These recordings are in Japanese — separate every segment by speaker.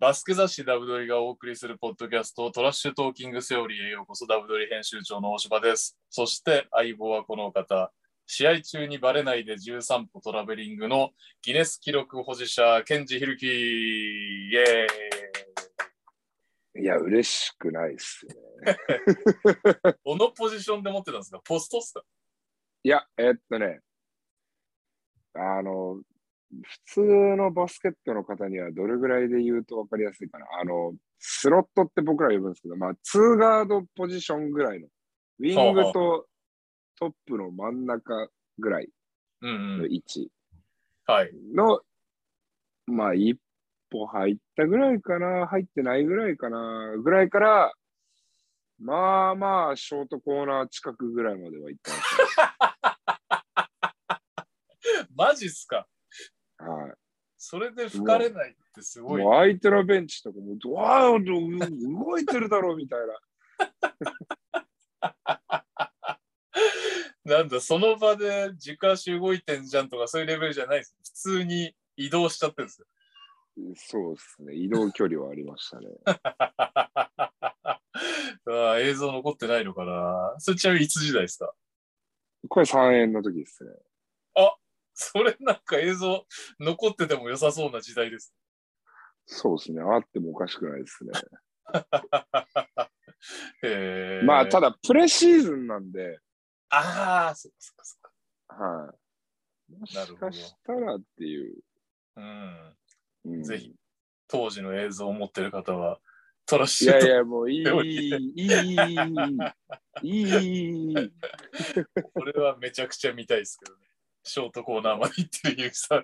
Speaker 1: バスケ雑誌ダブドリがお送りするポッドキャストトラッシュトーキングセオリーへようこそダブドリ編集長の大柴です。そして相棒はこの方、試合中にバレないで13歩トラベリングのギネス記録保持者、ケンジヒルキー。イエーイ
Speaker 2: いや、嬉しくないっすね。
Speaker 1: このポジションで持ってたんですかポストっすか
Speaker 2: いや、えっとね、あの、普通のバスケットの方にはどれぐらいで言うと分かりやすいかな。あの、スロットって僕ら呼ぶんですけど、まあ、ツーガードポジションぐらいの、ウィングとトップの真ん中ぐらい
Speaker 1: うんう
Speaker 2: の
Speaker 1: ん。
Speaker 2: 位置
Speaker 1: はい。
Speaker 2: の、まあ、一歩入ったぐらいかな、入ってないぐらいかな、ぐらいから、まあまあ、ショートコーナー近くぐらいまでは行ってました。
Speaker 1: マジっすか
Speaker 2: は
Speaker 1: それで吹かれないってす
Speaker 2: い、
Speaker 1: ごい。
Speaker 2: もう相手のベンチとかもう、わあ、どう動いてるだろうみたいな。
Speaker 1: なんだ、その場で軸足動いてんじゃんとかそういうレベルじゃないです。普通に移動しちゃってるんですよ。
Speaker 2: そうですね、移動距離はありましたね。
Speaker 1: あー映像残ってないのかなそれちなみにいつ時代ですか
Speaker 2: これ3円の時ですね。
Speaker 1: それなんか映像残ってても良さそうな時代です。
Speaker 2: そうですね、あってもおかしくないですね。
Speaker 1: えー、
Speaker 2: まあ、ただ、プレシーズンなんで、
Speaker 1: ああ、そっかそっかそっか。
Speaker 2: はい。もし
Speaker 1: なるほど
Speaker 2: かしたらっていう。
Speaker 1: うん。
Speaker 2: うん
Speaker 1: ぜひ。当時の映像を持ってる方は、トラッ
Speaker 2: い
Speaker 1: シュ
Speaker 2: や
Speaker 1: と
Speaker 2: いや、もういい、い
Speaker 1: でも
Speaker 2: い、いい、いい、いい。
Speaker 1: これはめちゃくちゃ見たいですけどね。ショートコーナーまで行ってるゆうきさ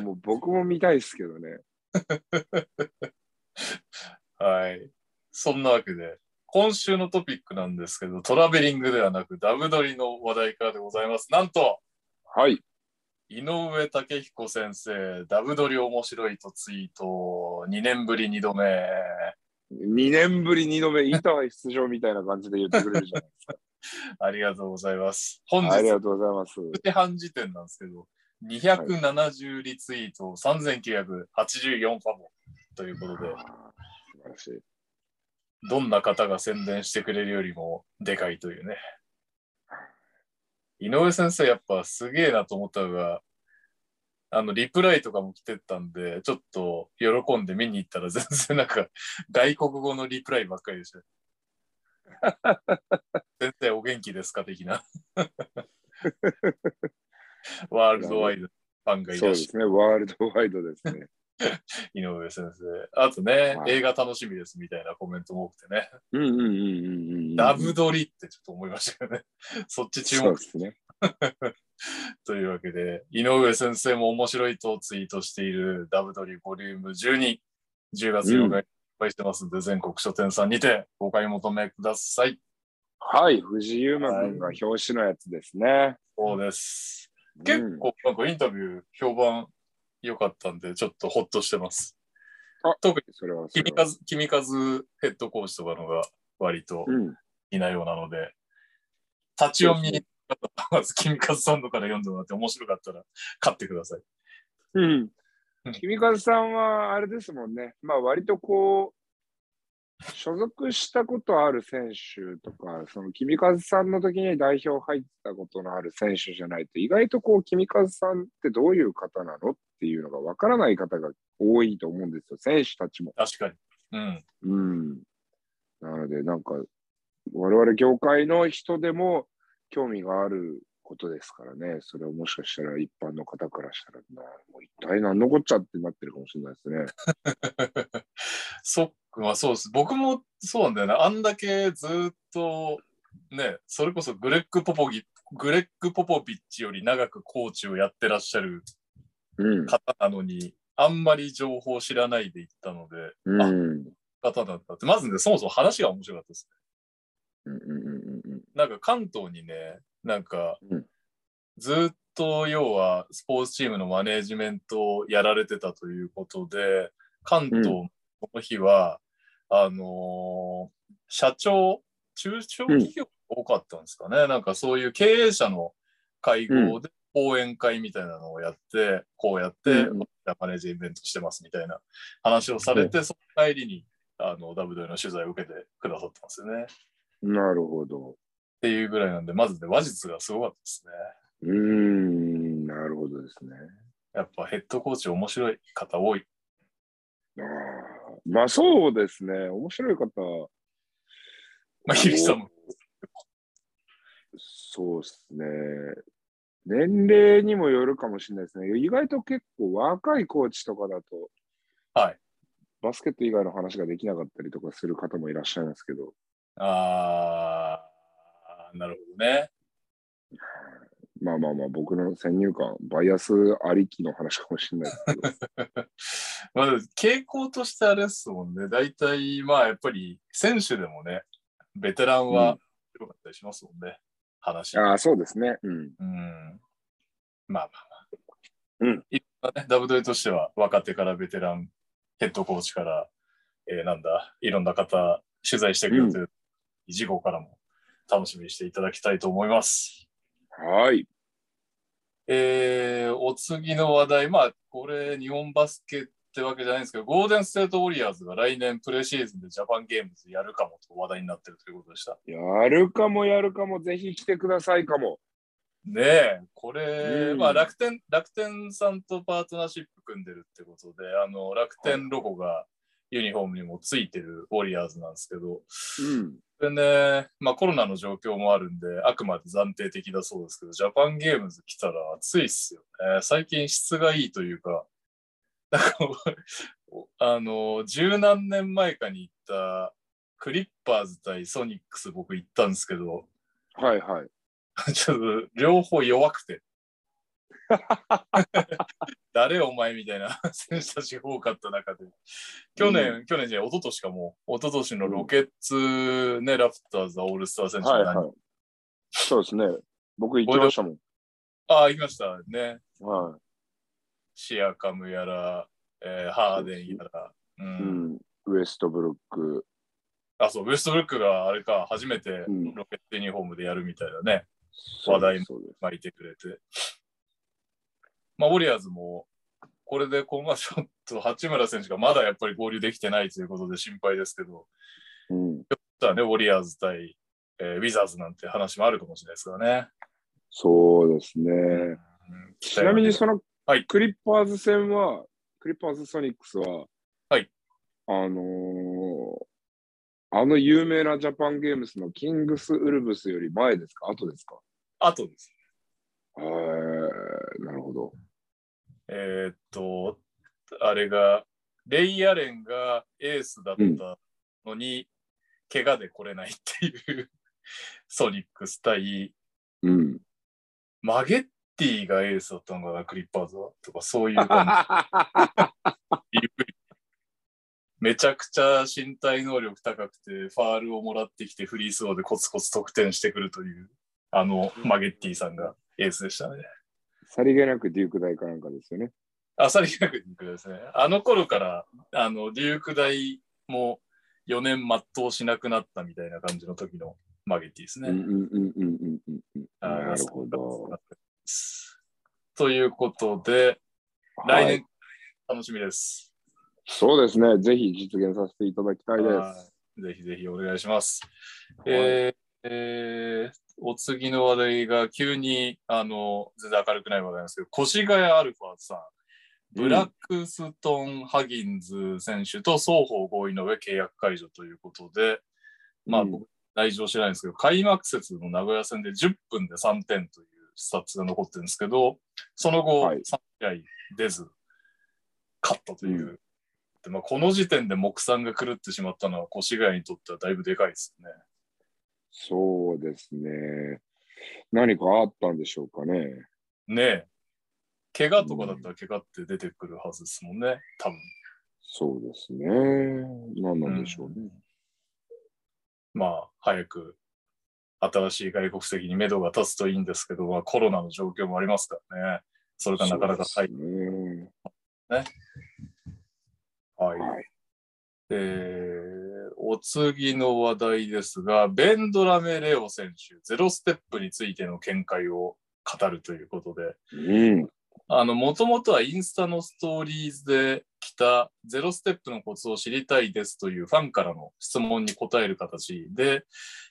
Speaker 1: ん。
Speaker 2: もう僕も見たいですけどね。
Speaker 1: はい。そんなわけで、今週のトピックなんですけど、トラベリングではなく、ダブドリの話題からでございます。なんと、
Speaker 2: はい。
Speaker 1: 井上武彦先生、ダブドリ面白いとツイート、2年ぶり2度目。
Speaker 2: 2年ぶり2度目、板は出場みたいな感じで言ってくれるじゃないですか。
Speaker 1: ありがとうございます。本日
Speaker 2: あり
Speaker 1: 9
Speaker 2: がとうございます。
Speaker 1: 時半時点なんですけど、270リツイート、3984ファボということで、
Speaker 2: あー素晴らしい。
Speaker 1: どんな方が宣伝してくれるよりもでかいというね。井上先生、やっぱすげえなと思ったのが、あの、リプライとかも来てたんで、ちょっと喜んで見に行ったら全然なんか外国語のリプライばっかりでした。先生、お元気ですか的な。ワールドワイドファンがい
Speaker 2: そう
Speaker 1: ら
Speaker 2: で
Speaker 1: っし
Speaker 2: すね、ワールドワイドですね。
Speaker 1: ゃる井上先生。あとね、
Speaker 2: はい
Speaker 1: 映画楽しみですみたいなコメントも多くてね。
Speaker 2: うんうんうんうんうん。
Speaker 1: ダブ撮りってちょっと思いましたよね。 そっち注
Speaker 2: そう
Speaker 1: 目
Speaker 2: ですね。
Speaker 1: というわけで、井上先生も面白いとツイートしているダブ撮りボリューム12、10月8日に発売してますんで、全国書店さんにてお買い求めください。
Speaker 2: はい、藤井優馬君が表紙のやつですね。
Speaker 1: そうです。
Speaker 2: う
Speaker 1: 結
Speaker 2: ん
Speaker 1: 構なんかインタビュー評判良かったんで、ちょっとほっとしてます。
Speaker 2: あ
Speaker 1: 特に
Speaker 2: それはそれ
Speaker 1: 君
Speaker 2: は。
Speaker 1: 和君和ヘッドコーチとかのが割と
Speaker 2: うん、
Speaker 1: いないようなので、立ち読みの方はまず君和さんのから読んでもらって面白かったら買ってください。
Speaker 2: うん
Speaker 1: うん。
Speaker 2: 君和さんはあれですもんね。まあ割とこう、所属したことある選手とか、その君和さんの時に代表入ったことのある選手じゃないと、意外とこう、君和さんってどういう方なのっていうのがわからない方が多いと思うんですよ、選手たちも。
Speaker 1: 確かに。うん。
Speaker 2: うん。なので、なんか、我々業界の人でも興味があることですからね、それをもしかしたら一般の方からしたら、なもう一体何のこっちゃってなってるかもしれないですね。
Speaker 1: そっか、まあそうです。僕もそうなんだよね。あんだけずっと、ね、それこそグレッグ・ポポギ、グレッグ・ポポビッチより長くコーチをやってらっしゃる
Speaker 2: うん。
Speaker 1: 方なのに、あんまり情報を知らないで行ったので、
Speaker 2: うん。うん
Speaker 1: 方だったって、まずね、そもそも話が面白かったです。
Speaker 2: うんうんうん
Speaker 1: なんか関東にね、なんか
Speaker 2: うん、
Speaker 1: ずーっと要はスポーツチームのマネージメントをやられてたということで、関東、
Speaker 2: う
Speaker 1: この日は、あのー社長、中小企業が多かったんですかね、なんかそういう経営者の会合で、講演会みたいなのをやって、こうやって、
Speaker 2: うん
Speaker 1: マネージイベントしてますみたいな話をされて、その帰りに、あの、W の取材を受けてくださってますよね。っ
Speaker 2: なるほど。
Speaker 1: ていうぐらいなんで、まずね、話術がすごかったですね。
Speaker 2: うーん、なるほどですね。
Speaker 1: やっぱヘッドコーチ面白い方多い。
Speaker 2: あーまあそうですね。面白い方、
Speaker 1: まあ、ゆきさんも。
Speaker 2: そうですね。年齢にもよるかもしれないですね。意外と結構若いコーチとかだと、
Speaker 1: はい
Speaker 2: バスケット以外の話ができなかったりとかする方もいらっしゃいますけど、
Speaker 1: あー、なるほどね。
Speaker 2: まあまあまあ、僕の先入観、バイアスありきの話かもしれないですけど、
Speaker 1: まあ、傾向としてあれですもんね。大体、まあ、やっぱり選手でもね、ベテラン
Speaker 2: う
Speaker 1: は良かったりしますもんね。話。
Speaker 2: ああ、そうですね。うん。
Speaker 1: うん。まあまあまあ。
Speaker 2: うん。
Speaker 1: いろんなね、ダブドリとしては、若手からベテラン、ヘッドコーチから、えーなんだ、いろんな方、取材してくるという、事後からも楽しみにしていただきたいと思います。
Speaker 2: はい。
Speaker 1: えーお次の話題、まあ、これ、日本バスケってわけじゃないんですけど、ゴールデン・ステート・ウォリアーズが来年プレシーズンでジャパンゲームズやるかもと話題になってるということでした。
Speaker 2: やるかもやるかも、ぜひ来てくださいかも。
Speaker 1: ねえ、これ、
Speaker 2: うん
Speaker 1: まあ、楽天、楽天さんとパートナーシップ組んでるってことで、あの、楽天ロゴがユニフォームにもついてるウォリアーズなんですけど、
Speaker 2: うん。
Speaker 1: これね、まあコロナの状況もあるんで、あくまで暫定的だそうですけど、ジャパンゲームズ来たら暑いっすよね。最近質がいいというか、なんかおあの、十何年前かに行ったクリッパーズ対ソニックス僕行ったんですけど、
Speaker 2: はいはい。
Speaker 1: ちょっと両方弱く て。誰お前みたいな選手たちが多かった中で、去年、去年じゃない一昨年かもう、一昨年のロケッツ、ね、ラプターズ、オールスター選手
Speaker 2: はい
Speaker 1: 何人
Speaker 2: はい。そうですね。僕行きましたもん。
Speaker 1: ああ、行きましたね。
Speaker 2: は
Speaker 1: シアカムやら、えーハーデンやら。うん
Speaker 2: い。うん。ウエストブルック。
Speaker 1: あ、そう、ウエストブルックがあれか、初めて
Speaker 2: うん
Speaker 1: ロケットユニフォームでやるみたいなね、話題
Speaker 2: そうです。
Speaker 1: 巻いてくれて。まあ、ウォリアーズも、これで今後はちょっと八村選手がまだやっぱり合流できてないということで心配ですけど、
Speaker 2: うん。
Speaker 1: だね、ウォリアーズ対、えーウィザーズなんて話もあるかもしれないですからね。
Speaker 2: そうです
Speaker 1: う
Speaker 2: ね。
Speaker 1: ん
Speaker 2: ちなみにその
Speaker 1: はい
Speaker 2: クリッパーズ戦は、クリッパーズソニックスは、
Speaker 1: はい。
Speaker 2: あのーあの有名なジャパンゲームスのキングス・ウルブスより前ですか後ですか
Speaker 1: あとです。
Speaker 2: へーなるほど。
Speaker 1: えーっと、あれが、レイ・アレンがエースだったのに、怪我で来れないっていうソニックス対、
Speaker 2: うん。
Speaker 1: マゲッティがエースだったのかな、クリッパーズは。とか、そういう感じ。めちゃくちゃ身体能力高くて、ファールをもらってきて、フリースローでコツコツ得点してくるという、あの、マゲッティさんがエースでしたね。
Speaker 2: さりげなくデューク大かなんかですよね。
Speaker 1: あさりげなくデュークですね。あの頃から、あの、デューク大も4年全うしなくなったみたいな感じの時のマゲッティですね。
Speaker 2: うんうんうんうんうんうんうん。
Speaker 1: あー
Speaker 2: なるほど。。
Speaker 1: ということで、
Speaker 2: は
Speaker 1: 来
Speaker 2: い
Speaker 1: 年、楽しみです。
Speaker 2: そうですね。ぜひ実現させていただきたいで
Speaker 1: は
Speaker 2: す。
Speaker 1: いぜひぜひお願いします。
Speaker 2: い
Speaker 1: えーえーお次の話題が急に、あの、全然明るくない話題なんですけど、越谷アルファさん、ブラックストン・ハギンズ選手と双方合意の上契約解除ということで、まあ
Speaker 2: うん
Speaker 1: 僕、内情してないんですけど、開幕節の名古屋戦で10分で3点というスタッツが残ってるんですけど、その後、
Speaker 2: はい
Speaker 1: 3試合出ず、勝ったという。でまあ、この時点で木さんが狂ってしまったのは越谷にとってはだいぶでかいですね。
Speaker 2: そうですね。何かあったんでしょうかね。
Speaker 1: ねえ。怪我とかだったら怪我って出てくるはずですもんね、多分。
Speaker 2: そうですね。何なんでしょうね。
Speaker 1: まあ、早く新しい外国籍に目処が立つといいんですけど、まあ、コロナの状況もありますからね。それがなかなか
Speaker 2: そ
Speaker 1: は
Speaker 2: う
Speaker 1: い
Speaker 2: で。すね。
Speaker 1: はい
Speaker 2: はい
Speaker 1: えーお次の話題ですが、ベンドラメ・レオ選手、ゼロステップについての見解を語るということで、
Speaker 2: うん。
Speaker 1: あの、もともとはインスタのストーリーズで来たゼロステップのコツを知りたいですというファンからの質問に答える形で、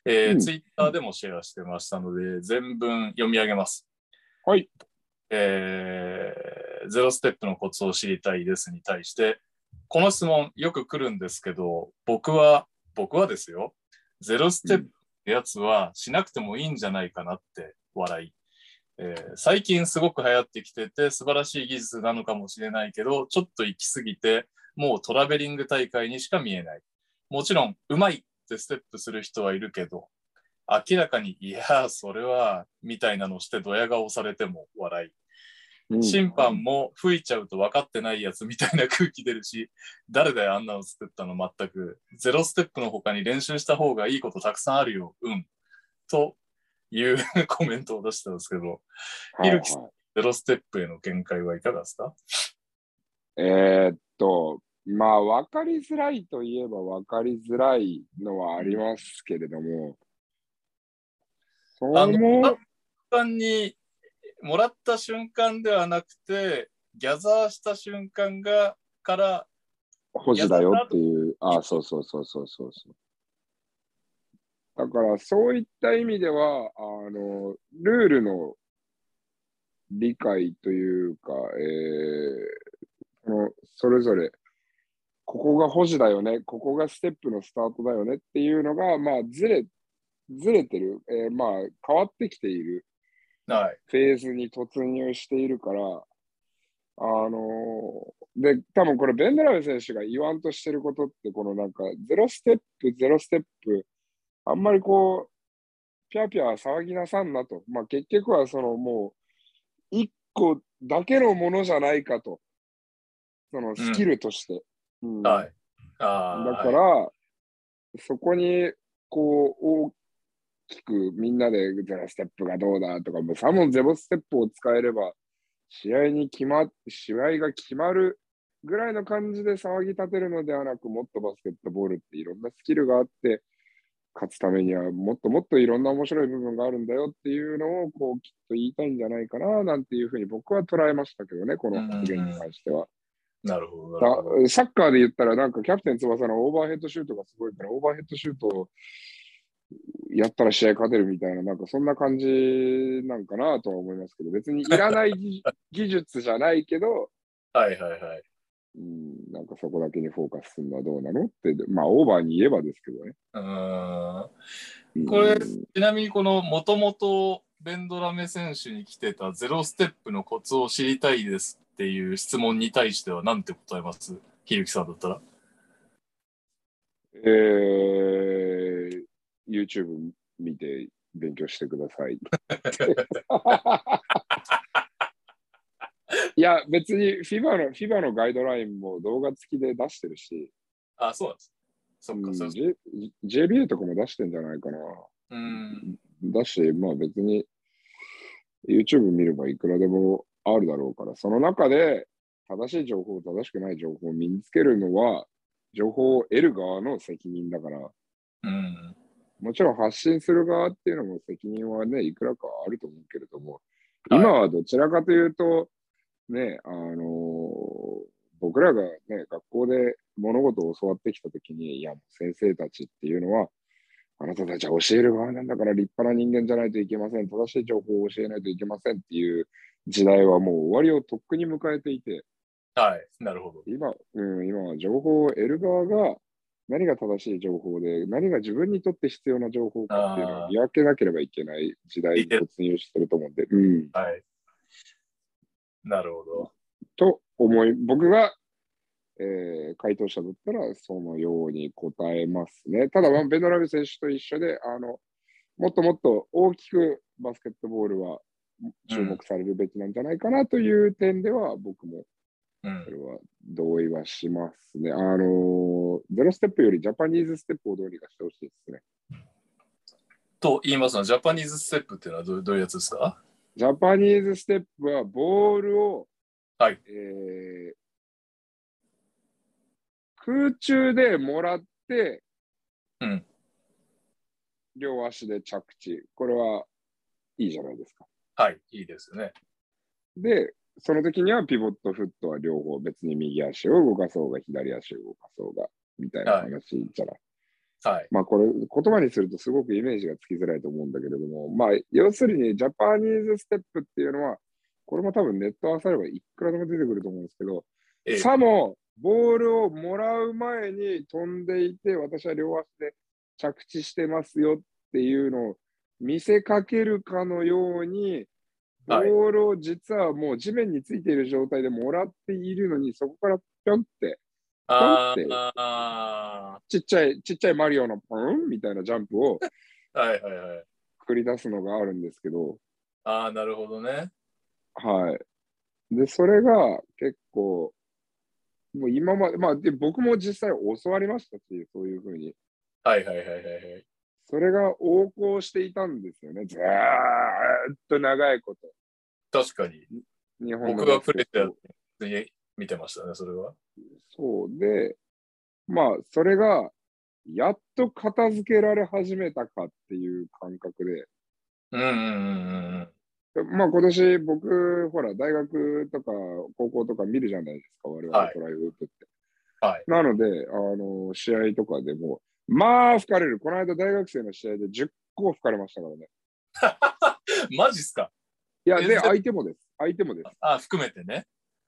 Speaker 1: え
Speaker 2: うん
Speaker 1: ツイッター Twitter でもシェアしてましたので、全文読み上げます。
Speaker 2: はい。
Speaker 1: えーゼロステップのコツを知りたいですに対して、この質問よく来るんですけど、僕は、僕はですよ、ゼロステップってやつはしなくてもいいんじゃないかなって笑い。えー最近すごく流行ってきてて素晴らしい技術なのかもしれないけどちょっと行き過ぎてもうトラベリング大会にしか見えないもちろんうまいってステップする人はいるけど明らかにいやーそれはみたいなのしてドヤ顔されても笑い
Speaker 2: うん
Speaker 1: 審判も吹いちゃうと分かってないやつみたいな空気出るし、 誰だよ、あんなの作ったの、全く。ゼロステップの他に練習した方がいいことたくさんあるよ、うん。という コメントを出したんですけど、
Speaker 2: はい
Speaker 1: ゆるきさゼロステップへの見解はいかがですか
Speaker 2: えーっと、まあ、分かりづらいといえば分かりづらいのはありますけれども、そ
Speaker 1: あ
Speaker 2: れ
Speaker 1: の、
Speaker 2: も
Speaker 1: 一、般にもらった瞬間ではなくて、ギャザーした瞬間が、から、
Speaker 2: 保持だよっていう、あそうそうそうそうそうそう。だから、そういった意味では、あの、ルールの理解というか、えーそのそれぞれ、ここが保持だよね、ここがステップのスタートだよねっていうのが、まあ、ずれ、ずれてる、えーまあ、変わってきている
Speaker 1: はい。
Speaker 2: フェーズに突入しているから、あのーで、多分これ、ベンドラメ選手が言わんとしてることって、このなんか、ゼロステップ、ゼロステップ、あんまりこう、ぴゃぴゃ騒ぎなさんなと。まあ、結局は、そのもう、一個だけのものじゃないかと。そのスキルとして。うん
Speaker 1: はい。あー
Speaker 2: だから、そこに、こう、大きくみんなでゼロステップがどうだとか、もうサモンゼロステップを使えれば、試合に決ま、試合が決まるぐらいの感じで騒ぎ立てるのではなく、もっとバスケットボールっていろんなスキルがあって、勝つためにはもっともっといろんな面白い部分があるんだよっていうのを、こう、きっと言いたいんじゃないかな、なんていうふうに僕は捉えましたけどね、この発言に関しては。
Speaker 1: なるほど、なる
Speaker 2: あ
Speaker 1: ほど。
Speaker 2: サッカーで言ったら、なんかキャプテン翼のオーバーヘッドシュートがすごいから、オーバーヘッドシュートをやったら試合勝てるみたいな、なんかそんな感じなんかなとは思いますけど、別にいらない技技術じゃないけど、
Speaker 1: はいはいはい。
Speaker 2: うん、なんかそこだけにフォーカスするのはどうなのって、まあオーバーに言えばですけどね。
Speaker 1: うーん。
Speaker 2: うん
Speaker 1: これちなみにこのもともとベンドラメ選手に来てたゼロステップのコツを知りたいですっていう質問に対しては何て答えますひるきさんだったら。
Speaker 2: えー、YouTube 見て勉強してくだ さい。いや、別に FIBA の FIBA のガイドラインも動画付きで出してるし、
Speaker 1: あ、そうなんです。そっ
Speaker 2: う
Speaker 1: か、
Speaker 2: ん
Speaker 1: そう
Speaker 2: J- JBA とかも出してんじゃないかな。
Speaker 1: うん。
Speaker 2: だし、まあ別に YouTube 見ればいくらでもあるだろうから、その中で正しい情報、正しくない情報を身につけるのは、情報を得る側の責任だから、
Speaker 1: うん。
Speaker 2: もちろん発信する側っていうのも責任はね、いくらかあると思うけれども、
Speaker 1: はい
Speaker 2: 今はどちらかというと、ね、あのー僕らがね、学校で物事を教わってきたときに、いや、先生たちっていうのは、あなたたちは教える側なんだから立派な人間じゃないといけません。正しい情報を教えないといけませんっていう時代はもう終わりをとっくに迎えていて、
Speaker 1: はい、なるほど。
Speaker 2: 今、うん、今は情報を得る側が何が正しい情報で、何が自分にとって必要な情報かっていうの
Speaker 1: あ
Speaker 2: を
Speaker 1: ー
Speaker 2: 見分けなければいけない時代に突入してると思うんで、うん、
Speaker 1: はい。なるほど。
Speaker 2: と思い、僕が、えー回答者だったらそのように答えますね。ただ、まあベンドラビ選手と一緒で、あの、もっともっと大きくバスケットボールは注目されるべきなんじゃないかなという点では、僕も
Speaker 1: う
Speaker 2: そ
Speaker 1: ん。
Speaker 2: れは同意はしますね。あのーゼロステップよりジャパニーズステップをどうにかしてほしいですね。
Speaker 1: と言いますのは、ジャパニーズステップっていうのはどうどういうやつですか
Speaker 2: ジャパニーズステップはボールを、
Speaker 1: はい
Speaker 2: えー空中でもらって、
Speaker 1: うん
Speaker 2: 両足で着地。これはいいじゃないですか。
Speaker 1: はい、いいですよね。
Speaker 2: で、その時にはピボットフットは両方別に右足を動かそうが左足を動かそうがみたいな話じゃない。
Speaker 1: はい。
Speaker 2: まあこれ言葉にするとすごくイメージがつきづらいと思うんだけれども、まあ要するにジャパニーズステップっていうのは、これも多分ネット合わさればいくらでも出てくると思うんですけど、
Speaker 1: ええ
Speaker 2: さもボールをもらう前に飛んでいて、私は両足で着地してますよっていうのを見せかけるかのように、ボ
Speaker 1: はい
Speaker 2: ールを実はもう地面についている状態でもらっているのに、そこからぴょんって、
Speaker 1: あ
Speaker 2: だって
Speaker 1: ーあ
Speaker 2: ちっちゃい、ちっちゃいマリオのポンみたいなジャンプを
Speaker 1: ー、はいはいはい。
Speaker 2: 繰り出すのがあるんですけど、
Speaker 1: ああ、なるほどね。
Speaker 2: はい。で、それが結構、もう今まで、まあ、で僕も実際教わりましたし、そういうふうに。
Speaker 1: はいはいはいはいはい。
Speaker 2: それが横行していたんですよね。ずーっと長いこと。
Speaker 1: 確かに。
Speaker 2: 日本の
Speaker 1: 僕がプレイした
Speaker 2: バ
Speaker 1: や
Speaker 2: スケッ
Speaker 1: つに見てましたね、それは。
Speaker 2: トボールそうで、まあ、それが、やっと片付けられ始めたかっていう感覚で、
Speaker 1: うんうんうんうんうん。
Speaker 2: まあ今年僕、ほら、大学とか高校とか見るじゃないですか、我々
Speaker 1: はい
Speaker 2: トライフープって。
Speaker 1: はい
Speaker 2: なので、あの、試合とかでも、まあ、吹かれる。この間大学生の試合で10個吹かれましたからね。
Speaker 1: マジっすか
Speaker 2: いや、
Speaker 1: え
Speaker 2: で、
Speaker 1: で
Speaker 2: 相手もです。相手もです。
Speaker 1: あー含めてね。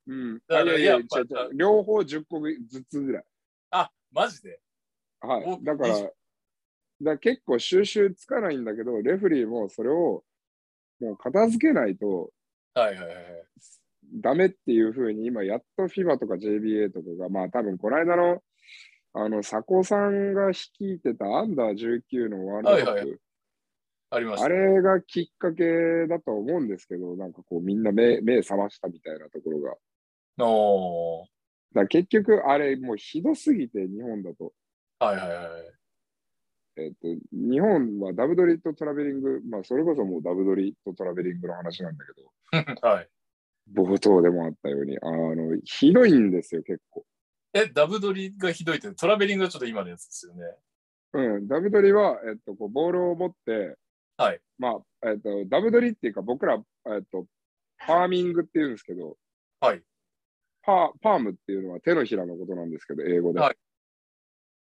Speaker 2: うん。
Speaker 1: だか
Speaker 2: あい
Speaker 1: ら
Speaker 2: やいや、
Speaker 1: や
Speaker 2: 違
Speaker 1: っ
Speaker 2: う
Speaker 1: ぱ
Speaker 2: 違う両方10個ずつぐらい。
Speaker 1: あ、マジで
Speaker 2: は
Speaker 1: お
Speaker 2: い。だから、
Speaker 1: いい
Speaker 2: だから結構収集つかないんだけど、レフェリーもそれを、もう片付けないと
Speaker 1: はいはいはいはい。
Speaker 2: ダメっていう風に、今やっと FIBA とか JBA とかが、まあ多分この間の、あの、佐古さんが率いてたアンダー19のワールドカップ、
Speaker 1: はいはいありまし
Speaker 2: あ
Speaker 1: た。
Speaker 2: れがきっかけだと思うんですけど、なんかこうみんな目目覚ましたみたいなところが。だか
Speaker 1: おー
Speaker 2: ら結局、あれもうひどすぎて、日本だと。
Speaker 1: はいはいはい。
Speaker 2: えっと、日本はダブドリとトラベリング、まあ、それこそもうダブドリとトラベリングの話なんだけど、
Speaker 1: はい。
Speaker 2: 冒頭でもあったように、あの、ひどいんですよ、結構。
Speaker 1: え、ダブドリがひどいって、トラベリングはちょっと今のやつですよね。
Speaker 2: うん、ダブドリは、えっと、こう、ボールを持って、
Speaker 1: はい。
Speaker 2: まあ、えっと、ダブドリっていうか、僕ら、えっと、パーミングっていうんですけど、
Speaker 1: はい。
Speaker 2: パー、パームっていうのは手のひらのことなんですけど、英語で。
Speaker 1: はい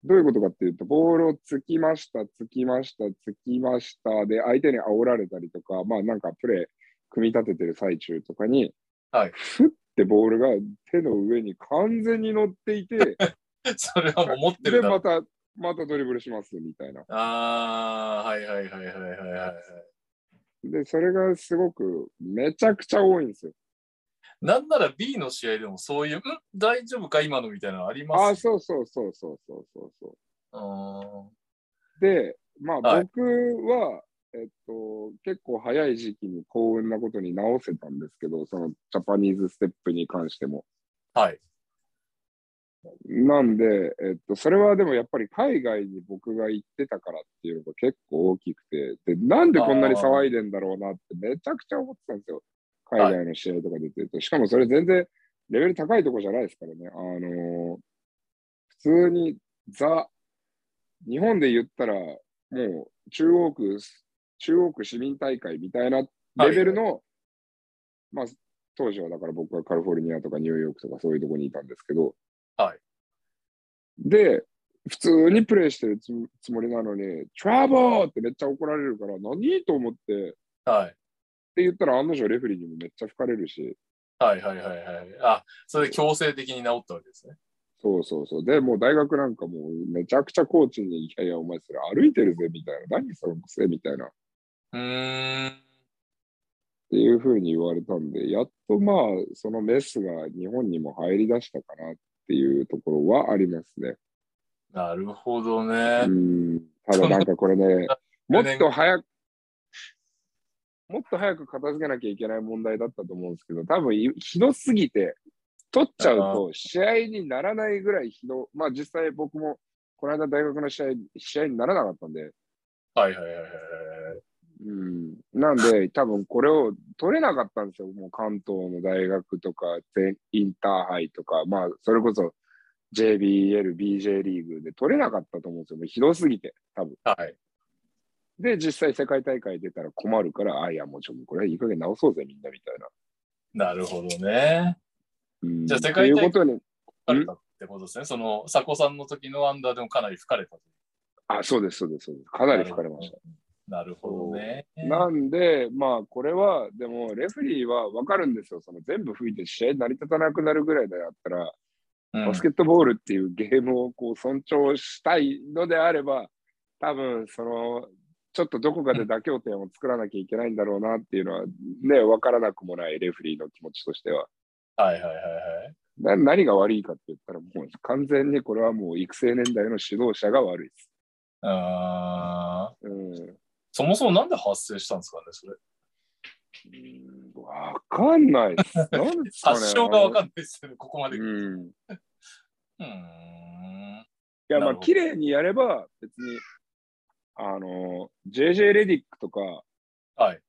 Speaker 2: どういうことかっていうと、ボールをつきました、つきました、つきましたで、相手に煽られたりとか、まあなんかプレー組み立ててる最中とかに、
Speaker 1: はい
Speaker 2: ふってボールが手の上に完全に乗っ ていて、
Speaker 1: それはもう持って
Speaker 2: で、
Speaker 1: るだろ
Speaker 2: また、またドリブルしますみたいな。
Speaker 1: ああ、はいはいはいはいはいはい。
Speaker 2: で、それがすごくめちゃくちゃ多いんですよ。
Speaker 1: なんなら B の試合でもそういう、ん大丈夫か今のみたいなのあり
Speaker 2: あ
Speaker 1: ま
Speaker 2: あ、
Speaker 1: す
Speaker 2: そうそうそうそうそうそうそう。
Speaker 1: あー
Speaker 2: で、まあ
Speaker 1: はい
Speaker 2: 僕は、えっと、結構早い時期に幸運なことに直せたんですけど、そのジャパニーズステップに関しても。
Speaker 1: はい。
Speaker 2: なんで、えっと、それはでもやっぱり海外に僕が行ってたからっていうのが結構大きくて、で、なんでこんなに騒いでんだろうなってめちゃくちゃ思ってたんですよ。海外の試合とか出てると。しかもそれ全然レベル高いとこじゃないですからね。あのー普通にザ、日本で言ったら、もう中央区、中央区市民大会みたいなレベルの、まあ、当時はだから僕はカリフォルニアとかニューヨークとかそういうとこにいたんですけど、
Speaker 1: はい。
Speaker 2: で、普通にプレイしてるつつもりなのに、トラボーってめっちゃ怒られるから、何と思って、って
Speaker 1: はい。
Speaker 2: 言ったら案の定レフェリーにもめっちゃ吹かれるし、
Speaker 1: はいはいはいはい。あ、それで強制的に治ったわけですね。
Speaker 2: そうそうそう。で、もう大学なんかもうめちゃくちゃコーチに、いやいや、お前それ歩いてるぜ、みたいな。何その癖みたいな。
Speaker 1: うーん。
Speaker 2: っていうふうに言われたんで、やっとまあ、そのメスが日本にも入り出したかなっていうところはありますね。
Speaker 1: なるほど
Speaker 2: う
Speaker 1: ね。
Speaker 2: ん。ただなんかこれね、もっと早く、もっと早く片付けなきゃいけない問題だったと思うんですけど、多分いひどすぎて、取っちゃうと試合にならないぐらいひど、まあ実際僕もこの間大学の試合、試合にならなかったんで、
Speaker 1: はいはいはいはい。
Speaker 2: うんなんで、多分これを取れなかったんですよ。もう関東の大学とか、全インターハイとか、まあ、それこそ JBL、BJ リーグで取れなかったと思うんですよ。もうひどすぎて、多分。
Speaker 1: はい。
Speaker 2: で、実際世界大会出たら困るから、あいや、もうちょっとこれいい加減直そうぜ、みんなみたいな。
Speaker 1: なるほどね。
Speaker 2: うん
Speaker 1: じゃあ世界大会
Speaker 2: ということに、
Speaker 1: 疲れたってことですね。その、佐古さんの時のアンダーでもかなり吹かれたと。
Speaker 2: あ、そうです、そうです、そうです。かなり疲れました。
Speaker 1: なるほどね。
Speaker 2: なんで、まあ、これは、でも、レフェリーは分かるんですよ。その全部吹いて試合成り立たなくなるぐらいだったら、
Speaker 1: うん
Speaker 2: バスケットボールっていうゲームをこう尊重したいのであれば、多分そのちょっとどこかで妥協点を作らなきゃいけないんだろうなっていうのは、ね、分からなくもないレフェリーの気持ちとしては。
Speaker 1: はいはいはいはい。
Speaker 2: な何が悪いかって言ったら、もう完全にこれはもう育成年代の指導者が悪いです。
Speaker 1: あー
Speaker 2: うん、う
Speaker 1: そもそもなんで発生したんですかね、それ。
Speaker 2: ん分かんないです。なんですかね
Speaker 1: 発祥がわかんないですよね、ここまで。う
Speaker 2: うん
Speaker 1: ーん。
Speaker 2: い
Speaker 1: な
Speaker 2: や、まあ、
Speaker 1: るほど
Speaker 2: 綺麗にやれば、別に、あの、JJ レディックとか、
Speaker 1: はい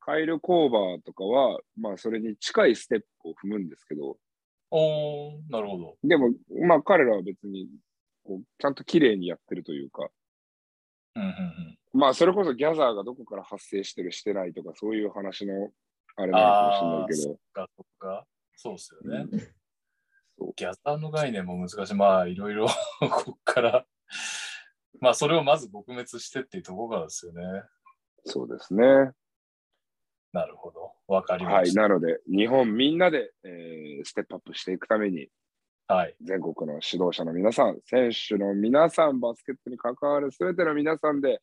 Speaker 2: カイル・コーバーとかは、まあ、それに近いステップを踏むんですけど、
Speaker 1: おー、なるほど。
Speaker 2: でも、まあ、彼らは別に、こう、ちゃんと綺麗にやってるというか、
Speaker 1: うんうんうん。
Speaker 2: まあ、それこそギャザーがどこから発生してる、してないとか、そういう話の、あれなのかもしれないけど、
Speaker 1: かとか。そうっすよね。
Speaker 2: そう
Speaker 1: ギャザーの概念も難しい。まあ、いろい ろ、こっから。まあ、それをまず撲滅してっていうところからですよね。
Speaker 2: そうですね。
Speaker 1: なるほど。わかり
Speaker 2: は
Speaker 1: ま
Speaker 2: い。
Speaker 1: した。
Speaker 2: なので、日本みんなで、えーステップアップしていくために、
Speaker 1: はい。
Speaker 2: 全国の指導者の皆さん、選手の皆さん、バスケットに関わる全ての皆さんで、
Speaker 1: う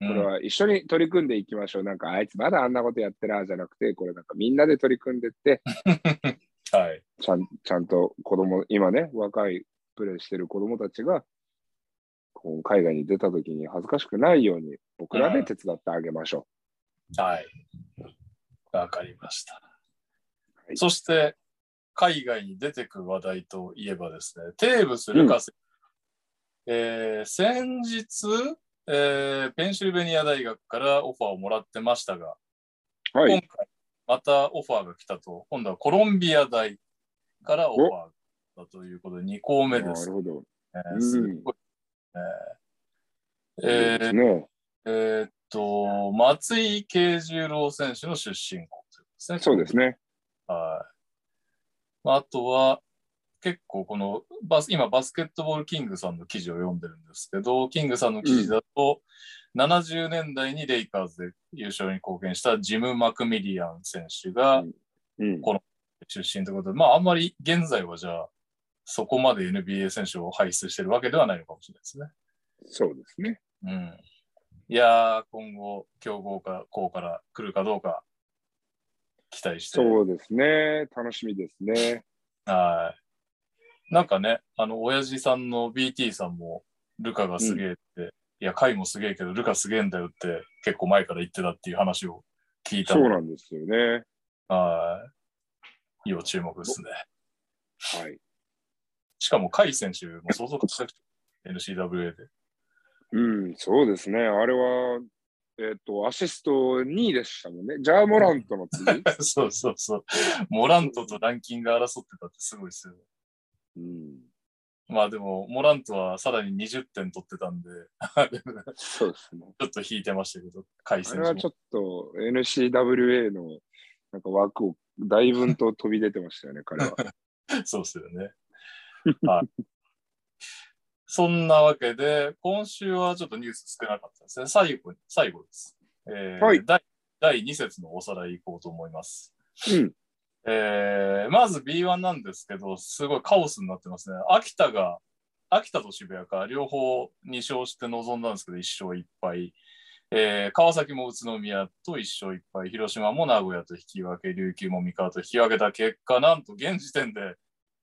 Speaker 2: こ
Speaker 1: ん
Speaker 2: れは一緒に取り組んでいきましょう。なんか、あいつまだあんなことやってな、じゃなくて、これなんかみんなで取り組んでって、
Speaker 1: はい。
Speaker 2: ちゃんちゃんと子供、今ね、若いプレーしてる子供たちが、こう海外に出た時に恥ずかしくないように、僕らで手伝ってあげましょ
Speaker 1: はい。わかりました。
Speaker 2: はい
Speaker 1: そして、海外に出てく話題といえばですね、テーブス・ルカス、えー先日、えーペンシルベニア大学からオファーをもらってましたが、
Speaker 2: う。は
Speaker 1: 今
Speaker 2: い。
Speaker 1: 回またオファーが来たと、今度はコロンビア大からオファーが来たということで、2校
Speaker 2: な
Speaker 1: 目で
Speaker 2: る
Speaker 1: すね。
Speaker 2: ほど。うん
Speaker 1: すごいえー
Speaker 2: いいですね。
Speaker 1: えーっと、松井慶十郎選手の出身校ということですね。
Speaker 2: そうですね。
Speaker 1: はい。まあ、あとは、結構このバス、今バスケットボールキングさんの記事を読んでるんですけど、キングさんの記事だと、70年代にレイカーズで優勝に貢献したジム・マクミリアン選手が
Speaker 2: うん。
Speaker 1: 出身ということで、まああんまり現在はじゃあ、そこまで NBA 選手を輩出してるわけではないのかもしれないですね。
Speaker 2: そうですね。
Speaker 1: うんいやー、今後、強豪か、校から来るかどうか、期待して。
Speaker 2: そうですね。楽しみですね。
Speaker 1: はい。なんかね、あの、親父さんの BT さんも、ルカがすげえって、いや、カイもすげえけど、ルカすげえんだよって、結構前から言ってたっていう話を聞いた
Speaker 2: そ
Speaker 1: の
Speaker 2: う
Speaker 1: で
Speaker 2: なんですよね。
Speaker 1: はい。要注目ですね。
Speaker 2: はい。
Speaker 1: しかも、カイ選手も相当活躍してる NCWA で。
Speaker 2: うん、そうですね。あれは、えっ、と、アシスト2位でしたもんね。ジャーモラントの次。
Speaker 1: そうそうそう。モラントとランキング争ってたってすごいですよね。
Speaker 2: うん、
Speaker 1: まあでも、モラントはさらに20点取ってたんで、 あれち
Speaker 2: そうですね。
Speaker 1: ょっと引いてましたけど、海
Speaker 2: あ
Speaker 1: 選
Speaker 2: れ
Speaker 1: 手
Speaker 2: は
Speaker 1: も
Speaker 2: ちょっと NCWA のなんか枠をだいぶんと飛び出てましたよね、彼 は。
Speaker 1: そうですよね。はい。そんなわけで、今週はちょっとニュース少なかったですね。最後に、最後です。えー
Speaker 2: はい
Speaker 1: 第第2節のおさらいいこうと思います。
Speaker 2: うん、
Speaker 1: えーまず B1 なんですけど、すごいカオスになってますね。秋田が、秋田と渋谷か、両方2勝して臨んだんですけど、1勝1敗。えー川崎も宇都宮と1勝1敗、広島も名古屋と引き分け、琉球も三河と引き分けた結果、なんと現時点で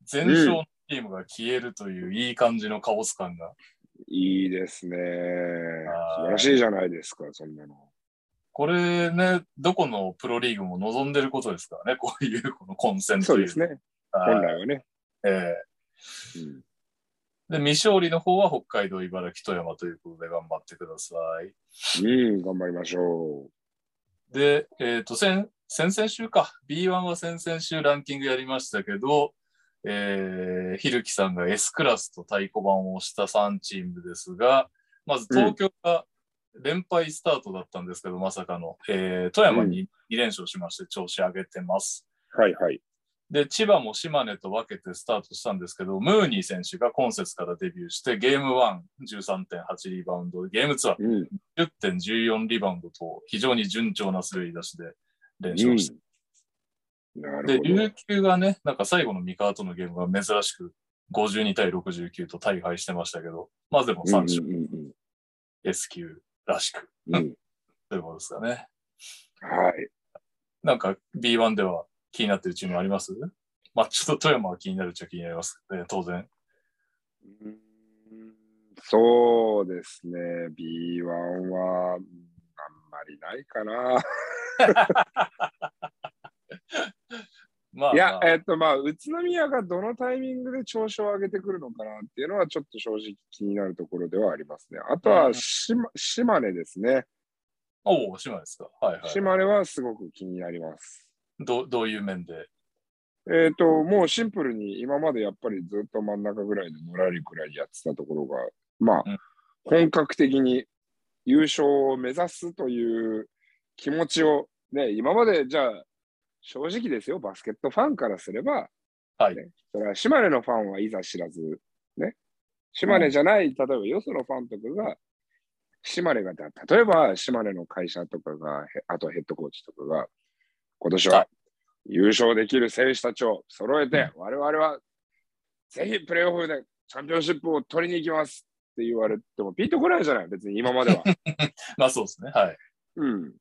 Speaker 1: 全勝のチームが消えるといういい感じのカオス感が。
Speaker 2: いいですね。素晴
Speaker 1: は
Speaker 2: ら
Speaker 1: い
Speaker 2: しいじゃないですか、そんなの。
Speaker 1: これね、どこのプロリーグも望んでることですからね、こういうこの混戦
Speaker 2: そ
Speaker 1: と
Speaker 2: う
Speaker 1: い
Speaker 2: で
Speaker 1: う。
Speaker 2: すね。
Speaker 1: はい
Speaker 2: 本来はね。
Speaker 1: えー
Speaker 2: うん、
Speaker 1: で、未勝利の方は北海道、茨城、富山ということで頑張ってください。
Speaker 2: うん、頑張りましょ
Speaker 1: で、えっ、と、先、先々週か。B1 は先々週ランキングやりましたけど、えー、ひるきさんが S クラスと太鼓判を押した3チームですが、まず東京が、連敗スタートだったんですけど、まさかの、えー富山に2連勝しまして、調子上げてます。
Speaker 2: はいはい。
Speaker 1: で、千葉も島根と分けてスタートしたんですけど、ムーニー選手が今節からデビューして、ゲーム1、13.8リバウンド、ゲーム2は
Speaker 2: うん。
Speaker 1: 10.14リバウンドと、非常に順調な滑り出しで連
Speaker 2: う
Speaker 1: 勝
Speaker 2: ん
Speaker 1: して、
Speaker 2: な
Speaker 1: で、
Speaker 2: るほど。
Speaker 1: 琉球がね、なんか最後の三河とのゲームが珍しく、52対69と大敗してましたけど、まあでも3勝、
Speaker 2: うんうん
Speaker 1: S 級らしく、
Speaker 2: うんうん。
Speaker 1: ということですかね。
Speaker 2: はい。
Speaker 1: なんか B1 では気になってるチームありますまあちょっと富山は気になるっちゃ気になります、ね、当然。
Speaker 2: うんそうですね。B1 は、うんあんまりないかな。
Speaker 1: まあ、
Speaker 2: いや
Speaker 1: ま、あ
Speaker 2: えっと、まあ、宇都宮がどのタイミングで調子を上げてくるのかなっていうのは、ちょっと正直気になるところではありますね。あと
Speaker 1: う
Speaker 2: は
Speaker 1: ん
Speaker 2: 島、島根ですね。
Speaker 1: おお、島ですか。はいはい。
Speaker 2: 島根はすごく気になります。
Speaker 1: どどういう面で。
Speaker 2: えっ、と、もうシンプルに今までやっぱりずっと真ん中ぐらいでのらりくらいやってたところが、まあ、
Speaker 1: うん
Speaker 2: 本格的に優勝を目指すという気持ちを、ね、今までじゃあ、正直ですよ、バスケットファンからすれば、
Speaker 1: はい
Speaker 2: ね、それは島根のファンはいざ知らず、ね、島根じゃない、例えばよそのファンとかが、島根がだ、例えば島根の会社とかが、へあとヘッドコーチとかが、今年
Speaker 1: は
Speaker 2: は優勝できる選手たちを揃えて、我々はぜひプレーオフでチャンピオンシップを取りに行きますって言われても、ピンとこないじゃない、別に今 までは。
Speaker 1: まあそうですね。はい。
Speaker 2: うん。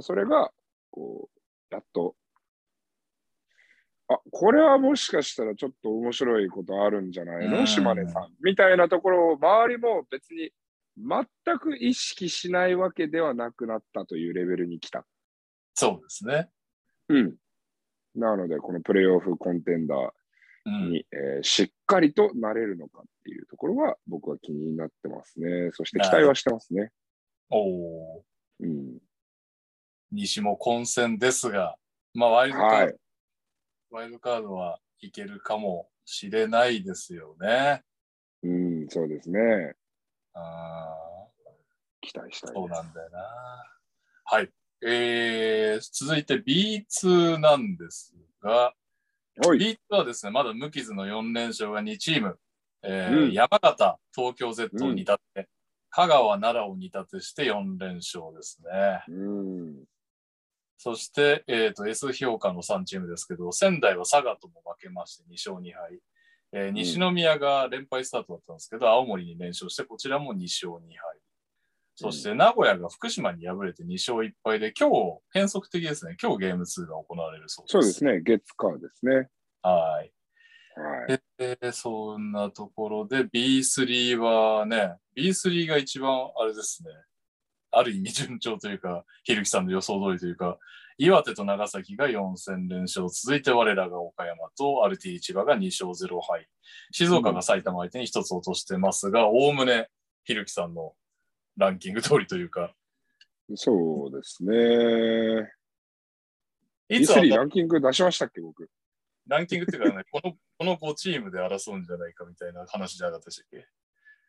Speaker 2: それが、こう、やっと、あ、これはもしかしたらちょっと面白いことあるんじゃないの、
Speaker 1: うん
Speaker 2: 島根さん。みたいなところを、周りも別に全く意識しないわけではなくなったというレベルに来た。
Speaker 1: そうですね。
Speaker 2: うん。なので、このプレーオフコンテンダー
Speaker 1: うん。
Speaker 2: に、えーしっかりとなれるのかっていうところは、僕は気になってますね。そして期待はしてますね。
Speaker 1: おお。
Speaker 2: うん。
Speaker 1: 西も混戦ですが、まあワイルドカード、
Speaker 2: はい。
Speaker 1: ワイルドカードはいけるかもしれないですよね。
Speaker 2: うん、そうですね。
Speaker 1: あ
Speaker 2: 期待した
Speaker 1: ー
Speaker 2: い
Speaker 1: そう
Speaker 2: で
Speaker 1: な
Speaker 2: す。
Speaker 1: んだよな。はい。えー、続いて B2 なんですが、
Speaker 2: はい。
Speaker 1: B2 はですね、まだ無傷の4連勝が2チーム、えー
Speaker 2: うん
Speaker 1: 山形、東京 Z を2立て、香川、奈良を2立てして4連勝ですね。
Speaker 2: うん。
Speaker 1: そして、えー、と S 評価の3チームですけど、仙台は佐賀とも負けまして2勝2敗、えー西宮が連敗スタートだったんですけど、青森に連勝して、こちらも2勝2敗。そして名古屋が福島に敗れて2勝1敗で、今日、変則的ですね、今日ゲーム2が行われるそうです。
Speaker 2: そうですね。月火ですね。
Speaker 1: はい
Speaker 2: はい。
Speaker 1: で、えーそんなところで B3 はね、B3 が一番あれですね、ある意味順調というか、ひるきさんの予想通りというか、岩手と長崎が4戦連勝、続いて我らが岡山と RT 千葉が2勝0敗、静岡が埼玉相手に1つ落としてますが、おおむねひるきさんのランキング通りというか、
Speaker 2: そうですね。
Speaker 1: い
Speaker 2: い
Speaker 1: つ
Speaker 2: つ
Speaker 1: は
Speaker 2: リランキング出しましたっけ、僕。
Speaker 1: ランキングっていうかね、このこの5チームで争うんじゃないかみたいな話じゃなかったでしたっけ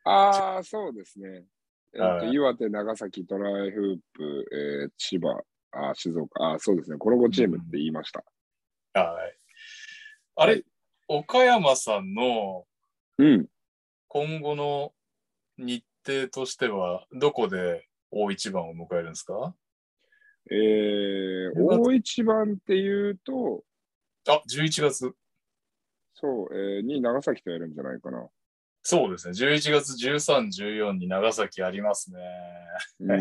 Speaker 2: ああ、そうですね。えっと
Speaker 1: はい
Speaker 2: 岩手、長崎、トライフープ、えー千葉、あー静岡、あーそうですね。この5チームって言いました。
Speaker 1: はい。あれ、岡山さんの
Speaker 2: うん。
Speaker 1: 今後の日程としては、どこで大一番を迎えるんですか
Speaker 2: えー、大一番っていうと、
Speaker 1: あ、11月。
Speaker 2: そう、えー、に長崎とやるんじゃないかな。
Speaker 1: そうですね。11月13、14に長崎ありますね。
Speaker 2: うん、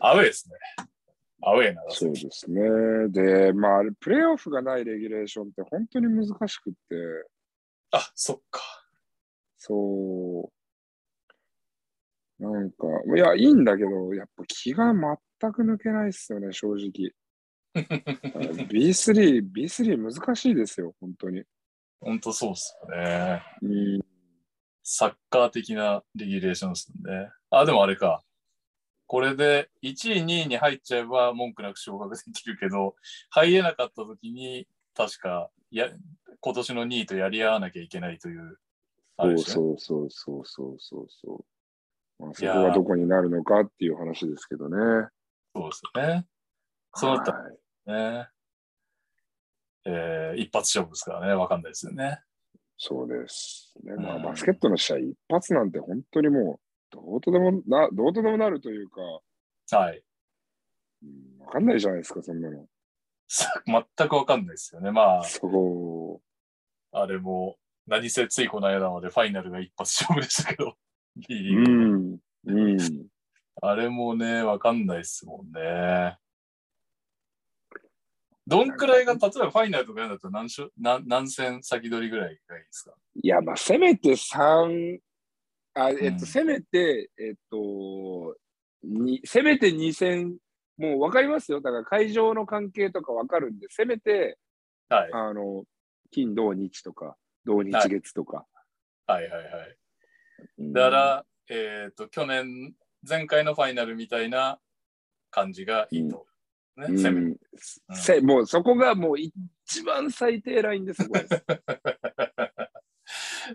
Speaker 1: アウェーですね。アウェー長
Speaker 2: そう
Speaker 1: 崎。
Speaker 2: ですね。で、まあ、プレーオフがないレギュレーションって本当に難しくって、
Speaker 1: あ、そっか。
Speaker 2: そう。なんか、いや、いいんだけど、やっぱ気が全く抜けないっすよね、正直。あの B3、B3 難しいですよ、本当に。
Speaker 1: ほんとそうっすよね。
Speaker 2: うん、
Speaker 1: サッカー的なレギュレーションですよね。あ、でもあれか。これで1位、2位に入っちゃえば文句なく昇格できるけど、入れなかった時に、確かや、今年の2位とやり合わなきゃいけないという、あ
Speaker 2: そ
Speaker 1: れ
Speaker 2: う
Speaker 1: ですね。
Speaker 2: そうそうそうそうそうそう。まあ、そこがどこになるのかっていう話ですけどね。
Speaker 1: そうですね。そうだった
Speaker 2: はい
Speaker 1: らね。えー一発勝負ですからね、わかんないですよね。
Speaker 2: そうです、ねま
Speaker 1: う
Speaker 2: あ。
Speaker 1: ん
Speaker 2: バスケットの試合、一発なんて本当にもう、どうとでもな、どうとでもなるというか、
Speaker 1: はい。
Speaker 2: うん、わかんないじゃないですか、そんなの。
Speaker 1: 全くわかんないですよね。ま
Speaker 2: そう。
Speaker 1: あ、あれも、何せついこの間までファイナルが一発勝負でしたけど、B リ
Speaker 2: う
Speaker 1: ーグ
Speaker 2: ん。うん。
Speaker 1: あれもね、わかんないですもんね。どんくらいが、例えばファイナルとかやんだったら何しょ何何戦先取りぐらいがいいですか
Speaker 2: いや、まあ、せめて3、あ、えっと、
Speaker 1: うん
Speaker 2: せめて、えっと、にせめて2戦、もうわかりますよ。だから会場の関係とかわかるんで、せめて、
Speaker 1: はい。
Speaker 2: あの、金、土、日とか、土日月とか。
Speaker 1: はいはいはい。
Speaker 2: うん
Speaker 1: だか、ら、えっ、と、去年、前回のファイナルみたいな感じがいいと。ね、
Speaker 2: うん
Speaker 1: 攻めて。
Speaker 2: せもうそこがもう一番最低ラインです、これ。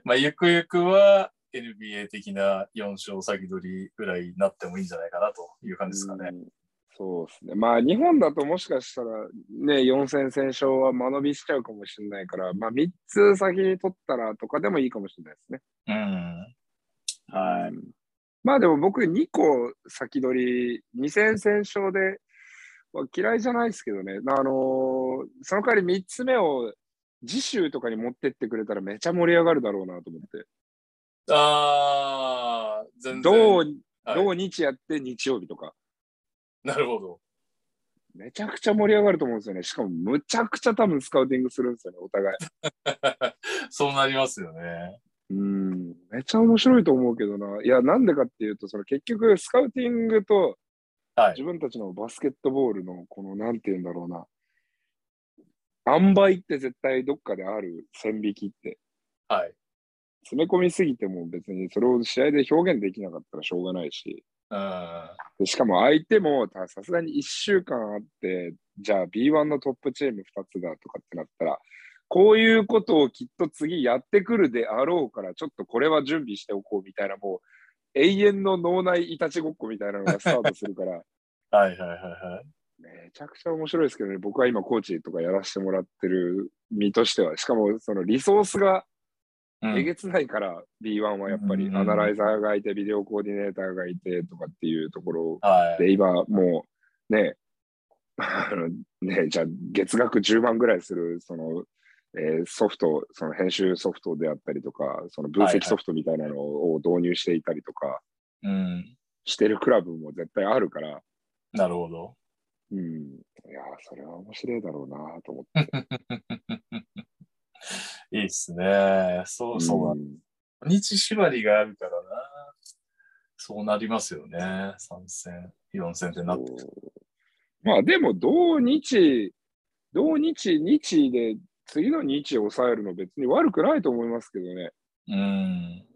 Speaker 1: まあ、ゆくゆくは NBA 的な4勝先取りぐらいになってもいいんじゃないかなという感じですかね。
Speaker 2: うんそうですね。まあ、日本だともしかしたら、ね、4戦戦勝は間延びしちゃうかもしれないから、まあ、3つ先に取ったらとかでもいいかもしれないですね。
Speaker 1: うん。はい。
Speaker 2: い。まあ、でも僕、2個先取り、2戦戦勝で、は嫌いじゃないですけどね。あのーその代わり3つ目を次週とかに持ってってくれたらめちゃ盛り上がるだろうなと思って。
Speaker 1: ああ、全然。
Speaker 2: どう、
Speaker 1: はい
Speaker 2: どう日やって日曜日とか。
Speaker 1: なるほど。
Speaker 2: めちゃくちゃ盛り上がると思うんですよね。しかも、むちゃくちゃ多分スカウティングするんですよね、お互い。
Speaker 1: そうなりますよね。
Speaker 2: うん、めちゃ面白いと思うけどな。いや、なんでかっていうと、その結局、スカウティングと
Speaker 1: はい
Speaker 2: 自分たちのバスケットボールの、この、なんて言うんだろうな。塩梅って絶対どっかである線引きって。
Speaker 1: はい。
Speaker 2: 詰め込みすぎても別にそれを試合で表現できなかったらしょうがないし。
Speaker 1: うん。は
Speaker 2: でしかも相手もたさすがに1週間あって、じゃあ B1 のトップチーム2つだとかってなったら、こういうことをきっと次やってくるであろうから、ちょっとこれは準備しておこうみたいな、もう永遠の脳内いたちごっこみたいなのがスタートするから、
Speaker 1: いはいはいはい。
Speaker 2: めちゃくちゃ面白いですけどね、僕は今コーチとかやらせてもらってる身としては、しかもそのリソースが
Speaker 1: うん
Speaker 2: えげつないから、B1 はやっぱ
Speaker 1: う
Speaker 2: り
Speaker 1: ん
Speaker 2: アナライザーがいて、ビデオコーディネーターがいてとかっていうところを
Speaker 1: はい。
Speaker 2: で、今もうね、 あのね、じゃあ月額10万ぐらいする、その、えーソフト、その編集ソフトであったりとか、その分析ソフトみたいなのを導入していたりとか
Speaker 1: うん。
Speaker 2: してるクラブも絶対あるから、
Speaker 1: なるほど。
Speaker 2: うん。いやー、それは面白いだろうなと思って。
Speaker 1: いいっすね。そうそうなんだ。土日縛りがあるからな。そうなりますよね。3戦、4戦ってなってくる。
Speaker 2: そうまあでも、同日、同日、日で、次の日を抑えるの別に悪くないと思いますけどね。
Speaker 1: うん。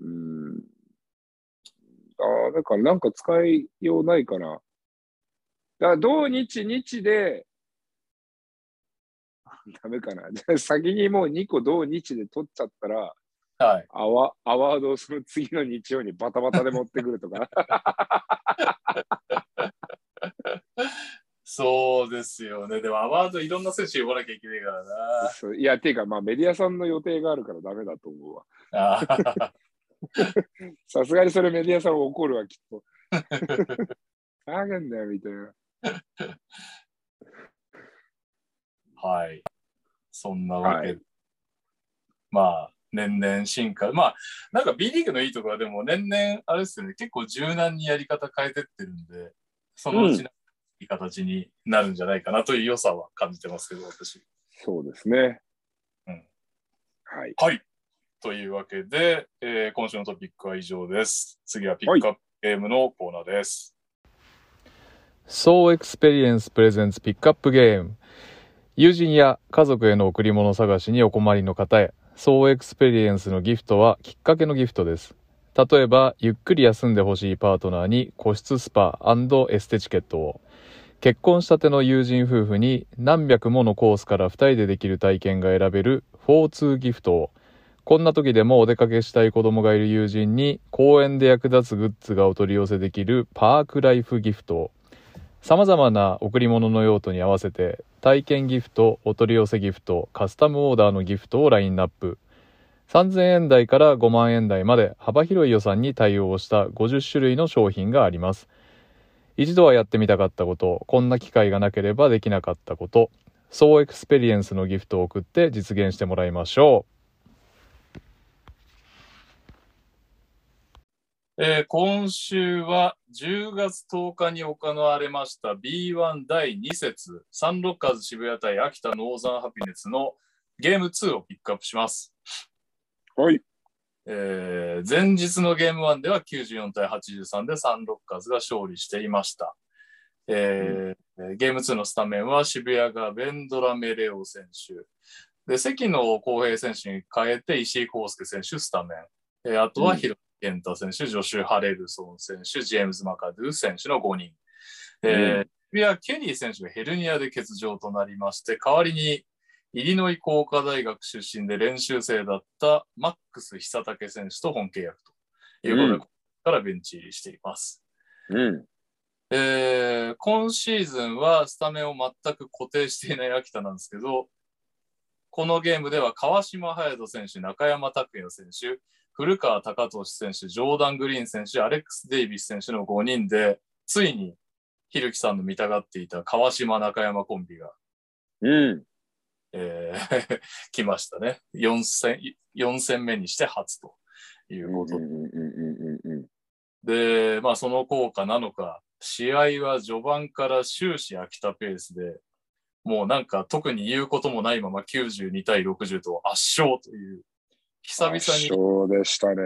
Speaker 2: うん。ああ、だからなんか使いようないかな。だから、土日日で、 ダメかな。じゃあ先にもう2個同日で取っちゃったら、
Speaker 1: はい。
Speaker 2: アワアワードをその次の日曜にバタバタで持ってくる とか。
Speaker 1: そうですよね。でも、アワードいろんな選手呼ばなきゃいけないからな。
Speaker 2: そういや、っていうか、まあメディアさんの予定があるからダメだと思うわ。
Speaker 1: あー
Speaker 2: さすがにそれメディアさん怒るわ、きっ と。あげんだよ、みたいな。
Speaker 1: はい。そんなわけで。
Speaker 2: は
Speaker 1: まあ、年々進化。まあ、なんか B リーグのいいところは、でも年々、あれですよね、結構柔軟にやり方変えてってるんで、そのうちのいい形になるんじゃないかなという良さは感じてますけど、私。
Speaker 2: そうですね。
Speaker 1: うん
Speaker 2: はい。
Speaker 1: はい。というわけで、えー今週のトピックは以上です。次はピックアップゲームのコーナーです。
Speaker 3: So Experience Presents Pickup Game 友人や家族への贈り物探しにお困りの方へ So Experience のギフトはきっかけのギフトです例えばゆっくり休んでほしいパートナーに個室スパエステチケットを結婚したての友人夫婦に何百ものコースから2人でできる体験が選べる4-2ギフトをこんな時でもお出かけしたい子供がいる友人に公園で役立つグッズがお取り寄せできるパークライフギフトをさまざまな贈り物の用途に合わせて体験ギフトお取り寄せギフトカスタムオーダーのギフトをラインナップ3000円台から5万円台まで幅広い予算に対応した50種類の商品があります一度はやってみたかったことこんな機会がなければできなかったこと総エクスペリエンスのギフトを送って実現してもらいましょう
Speaker 1: えー今週は10月10日に行われました B1 第2節サンロッカーズ渋谷対秋田ノーザンハピネスのゲーム2をピックアップします。
Speaker 2: はい。
Speaker 1: えー前日のゲーム1では94対83でサンロッカーズが勝利していました。えーゲーム2のスタメンは渋谷がベンドラメレオ選手、で関野浩平選手に変えて石井康介選手スタメン、えーあとは
Speaker 2: うん
Speaker 1: 広瀬健太選手、ジョシュ・ハレルソン選手、ジェームズ・マカドゥ選手の5人。えー渋谷ケリー選手がヘルニアで欠場となりまして、代わりにイリノイ工科大学出身で練習生だったマックス久武選手と本契約ということで、
Speaker 2: うん
Speaker 1: ここからベンチ入りしています。
Speaker 2: うん。
Speaker 1: えー今シーズンはスタメンを全く固定していない秋田なんですけど、このゲームでは川島隼人選手、中山拓也選手、古川貴俊選手、ジョーダン・グリーン選手、アレックス・デイビス選手の5人で、ついに、ひるきさんの見たがっていた川島・中山コンビが、
Speaker 2: うん。
Speaker 1: えー 来ましたね4戦。4戦目にして初ということで
Speaker 2: うんうんうんうんうん
Speaker 1: で、まあ、その効果なのか、試合は序盤から終始飽きたペースで、もうなんか特に言うこともないまま92対60と圧勝という、久々に、
Speaker 2: 圧
Speaker 1: 久
Speaker 2: 勝でしたね。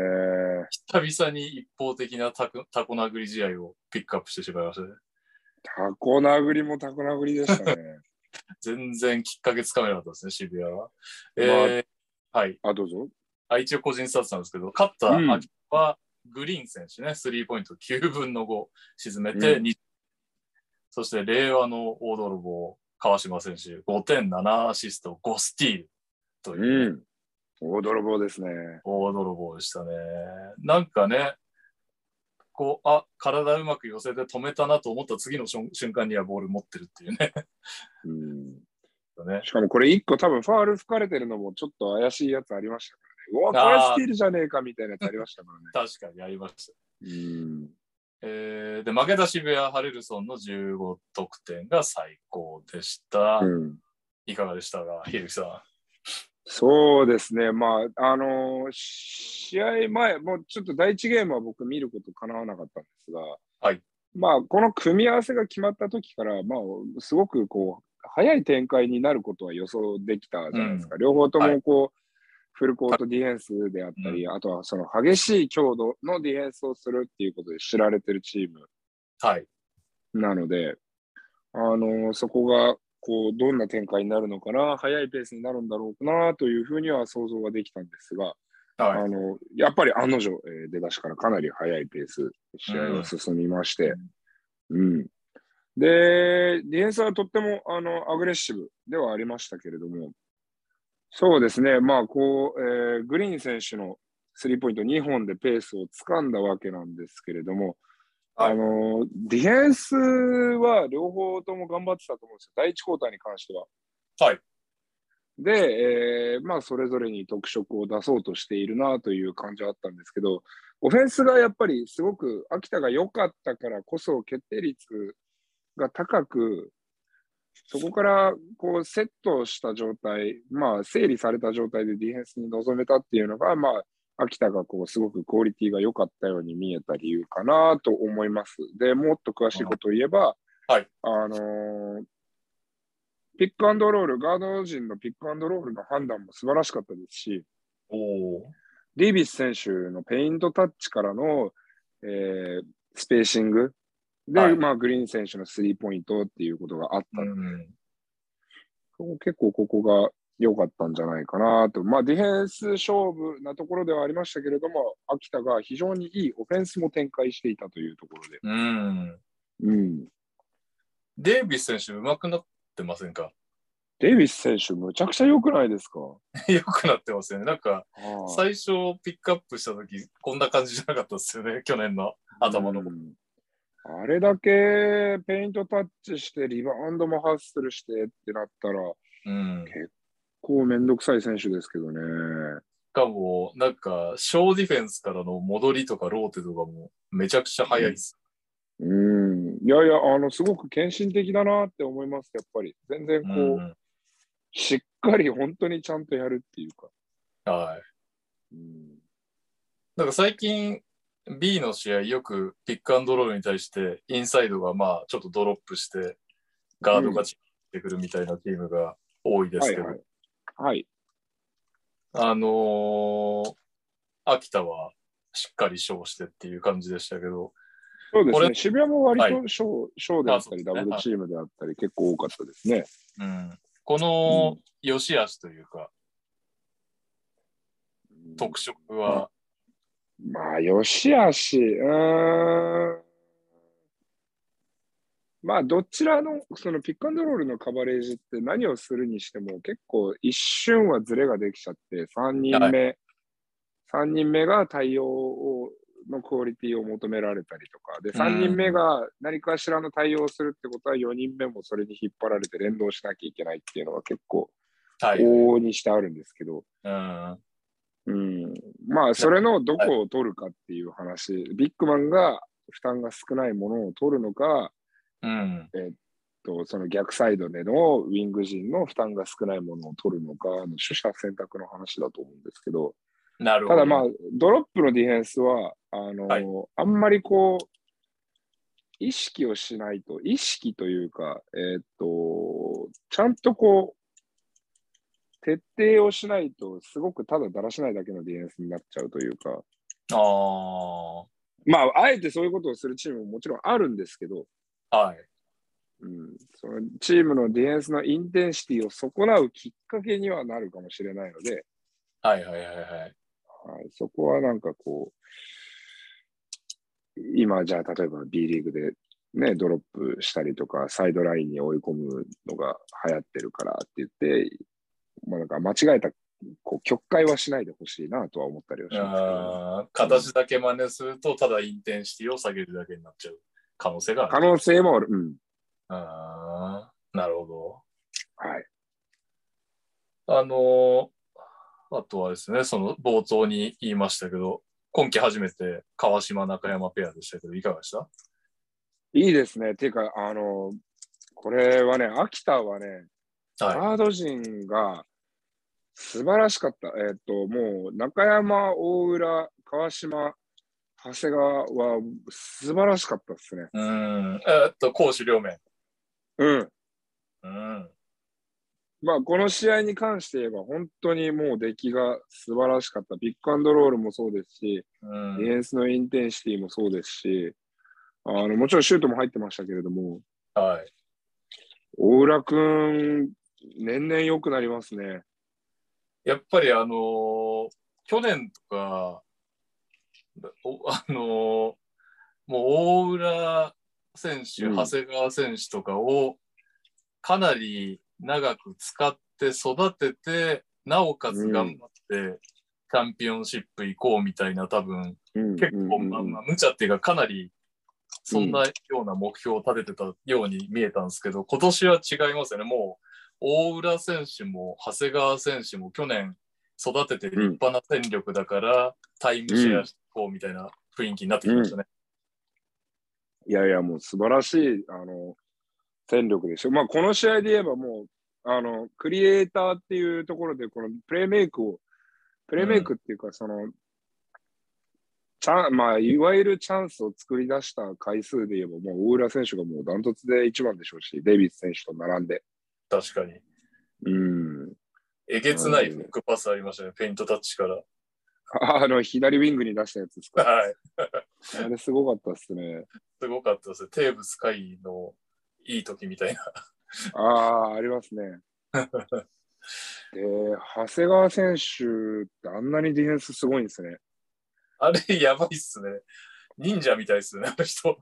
Speaker 1: 々に一方的なタコタコ殴り試合をピックアップしてしまいましたね。
Speaker 2: タコ殴りもタコ殴りでしたね。
Speaker 1: 全然きっかけつかめなかったですね、渋谷は。えーはい。
Speaker 2: あ、どうぞ。
Speaker 1: あ、一応個人スタッツなんですけど、勝った
Speaker 2: うん
Speaker 1: 秋田はグリーン選手ね、スリーポイント9分の5沈めて
Speaker 2: う
Speaker 1: 2、そして令和の大泥棒、川島選手、5.7アシスト、5スティールというう、
Speaker 2: ん。大泥棒ですね。
Speaker 1: 大泥棒でしたね。なんかね、こう、あ、体うまく寄せて止めたなと思った次の瞬瞬間にはボール持ってるっていうね。
Speaker 2: うん。
Speaker 1: ね
Speaker 2: しかもこれ一個多分ファール吹かれてるのもちょっと怪しいやつありましたからね。うわ、これ
Speaker 1: あー
Speaker 2: スティールじゃねえかみたいなやつありましたからね。
Speaker 1: 確かにありました。
Speaker 2: うん。
Speaker 1: えーで、負けた渋谷ハレルソンの15得点が最高でした。
Speaker 2: うん
Speaker 1: いかがでしたか、ひるきさん。
Speaker 2: そうですね、まああのー試合前、もうちょっと第一ゲームは僕、見ることかなわなかったんですが、
Speaker 1: はい
Speaker 2: まあ、この組み合わせが決まった時から、まあ、すごくこう早い展開になることは予想できたじゃないですか、両方ともこう、フルコートディフェンスであったり、あとはその激しい強度のディフェンスをするっていうことで知られてるチーム
Speaker 1: はい。
Speaker 2: なので、あのそこがこうどんな展開になるのかな、速いペースになるんだろうなというふうには想像ができたんですが、
Speaker 1: はい。
Speaker 2: あのやっぱり案の定、えー出だしからかなり速いペース、試合が進みまして、うんで、ディフェンスはとってもあのアグレッシブではありましたけれども、そうですね、まあこうえーグリーン選手のスリーポイント2本でペースをつかんだわけなんですけれども、
Speaker 1: はい
Speaker 2: あのディフェンスは両方とも頑張ってたと思うんですよ、第1クォーターに関しては。
Speaker 1: はい。
Speaker 2: で、えーまあ、それぞれに特色を出そうとしているなという感じはあったんですけど、オフェンスがやっぱりすごく秋田が良かったからこそ、決定率が高く、そこからこうセットした状態、まあ、整理された状態でディフェンスに臨めたっていうのが、まあ、秋田がこうすごくクオリティが良かったように見えた理由かなと思います。でもっと詳しいことを言えば、
Speaker 1: はい
Speaker 2: あのーピックアンドロール、ガード陣のピックアンドロールの判断も素晴らしかったですし、
Speaker 1: おお。
Speaker 2: デイビス選手のペイントタッチからの、えースペーシングで、
Speaker 1: はい
Speaker 2: まあ、グリーン選手のスリーポイントっていうことがあった
Speaker 1: う
Speaker 2: ので
Speaker 1: ん。
Speaker 2: 結構ここが良かったんじゃないかなと、まあ、ディフェンス勝負なところではありましたけれども、秋田が非常にいいオフェンスも展開していたというところで、
Speaker 1: うん。
Speaker 2: うん、
Speaker 1: デイビス選手、うまくなってませんか
Speaker 2: デイビス選手、むちゃくちゃ良くないですか
Speaker 1: 良くなってますよね。なんか、
Speaker 2: は
Speaker 1: 最
Speaker 2: い
Speaker 1: 初ピックアップした時こんな感じじゃなかったですよね、去 年の頭の。
Speaker 2: うんあれだけペイントタッチして、リバウンドもハッスルしてってなったら、
Speaker 1: うん。し
Speaker 2: こうめんどくさい選手ですけどね。
Speaker 1: かも、なんか、小ディフェンスからの戻りとかローテとかもめちゃくちゃ早いです。
Speaker 2: うん。いやいや、あの、すごく献身的だなって思います、やっぱり。全然こう、
Speaker 1: うん
Speaker 2: しっかり本当にちゃんとやるっていうか。
Speaker 1: はい。
Speaker 2: うん。
Speaker 1: なんか最近 B の試合よくピックアンドロールに対してインサイドがまあちょっとドロップしてガードが散ってくるみたいなチームが多いです
Speaker 2: は
Speaker 1: け
Speaker 2: い
Speaker 1: ど、
Speaker 2: はい。はい。
Speaker 1: あのー秋田はしっかり勝してっていう感じでしたけど、
Speaker 2: そうで
Speaker 1: こ
Speaker 2: す
Speaker 1: れ
Speaker 2: ね。渋谷も割
Speaker 1: は
Speaker 2: とショー、ショーであったり、
Speaker 1: あそうですね
Speaker 2: ダブルチームであったり、結構多かったですね。
Speaker 1: うん、この良し悪しというか
Speaker 2: うん
Speaker 1: 特色は、
Speaker 2: まあ、よしあし、うーん。まあ、どちらの、そのピックアンドロールのカバレージって何をするにしても結構一瞬はズレができちゃって、3人
Speaker 1: は
Speaker 2: 目、三人目が対応をのクオリティを求められたりとか、で、3人目が何かしらの対応をするってことは4人目もそれに引っ張られて連動しなきゃいけないっていうのが結構
Speaker 1: はい
Speaker 2: 往々にしてあるんですけど、
Speaker 1: うん
Speaker 2: うん、まあ、それのどこを取るかっていう話、ビッグマンが負担が少ないものを取るのか、
Speaker 1: うん
Speaker 2: とその逆サイドでのウィング陣の負担が少ないものを取るのかの取捨選択の話だと思うんですけど、
Speaker 1: なるほ
Speaker 2: た
Speaker 1: ど。
Speaker 2: だまあ、ドロップのディフェンスは、あの
Speaker 1: はい
Speaker 2: あんまりこう、意識をしないと、意識というか、えーっと、ちゃんとこう、徹底をしないと、すごくただだらしないだけのディフェンスになっちゃうというか、
Speaker 1: あ
Speaker 2: まあ、あえてそういうことをするチームももちろんあるんですけど、
Speaker 1: あ、はい。
Speaker 2: うん、そのチームのディフェンスのインテンシティを損なうきっかけにはなるかもしれないので、
Speaker 1: はいはいはいはい。
Speaker 2: はい、そこはなんかこう、今じゃあ例えば B リーグで、ね、ドロップしたりとか、サイドラインに追い込むのが流行ってるからって言って、まあ、なんか間違えたこう曲解はしないでほしいなとは思ったりはしますけど。
Speaker 1: あー形だけ真似すると、ただインテンシティを下げるだけになっちゃう可能性がある。
Speaker 2: 可能性もある。うん。
Speaker 1: あーなるほ
Speaker 2: はい。
Speaker 1: ど。あのーあとはですね、その冒頭に言いましたけど、今季初めて川島中山ペアでしたけど、いかがでした
Speaker 2: いいですね。っていうか、あの、これはね、秋田はね、
Speaker 1: はい。
Speaker 2: ガード陣が素晴らしかった。えっ、と、もう中山、大浦、川島、長谷川は素晴らしかったですね。
Speaker 1: うん。えーっと、攻守両面。
Speaker 2: うん。
Speaker 1: うん。
Speaker 2: まあ、この試合に関して言えば、本当にもう出来が素晴らしかった。ビッグアンドロールもそうですし、
Speaker 1: うん
Speaker 2: ディフェンスのインテンシティもそうですし、あの、もちろんシュートも入ってましたけれども、
Speaker 1: はい。
Speaker 2: 大浦くん、年々良くなりますね。
Speaker 1: やっぱりあのー去年とか、おあのーもう大浦選手、
Speaker 2: うん
Speaker 1: 長谷川選手とかをかなり長く使って育てて、なおかつ頑張ってチャンピオンシップ行こうみたいな多分、
Speaker 2: うん
Speaker 1: 結構、
Speaker 2: うん
Speaker 1: まあ
Speaker 2: うん
Speaker 1: まあ、無茶っていうかかなりそんなような目標を立ててたように見えたんですけど、今年は違いますよね。もう、大浦選手も長谷川選手も去年育てて立派な戦力だから、タイムシェアしこうみたいな雰囲気になってきましたね。
Speaker 2: いやいや、もう素晴らしい、あの、戦力でしょ。まあ、この試合で言えばもう、あの、クリエイターっていうところで、このプレイメイクを、プレイメイクっていうか、その、チャン、まあ、いわゆるチャンスを作り出した回数で言えば、もう、大浦選手がもうダントツで一番でしょうし、デイビス選手と並んで。
Speaker 1: 確かに。
Speaker 2: うん。
Speaker 1: えげつないフックパスありましたね。ペイントタッチから。
Speaker 2: あの、左ウィングに出したやつですか。
Speaker 1: はい。
Speaker 2: あれすごかったっすね。
Speaker 1: すごかったですね。テーブス会のいい時みたいな。
Speaker 2: ああ、ありますね。で、長谷川選手ってあんなにディフェンスすごいんですね。
Speaker 1: あれ、やばいっすね。忍者みたいっ すね、あの人。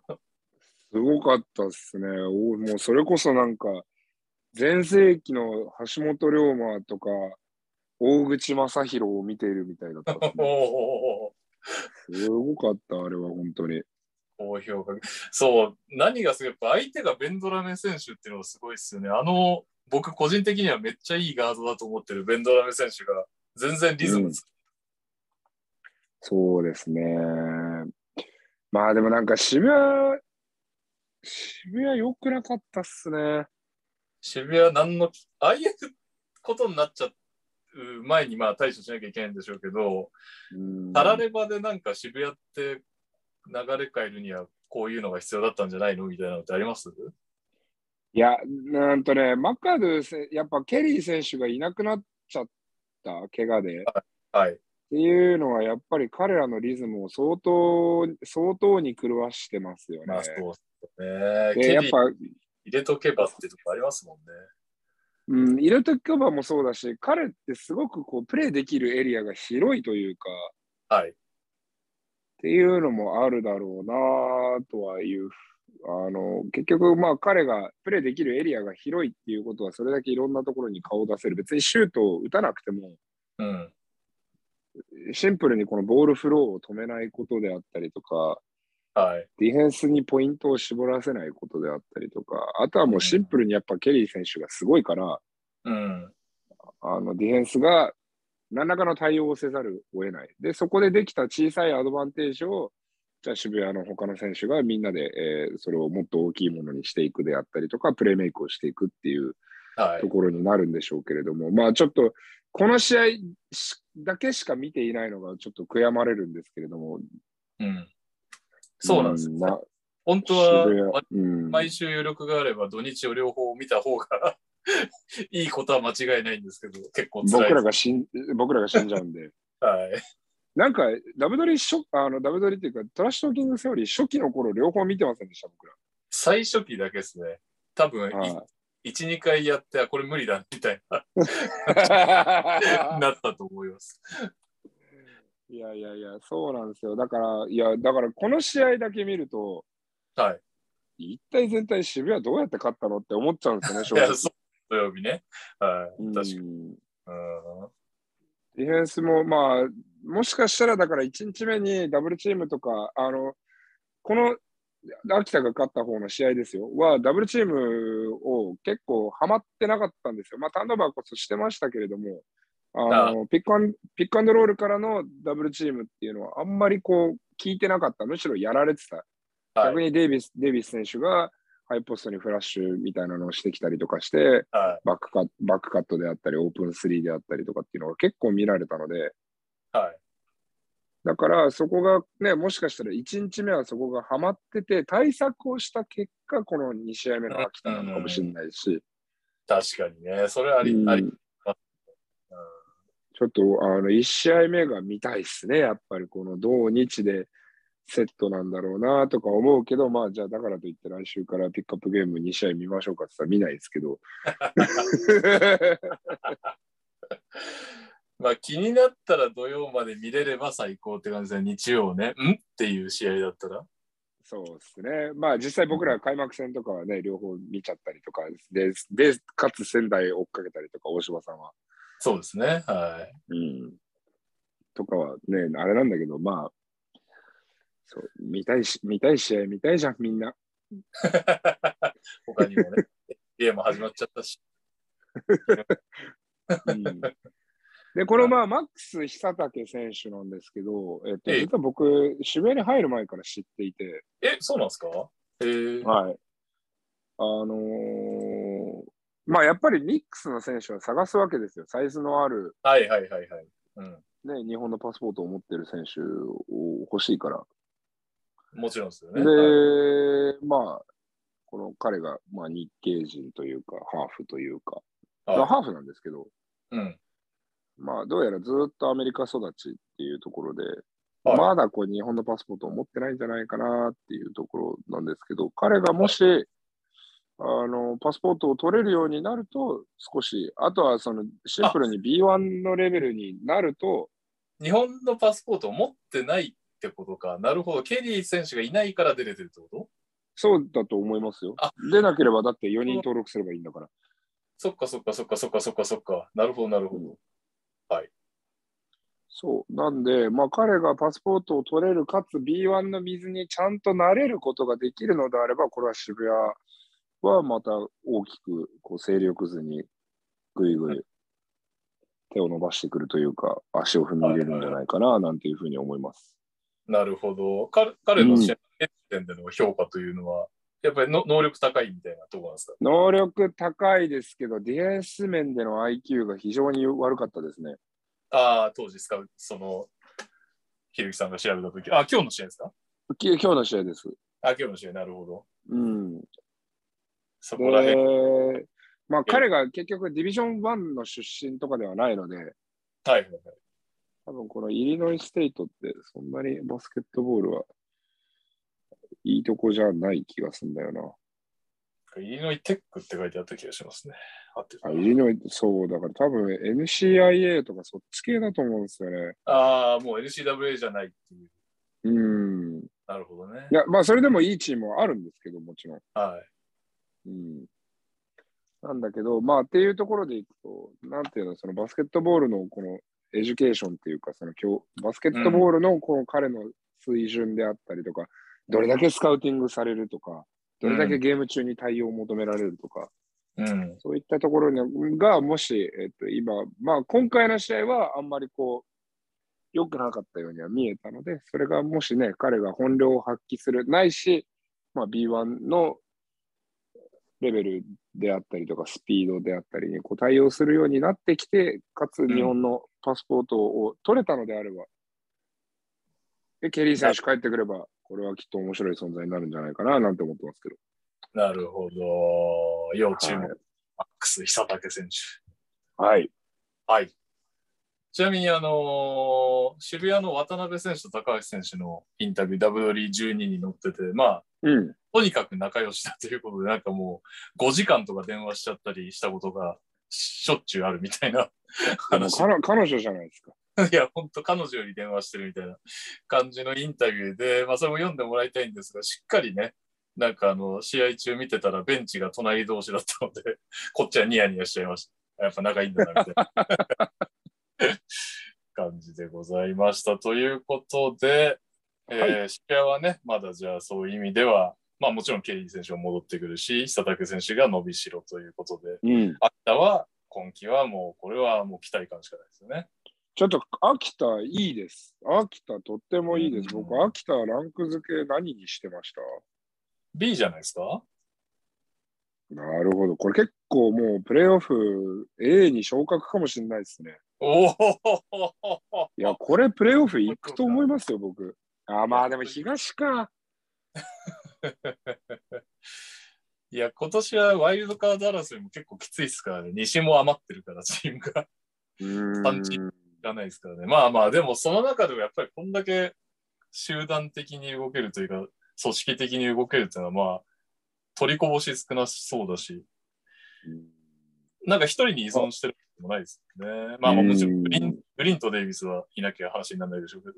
Speaker 2: すごかったっすね。おもうそれこそなんか、全盛期の橋本龍馬とか、大口正宏を見ているみたいだったです
Speaker 1: おーおー
Speaker 2: ね、
Speaker 1: おー
Speaker 2: すごかった、あれは本当に。
Speaker 1: 高評価。そう、何がすごい、やっぱ相手がベンドラメ選手っていうのがすごいですよね。あの、僕個人的にはめっちゃいいガードだと思ってるベンドラメ選手が、全然リズムつ、
Speaker 2: そうですね。まあでもなんか渋谷、渋谷良くなかったっすね。
Speaker 1: 渋谷なんの、ああいうことになっちゃう前に、まあ対処しなきゃいけないんでしょうけど、
Speaker 2: うん
Speaker 1: タラレバでなんか渋谷って流れ変えるには、こういうのが必要だったんじゃないのみたいなのってあります
Speaker 2: いや、なんとね、マカドゥせ、やっぱケリー選手がいなくなっちゃった、怪我で。
Speaker 1: はい。
Speaker 2: っていうのは、やっぱり彼らのリズムを相当、相当に狂わしてますよね。
Speaker 1: まあそうですね。
Speaker 2: で
Speaker 1: ケ
Speaker 2: やっ
Speaker 1: リー
Speaker 2: ぱ、
Speaker 1: 入れとけばってとこありますもんね。
Speaker 2: うん、イルトキョバもそうだし、彼ってすごくこう、プレーできるエリアが広いというか、
Speaker 1: はい。
Speaker 2: っていうのもあるだろうなとはいう。あの結局、まあ、彼がプレーできるエリアが広いっていうことは、それだけいろんなところに顔を出せる。別にシュートを打たなくても、
Speaker 1: うん。
Speaker 2: シンプルにこのボールフローを止めないことであったりとか、
Speaker 1: はい。
Speaker 2: ディフェンスにポイントを絞らせないことであったりとか、あとはもうシンプルにやっぱケリー選手がすごいから、
Speaker 1: うん。
Speaker 2: あのディフェンスが何らかの対応をせざるを得ない。で、そこでできた小さいアドバンテージを、じゃあ渋谷の他の選手がみんなで、えーそれをもっと大きいものにしていくであったりとか、プレーメイクをしていくっていう
Speaker 1: はい
Speaker 2: と。ころになるんでしょうけれども、まあちょっと、この試合しだけしか見ていないのがちょっと悔やまれるんですけれども、
Speaker 1: うん。そうなんですよ
Speaker 2: よ。な
Speaker 1: 本当
Speaker 2: 渋
Speaker 1: は、
Speaker 2: 谷うん
Speaker 1: 毎週余力があれば土日を両方見た方が いいことは間違いないんですけど、結構辛い
Speaker 2: 僕ら
Speaker 1: です。
Speaker 2: が死ん僕らが死んじゃうんで。
Speaker 1: はい。
Speaker 2: なんか、ダブドリ初、あの、ダブドリっていうか、トラッシュトーキングセオリー初期の頃両方見てませんでした、僕ら。
Speaker 1: 最初期だけですね。多分、
Speaker 2: はい
Speaker 1: い1、2回やって、あこれ無理だみたいな、なったと思います。
Speaker 2: い やいやいや、そうなんですよ。だから、いや、だからこの試合だけ見ると、
Speaker 1: はい。
Speaker 2: 一体全体渋谷どうやって勝ったのって思っちゃうんですよね、正
Speaker 1: いや、
Speaker 2: 直。
Speaker 1: そう。土曜日ね。は
Speaker 2: うん
Speaker 1: い。確かに。うん
Speaker 2: ディフェンスも、まあ、もしかしたら、だから1日目にダブルチームとか、あの、この、秋田が勝った方の試合ですよ、は、ダブルチームを結構ハマってなかったんですよ。まあ、ターンオーバーこそしてましたけれども、あの、ピックアン、ピックアンドロールからのダブルチームっていうのは、あんまりこう、聞いてなかった。むしろやられてた。
Speaker 1: はい
Speaker 2: 逆にデイビス、デイビス選手が、ハイポストにフラッシュみたいなのをしてきたりとかして、
Speaker 1: は
Speaker 2: バックカバックカットであったり、オープン3であったりとかっていうのが結構見られたので、
Speaker 1: い。はい。
Speaker 2: だからそこがね、もしかしたら1日目はそこがハマってて、対策をした結果、この2試合目の秋田なのかもしれないし、
Speaker 1: 確かにね。それあり、
Speaker 2: うん
Speaker 1: あり。
Speaker 2: ちょっとあの1試合目が見たいですね、やっぱりこの同日でセットなんだろうなとか思うけど、まあじゃあだからといって来週からピックアップゲーム2試合見ましょうかって言ったら見ないです けど。
Speaker 1: まあ気になったら土曜まで見れれば最高って感じで、日曜ね、んっていう試合だったら。
Speaker 2: そうですね。まあ実際僕ら開幕戦とかはね、両方見ちゃったりとかで、で、かつ仙台追っかけたりとか、大島さんは。
Speaker 1: そうですね。はい。
Speaker 2: うん。とかはね、あれなんだけど、まあ、そう、見たいし、見たい試合見たいじゃん、みんな。
Speaker 1: 他にもね、ゲーム始まっちゃったし。
Speaker 2: うん、で、この まあ、マックス久武選手なんですけど、えっと、
Speaker 1: ええ
Speaker 2: 実は僕、渋谷に入る前から知っていて、
Speaker 1: え、そうなんですかえー、
Speaker 2: はい。あのーまあやっぱりミックスの選手は探すわけですよ。サイズのある
Speaker 1: はいはいはいはい。うん。
Speaker 2: ね、日本のパスポートを持ってる選手を欲しいから。
Speaker 1: もちろんですよね。
Speaker 2: で
Speaker 1: はい、、
Speaker 2: まあ、この彼が、まあ、日系人というか、ハーフというか、まあ
Speaker 1: あ
Speaker 2: ハーフなんですけど、
Speaker 1: うん。
Speaker 2: まあ、どうやらずっとアメリカ育ちっていうところで、
Speaker 1: はい
Speaker 2: まだこう日本のパスポートを持ってないんじゃないかなっていうところなんですけど、彼がもし、あのパスポートを取れるようになると、少し、あとはそのシンプルに B1 のレベルになると、
Speaker 1: 日本のパスポートを持ってないってことか。なるほど。ケリー選手がいないから出れてるってこと
Speaker 2: そうだと思いますよ
Speaker 1: あ。
Speaker 2: でなければ、だって4人登録すればいいんだから。
Speaker 1: そっかそっかそっかそっかそっかそっか。なるほどなるほど。
Speaker 2: そう。なんで、まあ彼がパスポートを取れる、かつ B1 の水にちゃんと慣れることができるのであれば、これは渋谷はまた大きくこう勢力図にぐいぐい手を伸ばしてくるというか、足を踏み入れるんじゃないかな、なんていうふうに思います。
Speaker 1: なるほど。彼彼の試合現時点での評価というのは、やっぱりの能力高いみたいなところなんですか
Speaker 2: 能力高いですけど、ディフェンス面での IQ が非常に悪かったですね。
Speaker 1: ああ、当時使う、その、ひるきさんが調べたとき、あ、今日の試合ですか
Speaker 2: き今日の試合です。
Speaker 1: あ、今日の試合、なるほど。
Speaker 2: うん。
Speaker 1: そこらへん。
Speaker 2: で、まあ彼が結局ディビジョン1の出身とかではないので、
Speaker 1: はいはいはい。
Speaker 2: 多分このイリノイステイトってそんなにバスケットボールはいいとこじゃない気がするんだよ
Speaker 1: イリノイテックって書いてあった気がしますね。あって
Speaker 2: な。
Speaker 1: た
Speaker 2: あイリノイ、そう、だから多分 NCIA とかそっち系だと思うんですよね。
Speaker 1: ああ、もう NCWA じゃないっていう。
Speaker 2: うん。
Speaker 1: なるほどね
Speaker 2: い。や、まあそれでもいいチームはあるんですけど、もちろん。
Speaker 1: は
Speaker 2: うん。なんだけど、まあっていうところでいくと、なんていうの、そのバスケットボールのこのエデュケーションっていうか、その教バスケットボールのこの彼の水準であったりとか、どれだけスカウティングされるとか、どれだけゲーム中に対応を求められるとか、
Speaker 1: い。うん。
Speaker 2: そういったところにが、もし、えっと、今、まあ今回の試合はあんまりこう、良くなかったようには見えたので、それがもしね、彼が本領を発揮する、ないし、まあ、B1 のレベルであったりとか、スピードであったりにこう対応するようになってきて、かつ
Speaker 1: ん
Speaker 2: 日本のパスポートを取れたのであれば、でケリー選手帰ってくれば、これはきっと面白い存在になるんじゃないかななんて思ってますけど。
Speaker 1: なるほど。要注目、マ
Speaker 2: はい
Speaker 1: ックス久武選手。
Speaker 2: はい。
Speaker 1: はい。ちなみに、あのー渋谷の渡辺選手と高橋選手のインタビュー、WD12 に載ってて、まあ、
Speaker 2: うん。
Speaker 1: とにかく仲良しだということで、なんかもう、5時間とか電話しちゃったりしたことが、しょっちゅうあるみたいな
Speaker 2: でも
Speaker 1: 話。
Speaker 2: 彼彼女じゃないですか。
Speaker 1: いや、本当彼女より電話してるみたいな感じのインタビューで、まあ、それも読んでもらいたいんですが、しっかりね、なんかあの、試合中見てたら、ベンチが隣同士だったので、 こっちはニヤニヤしちゃいました。やっぱ仲いいんだな、みたいな 感じでございました。ということで、えー試合はね、まだじゃあそういう意味では、まあもちろんケリー選手も戻ってくるし、久竹選手が伸びしろということで、
Speaker 2: うん。
Speaker 1: 秋田は今季はもう、これはもう期待感しかないですよね。
Speaker 2: ちょっと秋田いいです。秋田とってもいいです。
Speaker 1: うん
Speaker 2: 僕、秋田ランク付け何にしてました
Speaker 1: B じゃないですか
Speaker 2: なるほど。これ結構もうプレーオフ A に昇格かもしれないですね。
Speaker 1: おお
Speaker 2: いや、これプレーオフ行くと思いますよ、僕。あーまあでも東か。
Speaker 1: いや、今年はワイルドカード争いも結構きついですからね。西も余ってるから、チームが
Speaker 2: うーん
Speaker 1: パンチいかないですからね。まあまあ、でもその中でもやっぱりこんだけ集団的に動けるというか、組織的に動けるっていうのは、まあ、取りこぼし少なそうだし、なんか一人に依存してることもないですよね。まあまあ、もちろんグリー
Speaker 2: う
Speaker 1: ン、グリーンとデイビスはいなきゃ話にならないでしょうけど。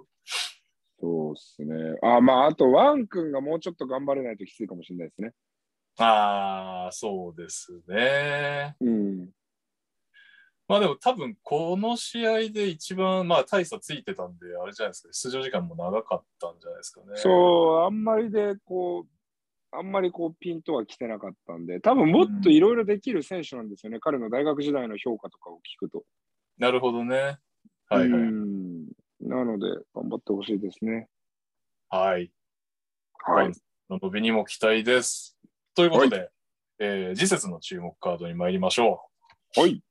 Speaker 2: そうですね。あーまああとワン君がもうちょっと頑張れないときついかもしれないですね。
Speaker 1: ああ、そうですね。
Speaker 2: うん。
Speaker 1: まあでも多分この試合で一番まあ大差ついてたんで、あれじゃないですか、出場時間も長かったんじゃないですかね。
Speaker 2: そう、あんまりで、こう、あんまりこうピンとは来てなかったんで、多分もっといろいろできる選手なんですよね、彼の大学時代の評価とかを聞くと。
Speaker 1: なるほどね。はいはい。
Speaker 2: うんなので、頑張ってほしいですね。
Speaker 1: はい。
Speaker 2: はい。
Speaker 1: の伸びにも期待です。ということで、えー次節の注目カードに参りましょ
Speaker 2: はい。
Speaker 1: う。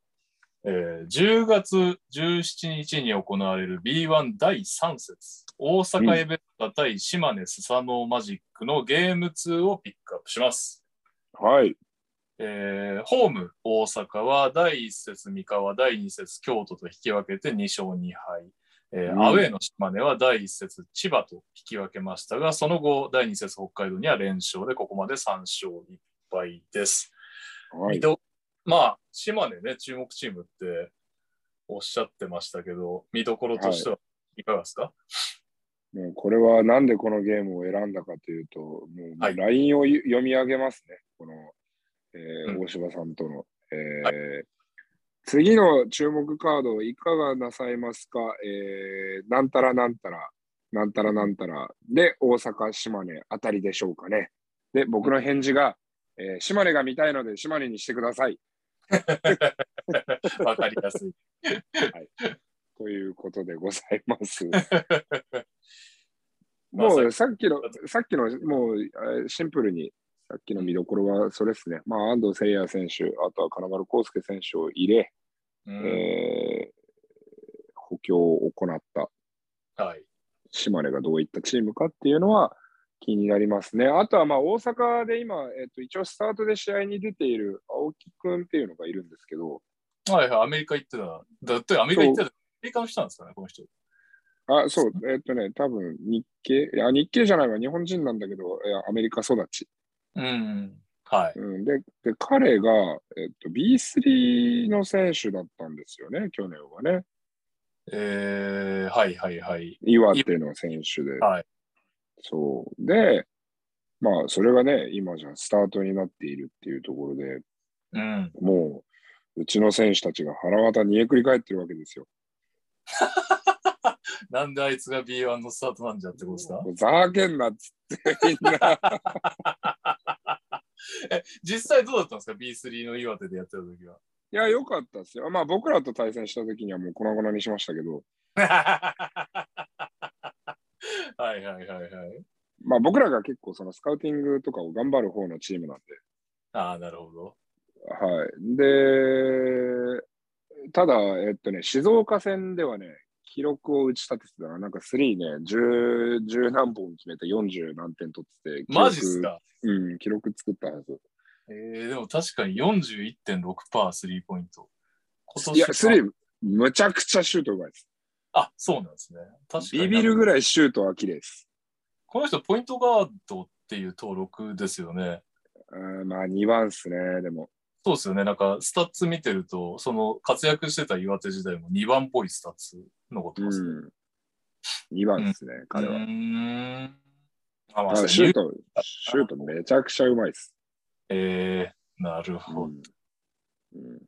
Speaker 1: えー10月17日に行われる B1 第3節、大阪エベッタ対島根スサノーマジックのゲーム2をピックアップします。
Speaker 2: はい。
Speaker 1: えーホーム大阪は第1節三河、第2節京都と引き分けて2勝2敗。えー
Speaker 2: うん
Speaker 1: アウェーの島根は第1節千葉と引き分けましたが、その後、第2節北海道には連勝で、ここまで3勝1敗です。
Speaker 2: はい
Speaker 1: 移。動まあ、島根ね、注目チームっておっしゃってましたけど、見どころとしてはいかがですか、
Speaker 2: もうこれはなんでこのゲームを選んだかというと、も
Speaker 1: は
Speaker 2: う
Speaker 1: い
Speaker 2: LINE をゆ読み上げますね、この、えー
Speaker 1: うん
Speaker 2: 大柴さんとの、えー次の注目カードいかがなさいますか、えー、なんたらなんたら、なんたらなんたらで大阪、島根あたりでしょうかね。で、僕の返事が、えー島根が見たいので島根にしてください。
Speaker 1: わかりやすい。
Speaker 2: ということでございます。
Speaker 1: まあ
Speaker 2: もうさっきの、さっきの、もうえーシンプルに、さっきの見どころはそれですね。まあ、安藤聖也選手、あとは金丸康介選手を入れ、
Speaker 1: うん、
Speaker 2: えー補強を行った
Speaker 1: はい。
Speaker 2: 島根がどういったチームかっていうのは気になりますね。あとはまあ大阪で今、えっと、一応スタートで試合に出ている青木くんっていうのがいるんですけど、
Speaker 1: はいはい、アメリカ行ってた。だってアメリカ行ってた。アメリカの人なんですかね、この人。
Speaker 2: あ、そう、えっとね、多分日系、あ、日系じゃないわ、日本人なんだけど、いやアメリカ育ち。
Speaker 1: うん。はい。
Speaker 2: うん、でで、彼が、えっと、B3 の選手だったんですよね、去年はね。
Speaker 1: えー、はいはいはい。
Speaker 2: 岩手の選手で。
Speaker 1: はい
Speaker 2: そう。で、まあ、それがね、今じゃスタートになっているっていうところで、
Speaker 1: うん。
Speaker 2: もう、うちの選手たちが腹渡煮えくり返ってるわけですよ。
Speaker 1: なんであいつが B1 のスタートなんじゃってことですか
Speaker 2: もうざわけんなっつって、みん な。
Speaker 1: え、実際どうだったんですか ?B3 の岩手でやってた時は。
Speaker 2: いや、良かったですよ。まあ、僕らと対戦した時にはもう粉々にしましたけど、
Speaker 1: はいはいはいはい。
Speaker 2: まあ、僕らが結構そのスカウティングとかを頑張る方のチームなんで、
Speaker 1: ああ、なるほど。
Speaker 2: はい。で、ただ、えっとね、静岡戦ではね、記録を打ち立ててたら、なんか3ね、10, 10何本決めて40何点取ってて、記録
Speaker 1: マジっすか
Speaker 2: うん、記録作ったはず。
Speaker 1: えー、でも確かに41.6%スリーポイント。今年
Speaker 2: いや、
Speaker 1: は
Speaker 2: スリー、むちゃくちゃシュートうまいです。
Speaker 1: あ、そうなんですね。確かに。
Speaker 2: ビビるぐらいシュートは綺麗です。
Speaker 1: この人、ポイントガードっていう登録ですよね。
Speaker 2: うんまあ、2番っすね、でも。
Speaker 1: そうですよね。なんか、スタッツ見てると、その、活躍してた岩手時代も2番っぽいスタッツ残ってますね。
Speaker 2: うん。2番ですね、彼
Speaker 1: うー
Speaker 2: は。
Speaker 1: ん。あ、ま
Speaker 2: あ
Speaker 1: あ、そう
Speaker 2: シュー
Speaker 1: ね
Speaker 2: ト、シュートめちゃくちゃうまいです。
Speaker 1: えー、なる
Speaker 2: う
Speaker 1: ほど。
Speaker 2: んうん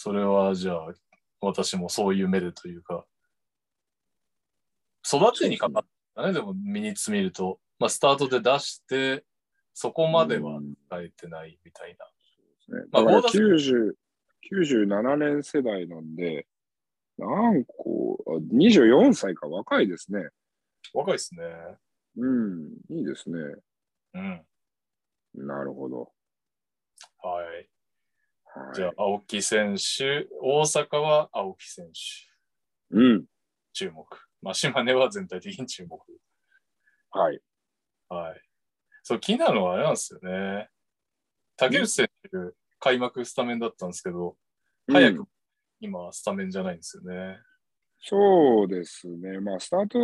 Speaker 1: それは、じゃあ、私もそういう目でというか、育てにかかったね、でも、身につみると。まあ、スタートで出して、そこまでは
Speaker 2: うん
Speaker 1: 変えてないみたいな。
Speaker 2: ね
Speaker 1: まあ
Speaker 2: だから
Speaker 1: ゴーダス
Speaker 2: 90 97年世代なんで、何個、あ24歳か若いですね。
Speaker 1: 若いですね。
Speaker 2: うん、いいですね。
Speaker 1: うん。
Speaker 2: なるほど。
Speaker 1: はい。
Speaker 2: はい、
Speaker 1: じゃあ、青木選手、大阪は青木選手、
Speaker 2: うん、
Speaker 1: 注目。まあ、島根は全体的に注目。
Speaker 2: はい。
Speaker 1: はい。そう、気になるのはあれなんですよね。竹内選手、開幕スタメンだったんですけど、早
Speaker 2: う
Speaker 1: く
Speaker 2: ん
Speaker 1: 今、スタメンじゃないんですよね。
Speaker 2: そうですね。まあ、スタート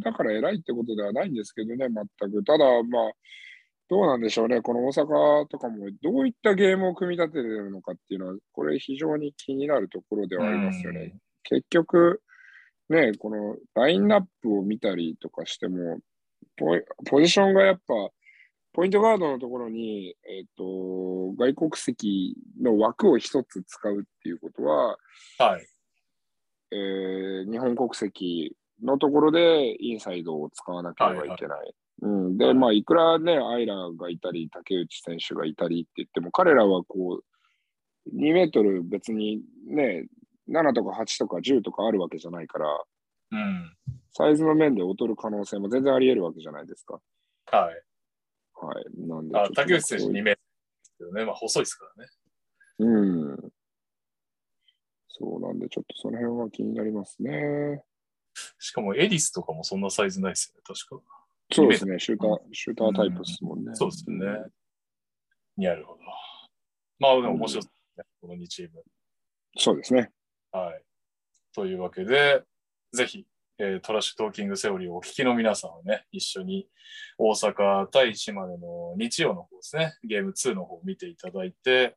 Speaker 2: だから偉いってことではないんですけどね、全く。ただ、まあ、どうなんでしょうね。この大阪とかも、どういったゲームを組み立ててるのかっていうのは、これ非常に気になるところではありますよね。結局、ね、このラインナップを見たりとかしても、ポイポジションがやっぱ、ポイントガードのところに、えっと外国籍の枠を一つ使うっていうことは、
Speaker 1: うんはい。
Speaker 2: えー日本国籍のところでインサイドを使わなければいけない。うん、で、まあ、いくらね、アイラがいたり、竹内選手がいたりって言っても、彼らはこう、2メートル別にね、7とか8とか10とかあるわけじゃないから、
Speaker 1: うん。
Speaker 2: サイズの面で劣る可能性も全然あり得るわけじゃないですか。
Speaker 1: はい。
Speaker 2: はい。なんで
Speaker 1: あ
Speaker 2: ちょっと
Speaker 1: 竹内選手
Speaker 2: そうい
Speaker 1: 2名ですけどね。まあ、細いですからね。
Speaker 2: ううん。そうなんで、ちょっとその辺は気になりますね。
Speaker 1: しかも、エリスとかもそんなサイズないですよね、確か。
Speaker 2: そうですね、シューター、シュータータイプですもんね。
Speaker 1: そうですよね。なるほど。まあ、でも面白そうですね、この2チーム。
Speaker 2: そうですね。
Speaker 1: はい。というわけで、ぜひ、えートラッシュトーキングセオリーをお聞きの皆さんはね、一緒に大阪対島根の日曜の方ですね、ゲーム2の方を見ていただいて、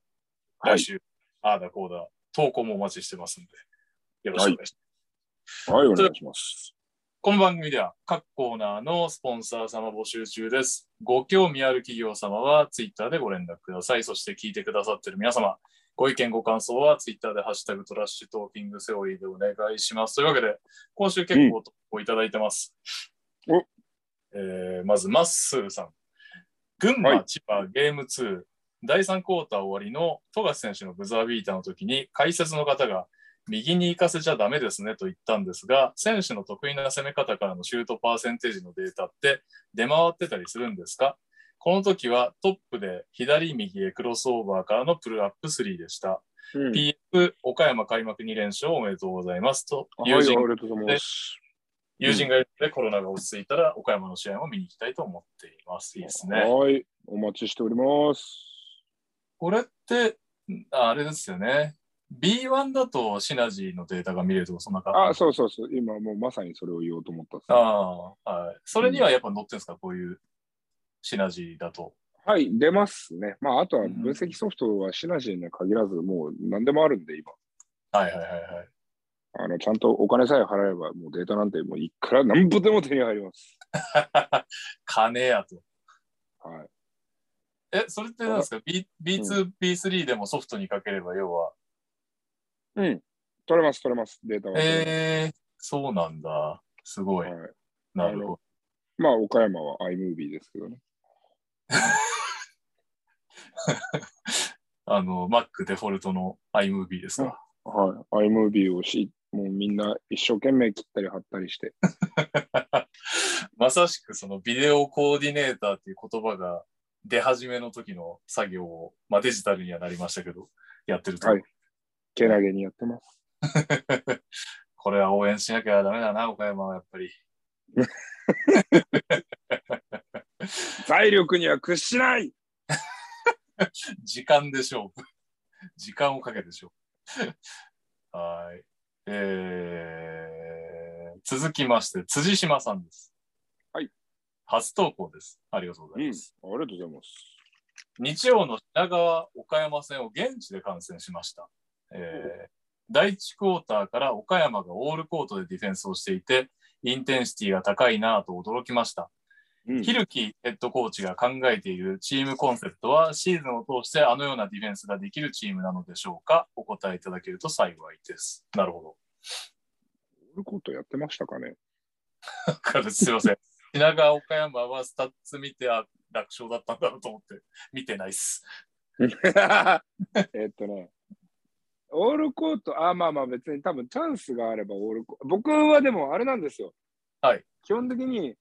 Speaker 2: はい
Speaker 1: 来週、ああだこうだ、投稿もお待ちしてますので、よろしくお願いします。
Speaker 2: はい、お願いします。
Speaker 1: この番組では各コーナーのスポンサー様募集中です。ご興味ある企業様はツイッターでご連絡ください。そして聞いてくださっている皆様、ご意見、ご感想はツイッターでハッシュタグトラッシュトーキングセオリーでお願いします。というわけで、今週結構投稿いただいてます。
Speaker 2: お
Speaker 1: えーまず、まっすーさん。群馬、
Speaker 2: はい
Speaker 1: 千葉、ゲーム2、第3クォーター終わりの富樫選手のブザービーターの時に、解説の方が、右に行かせちゃダメですねと言ったんですが、選手の得意な攻め方からのシュートパーセンテージのデータって出回ってたりするんですかこの時はトップで左右へクロスオーバーからのプルアップ3でした。
Speaker 2: うん。
Speaker 1: PF 岡山開幕2連勝おめでとうございますと
Speaker 2: はい、あ
Speaker 1: 友
Speaker 2: りが
Speaker 1: 人,、
Speaker 2: とうございます。
Speaker 1: 友人がいるのでコロナが落ち着いたら岡山の試合も見に行きたいと思っています。いいですね。
Speaker 2: はい。お待ちしております。
Speaker 1: これって、ああれですよね。B1 だとシナジーのデータが見れるとかそんな感じ
Speaker 2: あ、そうそうそう。今もうまさにそれを言おうと思ったっす
Speaker 1: ああ、はい。それにはやっぱ乗ってんですか、こういうシナジーだと。
Speaker 2: はい、出ますね。まあ、あとは分析ソフトはシナジーに限らず、もう何でもあるんで、今。
Speaker 1: はいはいはいはい。
Speaker 2: あの、ちゃんとお金さえ払えば、もうデータなんてもういくらなんぼでも手に入ります。
Speaker 1: 金やと。
Speaker 2: はい。
Speaker 1: え、それってなんですか ?B、B2、B3 でもソフトにかければ、要は。
Speaker 2: 取れます、取れます、データは。
Speaker 1: えー、そうなんだ。すごい
Speaker 2: はい。、
Speaker 1: なるほど。
Speaker 2: まあ、岡山は iMovie ですけどね。
Speaker 1: あの、Mac デフォルトの iMovie ですか。
Speaker 2: はい。iMovie をし、もうみんな一生懸命切ったり貼ったりして。
Speaker 1: まさしくそのビデオコーディネーターっていう言葉が出始めの時の作業を、まあデジタルにはなりましたけど、やってると。
Speaker 2: はいけなげにやってます。
Speaker 1: これは応援しなきゃダメだな、岡山はやっぱり。
Speaker 2: 財力には屈しない
Speaker 1: 時間でしょう。 時間をかけてしょう。 はい。えー、続きまして、辻島さんです。
Speaker 2: はい。
Speaker 1: 初投稿です。ありがとうご
Speaker 2: う
Speaker 1: ざ
Speaker 2: ん。あ
Speaker 1: い
Speaker 2: り
Speaker 1: ます。
Speaker 2: がとうございます。
Speaker 1: 日曜の品川岡山戦を現地で観戦しました。えー第1クォーターから岡山がオールコートでディフェンスをしていて、インテンシティが高いなぁと驚きました。
Speaker 2: うん
Speaker 1: ヒルキヘッドコーチが考えているチームコンセプトは、シーズンを通してあのようなディフェンスができるチームなのでしょうかお答えいただけると幸いです。なるほど。
Speaker 2: オールコートやってましたかね
Speaker 1: だからすいま せん。品川岡山はスタッツ見て、あ、楽勝だったんだろうと思って、見てないっす。
Speaker 2: えっとね、オールコート、あ、まあまあ別に多分チャンスがあればオールコート、僕はでもあれなんですよ。
Speaker 1: はい。
Speaker 2: 基本的に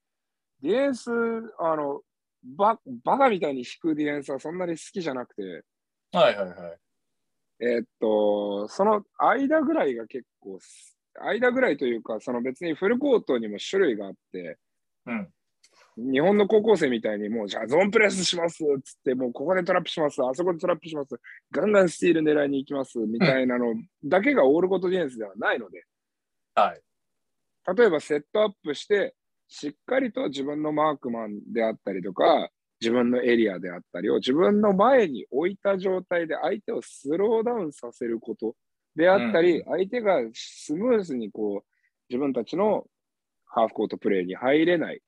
Speaker 2: ディフェンス、あの、ババカみたいに引くディフェンスはそんなに好きじゃなくて、
Speaker 1: はいはいはい。
Speaker 2: えっと、その間ぐらいが結構す、間ぐらいというか、その別にフルコートにも種類があって、
Speaker 1: うん。
Speaker 2: 日本の高校生みたいに、もうじゃあゾーンプレスしますっつって、もうここでトラップします、あそこでトラップします、ガンガンスティール狙いに行きますみたいなのだけがオールコートディフェンスではないので、
Speaker 1: はい。
Speaker 2: 例えばセットアップして、しっかりと自分のマークマンであったりとか、自分のエリアであったりを自分の前に置いた状態で相手をスローダウンさせることであったり、相手がスムーズにこう自分たちのハーフコートプレーに入れない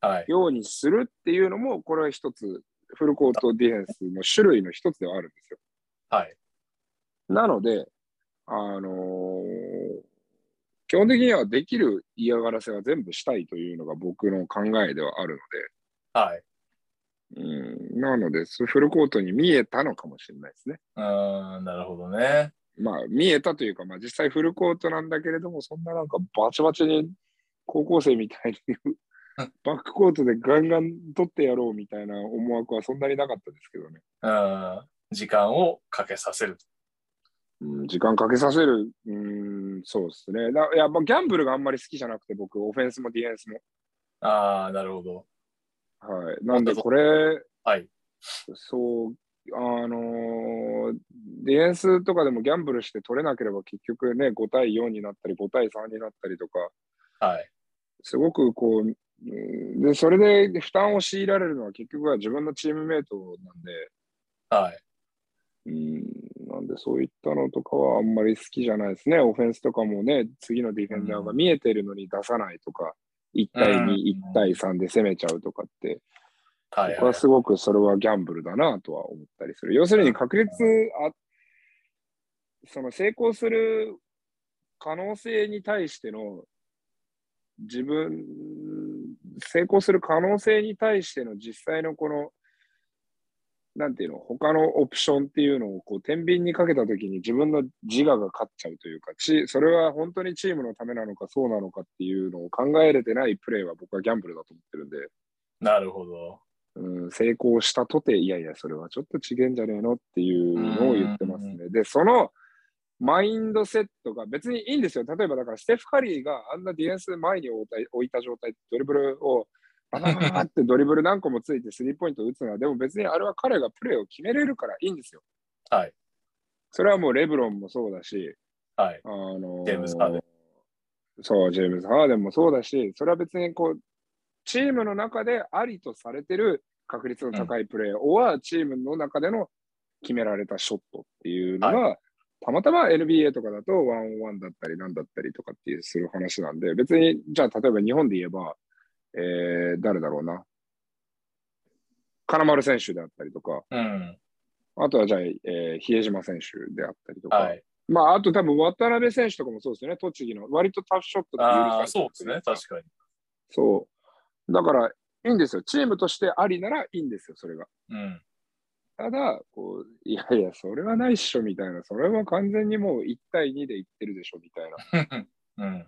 Speaker 1: はい。
Speaker 2: ようにするっていうのも、これは一つ、フルコートディフェンスの種類の一つではあるんですよ。
Speaker 1: はい。
Speaker 2: なので、あのー基本的にはできる嫌がらせは全部したいというのが僕の考えではある
Speaker 1: はい。
Speaker 2: ので、うん、なので、フルコートに見えたのかもしれないですね。
Speaker 1: うーん、なるほどね。
Speaker 2: まあ、見えたというか、まあ、実際フルコートなんだけれども、そんななんかバチバチに高校生みたいにバックコートでガンガン取ってやろうみたいな思惑はそんなになかったですけどね。
Speaker 1: うん。時間をかけさせる。
Speaker 2: うん、時間かけさせる、うん、そうですね。だいや、まあ、ギャンブルがあんまり好きじゃなくて、僕、オフェンスもディフェンスも。
Speaker 1: ああ、なるほど。
Speaker 2: はい。なんで、これ、
Speaker 1: はい。
Speaker 2: そう、あのーディフェンスとかでもギャンブルして取れなければ、結局ね、5対4になったり、5対3になったりとか、
Speaker 1: はい。
Speaker 2: すごくこう、うんで、それで負担を強いられるのは、結局は自分のチームメイトなんで、
Speaker 1: はい。
Speaker 2: うん、なんでそういったのとかはあんまり好きじゃないですね。オフェンスとかもね、次のディフェンダーが見えてるのに出さないとか、1対2、
Speaker 1: うん
Speaker 2: 1対3で攻めちゃうとかって、
Speaker 1: はい、
Speaker 2: 僕
Speaker 1: は。
Speaker 2: はいすごくそれはギャンブルだなとは思ったりする。要するに確率あその成功する可能性に対しての自分、成功する可能性に対しての実際のこの、なんていうの、他のオプションっていうのをこう天秤にかけたときに自分の自我が勝っちゃうというか、チそれは本当にチームのためなのかそうなのかっていうのを考えれてないプレーは僕はギャンブルだと思ってるんで、
Speaker 1: なるほど。
Speaker 2: うん、成功したとて、いやいや、それはちょっと違えんじゃねえのっていうのを言ってますね。で、そのマインドセットが別にいいんですよ。例えば、だからステフ・カリーがあんなディフェンス前に置いた置いた状態、ドリブルをバババババってドリブル何個もついてスリーポイント打つのは、でも別にあれは彼がプレーを決めれるからいいんですよ。
Speaker 1: はい。
Speaker 2: それはもうレブロンもそうだし、
Speaker 1: はい。
Speaker 2: あの
Speaker 1: ジェームズハーデン
Speaker 2: そう、ジェームズ・ハーデンもそうだし、それは別にこう、チームの中でありとされてる確率の高いプレーは、チームの中での決められたショットっていうのが、たまたま NBA とかだとワンオンワンだったりなんだったりとかっていうする話なんで、別に、じゃあ例えば日本で言えば、えー、誰だろうな。金丸選手であったりとか、
Speaker 1: うん。
Speaker 2: あとはじゃあ、えー比江島選手であったりとか、
Speaker 1: はい。
Speaker 2: まあ、あと多分渡辺選手とかもそうですよね、栃木の。割とタフショットで許
Speaker 1: あ
Speaker 2: されて
Speaker 1: あ、
Speaker 2: る
Speaker 1: そうですね。確か
Speaker 2: そう。だから、いいんですよ。チームとしてありならいいんですよ、それが。
Speaker 1: に。うん。
Speaker 2: ただ、こう、いやいや、それはないっしょ、みたいな。それは完全にもう1対2でいってるでしょ、みたいな。
Speaker 1: うん。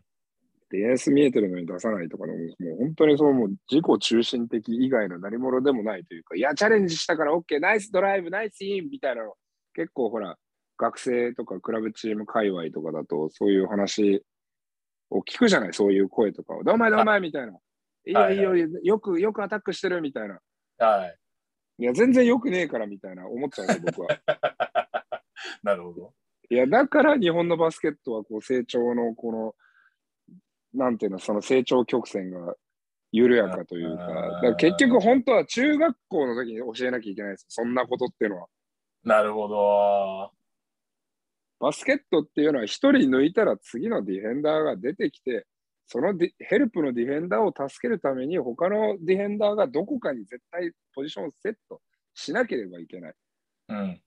Speaker 2: ディフェンス見えてるのに出さないとかの、もう本当にそう、もう自己中心的以外の何者でもないというか、いや、チャレンジしたから OK、ナイスドライブ、ナイスインみたいなの、結構ほら、学生とかクラブチーム界隈とかだと、そういう話を聞くじゃない、そういう声とかを。どうもどうもみたいな。いいよ、
Speaker 1: はい
Speaker 2: いいよ、よく、よくアタックしてるみたいな。
Speaker 1: はい。
Speaker 2: いや、全然よくねえからみたいな思っちゃうんですよ、僕は。
Speaker 1: なるほど。
Speaker 2: いや、だから日本のバスケットはこう成長のこの、なんていうの、その成長曲線が緩やかというか、
Speaker 1: あ
Speaker 2: だ
Speaker 1: ー
Speaker 2: から結局本当は中学校の時に教えなきゃいけないです。そんなことっていうのは。
Speaker 1: なるほど。
Speaker 2: バスケットっていうのは一人抜いたら次のディフェンダーが出てきて、そのディヘルプのディフェンダーを助けるために他のディフェンダーがどこかに絶対ポジションをセットしなければいけない。
Speaker 1: うん。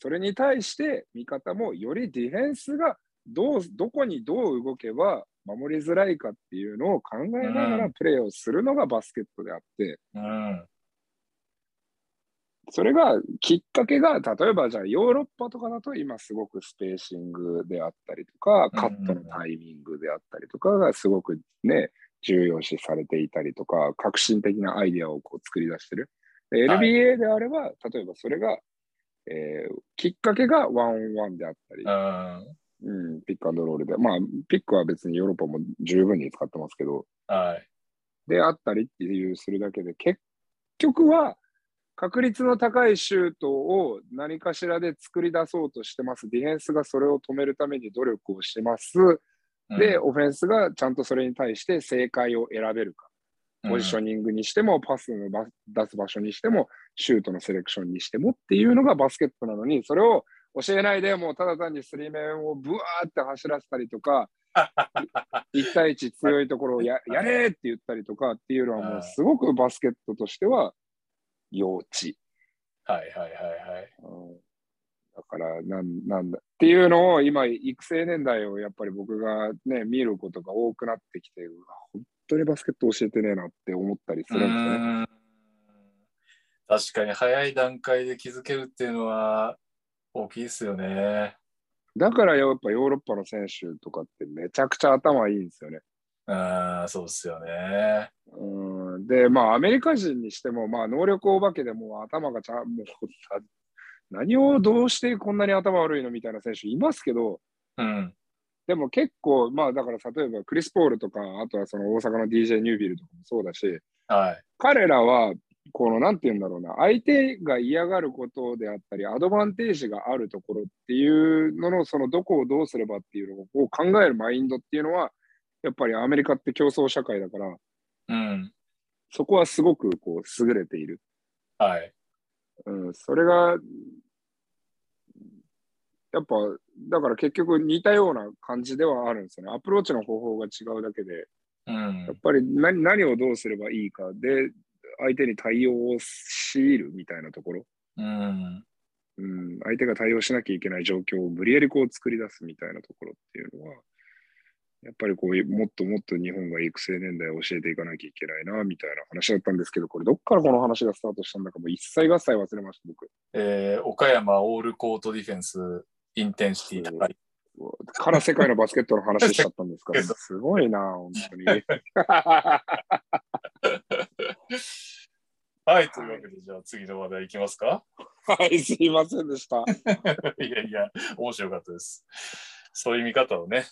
Speaker 2: それに対して味方もよりディフェンスがどうどこにどう動けば守りづらいかっていうのを考えなが
Speaker 1: う
Speaker 2: ら
Speaker 1: ん
Speaker 2: プレーをするのがバスケットであって、
Speaker 1: うん。
Speaker 2: それがきっかけが、例えばじゃあヨーロッパとかだと今すごくスペーシングであったりとか、カットのタイミングであったりとかがすごくね、重要視されていたりとか、革新的なアイデアをこう作り出してる。で
Speaker 1: はい
Speaker 2: NBA であれば、例えばそれが、えーきっかけがワンオンワンであったり
Speaker 1: う、ん。
Speaker 2: うん、ピックアンドロールで。まあ、ピックは別にヨーロッパも十分に使ってますけど、
Speaker 1: はい。
Speaker 2: であったりっていうするだけで、結局は確率の高いシュートを何かしらで作り出そうとしてます。ディフェンスがそれを止めるために努力をしてます。で、オフェンスがちゃんとそれに対して正解を選べるか。
Speaker 1: うん、
Speaker 2: ポジショニングにしても、パスのば出す場所にしても、シュートのセレクションにしてもっていうのがバスケットなのに、それを教えないでもうただ単にスリー面をブワーって走らせたり とか、1対1強いところをややれーって言ったりとかっていうのはもうすごくバスケットとしては幼稚。
Speaker 1: はいはいはいはい。
Speaker 2: うんだからなん、なんだ。っていうのを今、育成年代をやっぱり僕がね、見ることが多くなってきて、うわ本当にバスケット教えてねえなって思ったりするんですよね。
Speaker 1: うん確かに早い段階で気づけるっていうのは大きいですよね。
Speaker 2: だからやっぱヨーロッパの選手とかってめちゃくちゃ頭いいんですよね。
Speaker 1: うん、そうですよね。
Speaker 2: うんで、まあアメリカ人にしても、まあ能力お化けでもう頭がちゃん、もうさ何をどうしてこんなに頭悪いのみたいな選手いますけど、
Speaker 1: うん。
Speaker 2: でも結構、まあだから例えばクリス・ポールとか、あとはその大阪の DJ ニュービルとかもそうだし、
Speaker 1: はい。
Speaker 2: 彼らは、この、なんて言うんだろうな、相手が嫌がることであったり、アドバンテージがあるところっていうのの、そのどこをどうすればっていうのを考えるマインドっていうのは、やっぱりアメリカって競争社会だから、
Speaker 1: うん。
Speaker 2: そこはすごくこう優れている。
Speaker 1: はい。
Speaker 2: うん、それが、やっぱ、だから結局似たような感じではあるんですよね。アプローチの方法が違うだけで、
Speaker 1: うん
Speaker 2: やっ。ぱり何何をどうすればいいかで、相手に対応を強いるみたいなところ。
Speaker 1: うん。
Speaker 2: うん、相手が対応しなきゃいけない状況を無理やりこう作り出すみたいなところっていうのは、やっぱりこういう、もっともっと日本が育成年代を教えていかなきゃいけないな、みたいな話だったんですけど、これどっからこの話がスタートしたんだかもう一切合切忘れました、僕。
Speaker 1: えー岡山オールコートディフェンス、インテンシティ高い。
Speaker 2: から世界のバスケットの話しちゃったんです から、すごいな、本当に。
Speaker 1: はい、というわけで、じゃあ次の話題いきますか。
Speaker 2: はい、すいませんでした。
Speaker 1: いやいや、面白かったです。そういう見方をね。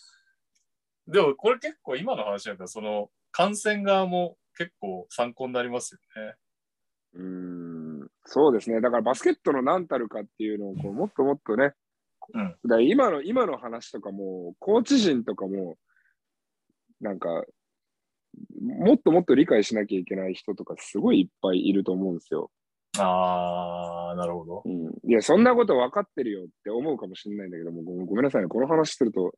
Speaker 1: でも、これ結構今の話なんか、その、感染側も結構参考になりますよね。
Speaker 2: うーんそうですね、だからバスケットの何たるかっていうのをこうもっともっとね、
Speaker 1: うん
Speaker 2: だから今の今の話とかも、コーチ陣とかも、なんか、もっともっと理解しなきゃいけない人とか、すごいいっぱいいると思うんですよ。
Speaker 1: あー、なるほど。
Speaker 2: うん、いや、そんなこと分かってるよって思うかもしれないんだけども、ごごめんなさいね、この話すると、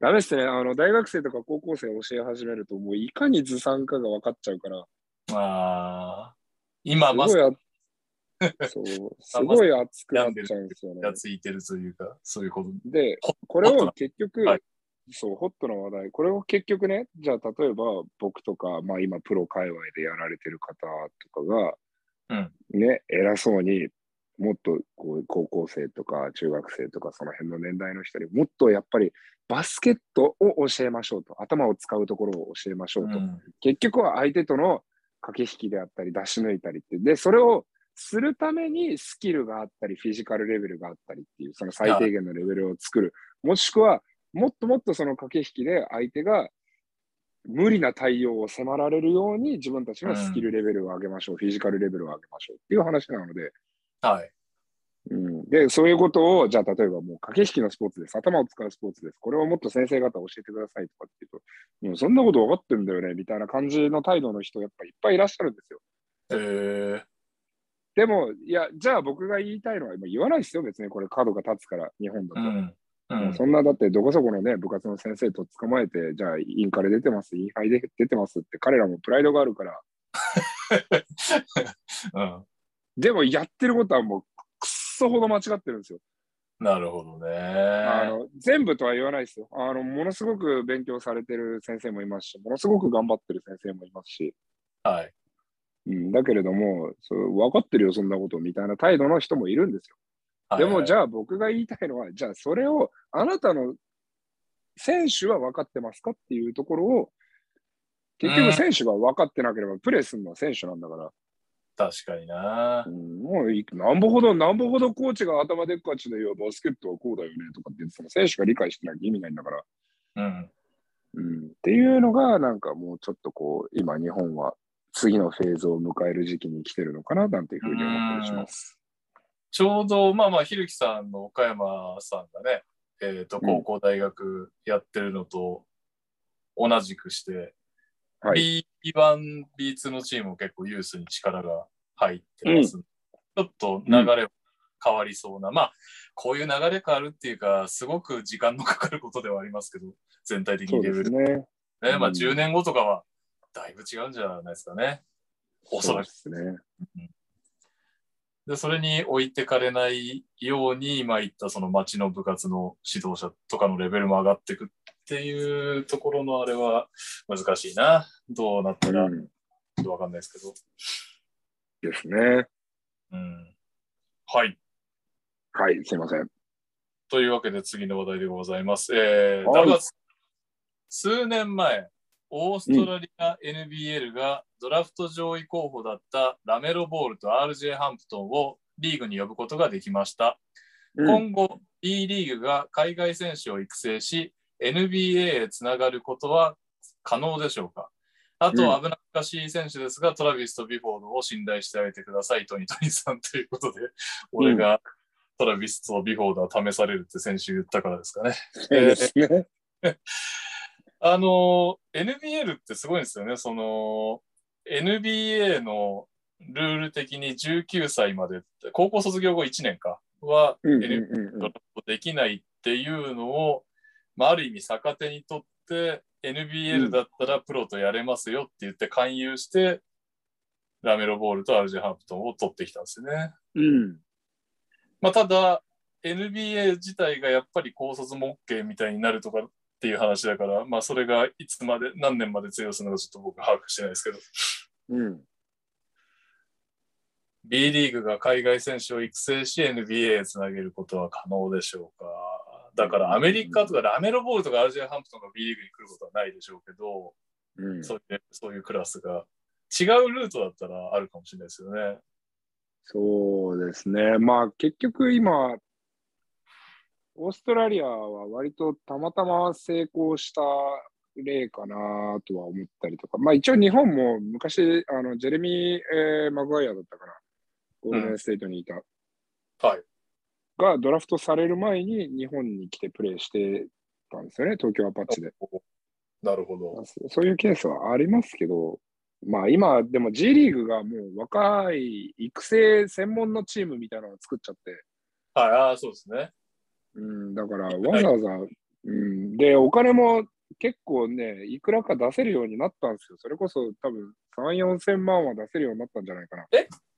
Speaker 2: ダメですね、あの大学生とか高校生教え始めると、もういかにずさんかが分かっちゃうから、
Speaker 1: あー、今ますさ
Speaker 2: ご
Speaker 1: に
Speaker 2: いあそうすごい熱くなっちゃうんですよね
Speaker 1: が。ついてるというか、そういうこと。
Speaker 2: で
Speaker 1: ほ、
Speaker 2: これ
Speaker 1: ホット
Speaker 2: を
Speaker 1: な
Speaker 2: 結局、
Speaker 1: はい
Speaker 2: そう、ホットな話題、これを結局ね、じゃあ例えば僕とか、まあ今プロ界隈でやられてる方とかが、ね、偉そうに、もっとこう高校生とか中学生とかその辺の年代の人にもっとやっぱりバスケットを教えましょうと頭を使うところを教えましょうと、
Speaker 1: うん
Speaker 2: 結局は相手との駆け引きであったり出し抜いたりってでそれをするためにスキルがあったりフィジカルレベルがあったりっていうその最低限のレベルを作るもしくはもっともっとその駆け引きで相手が無理な対応を迫られるように自分たちのスキルレベルを上げましょう、フィジカルレベルを上げましょうっていう話なので、
Speaker 1: はい。
Speaker 2: うん、で、そういうことを、じゃあ、例えばもう駆け引きのスポーツです。頭を使うスポーツです。これをもっと先生方教えてくださいとかっていうと、もうそんなこと分かってるんだよね、みたいな感じの態度の人、やっぱりいっぱいいらっしゃるんですよ。
Speaker 1: えー、
Speaker 2: でも、いや、じゃあ僕が言いたいのは、もう言わないですよ、別にこれ、角が立つから、日本だ
Speaker 1: う
Speaker 2: と。
Speaker 1: ん。う。
Speaker 2: もうんそんな、だって、どこそこのね、部活の先生と捕まえて、じゃあ、インカレ出てます、インハイで出てますって、彼らもプライドがあるから、
Speaker 1: うん、
Speaker 2: でも、やってることはもう、くっそほど間違ってるんですよ。
Speaker 1: なるほどね。
Speaker 2: あの全部とは言わないですよあの。ものすごく勉強されてる先生もいますし、ものすごく頑張ってる先生もいますし、
Speaker 1: はい。
Speaker 2: うん、だけれどもそう、分かってるよ、そんなことみたいな態度の人もいるんですよ。
Speaker 1: はい
Speaker 2: でも、じ
Speaker 1: ゃ
Speaker 2: ゃあ僕が言いたいのは、じゃあそれをあなたの選手は分かってますかっていうところを、結
Speaker 1: う
Speaker 2: 局
Speaker 1: ん
Speaker 2: 選手が分かってなければプレーするのは選手なんだから、
Speaker 1: 確かにな
Speaker 2: う。ん、もういなんぼほど、なんぼほどコーチが頭でっかちで、いや、バスケットはこうだよねとかって言っても、選手が理解してなきゃ意味ないんだから。
Speaker 1: うん。
Speaker 2: うんっていうのが、なんかもうちょっとこう、今日本は次のフェーズを迎える時期に来てるのかな、なんていうふうに思ったりします。
Speaker 1: ちょうど、まあまあ、ひるきさんの岡山さんがね、えっ、と、
Speaker 2: うん
Speaker 1: 高校、大学やってるのと同じくして、
Speaker 2: は
Speaker 1: B1、B2 のチームも結構ユースに力が入ってます。ちょっと流れ変わりそうな、まあ、こういう流れ変わるっていうか、すごく時間のかかることではありますけど、全体的
Speaker 2: そ
Speaker 1: にレ
Speaker 2: うで
Speaker 1: ベ
Speaker 2: す
Speaker 1: ル。
Speaker 2: ね。
Speaker 1: ねまあ、
Speaker 2: うん
Speaker 1: 10年後とかは、だいぶ違うんじゃないですかね。おそ
Speaker 2: そう
Speaker 1: ら
Speaker 2: で
Speaker 1: く。
Speaker 2: すね。
Speaker 1: で、それに置いてかれないように、今言ったその町の部活の指導者とかのレベルも上がっていくっていうところのあれは難しいな。どうなったら
Speaker 2: う
Speaker 1: ちょ
Speaker 2: ん、
Speaker 1: っとわかんないですけど。
Speaker 2: ですね。
Speaker 1: うん。はい。
Speaker 2: はい、すいません。
Speaker 1: というわけで次の話題でございます。えー、
Speaker 2: はい
Speaker 1: ダグラス数年前、オーストラリア NBL がドラフト上位候補だったラメロ・ボールと RJ ハンプトンをリーグに呼ぶことができました。
Speaker 2: うん、
Speaker 1: 今後、B リーグが海外選手を育成し、NBA へつながることは可能でしょうかあとは危なっかしい選手ですが、トラビスとビフォードを信頼してあげてください、トニトニさんということで、俺がトラビスとビフォードは試されるって先週言ったからですかね。
Speaker 2: そう ですね。
Speaker 1: あの、NBL ってすごいんですよね。その、NBA のルール的に19歳までって、高校卒業後1年かは、
Speaker 2: うん
Speaker 1: NBA
Speaker 2: うんうん
Speaker 1: ドラフトできないっていうのを、まあ、ある意味逆手にとって、
Speaker 2: う
Speaker 1: NBL
Speaker 2: ん
Speaker 1: だったらプロとやれますよって言って勧誘して、ラメロボールとアルジェハンプトンを取ってきたんですよね。
Speaker 2: うん。うん。
Speaker 1: まあ、ただ、NBA 自体がやっぱり高卒も OK みたいになるとかっていう話だから、まあ、それがいつまで、何年まで通用するのかちょっと僕把握してないですけど、
Speaker 2: うん。
Speaker 1: B リーグが海外選手を育成し NBA へつなげることは可能でしょうか。だからアメリカとかラメロボールとかアルジェンハンプトンが B リーグに来ることはないでしょうけど、
Speaker 2: うん、
Speaker 1: そういうそういうクラスが違うルートだったらあるかもしれないですよね。
Speaker 2: そうですね。まあ結局今、オーストラリアは割とたまたま成功した例かなとは思ったりとか、まあ一応日本も昔、あのジェレミー・えーマグワイアだったかな、ゴールデンステートにいた、
Speaker 1: はい。
Speaker 2: がドラフトされる前に日本に来てプレーしてたんですよね、東京アパッチで。
Speaker 1: なるほど。
Speaker 2: そういうケースはありますけど、まあ今、でも G リーグがもう若い育成専門のチームみたいなのを作っちゃって、
Speaker 1: はい、ああ、そうですね。
Speaker 2: うん、だからわざわざ、うん、で、お金も結構ね、いくらか出せるようになったんですよ。それこそ多分3、4千万は出せるようになったんじゃないかな。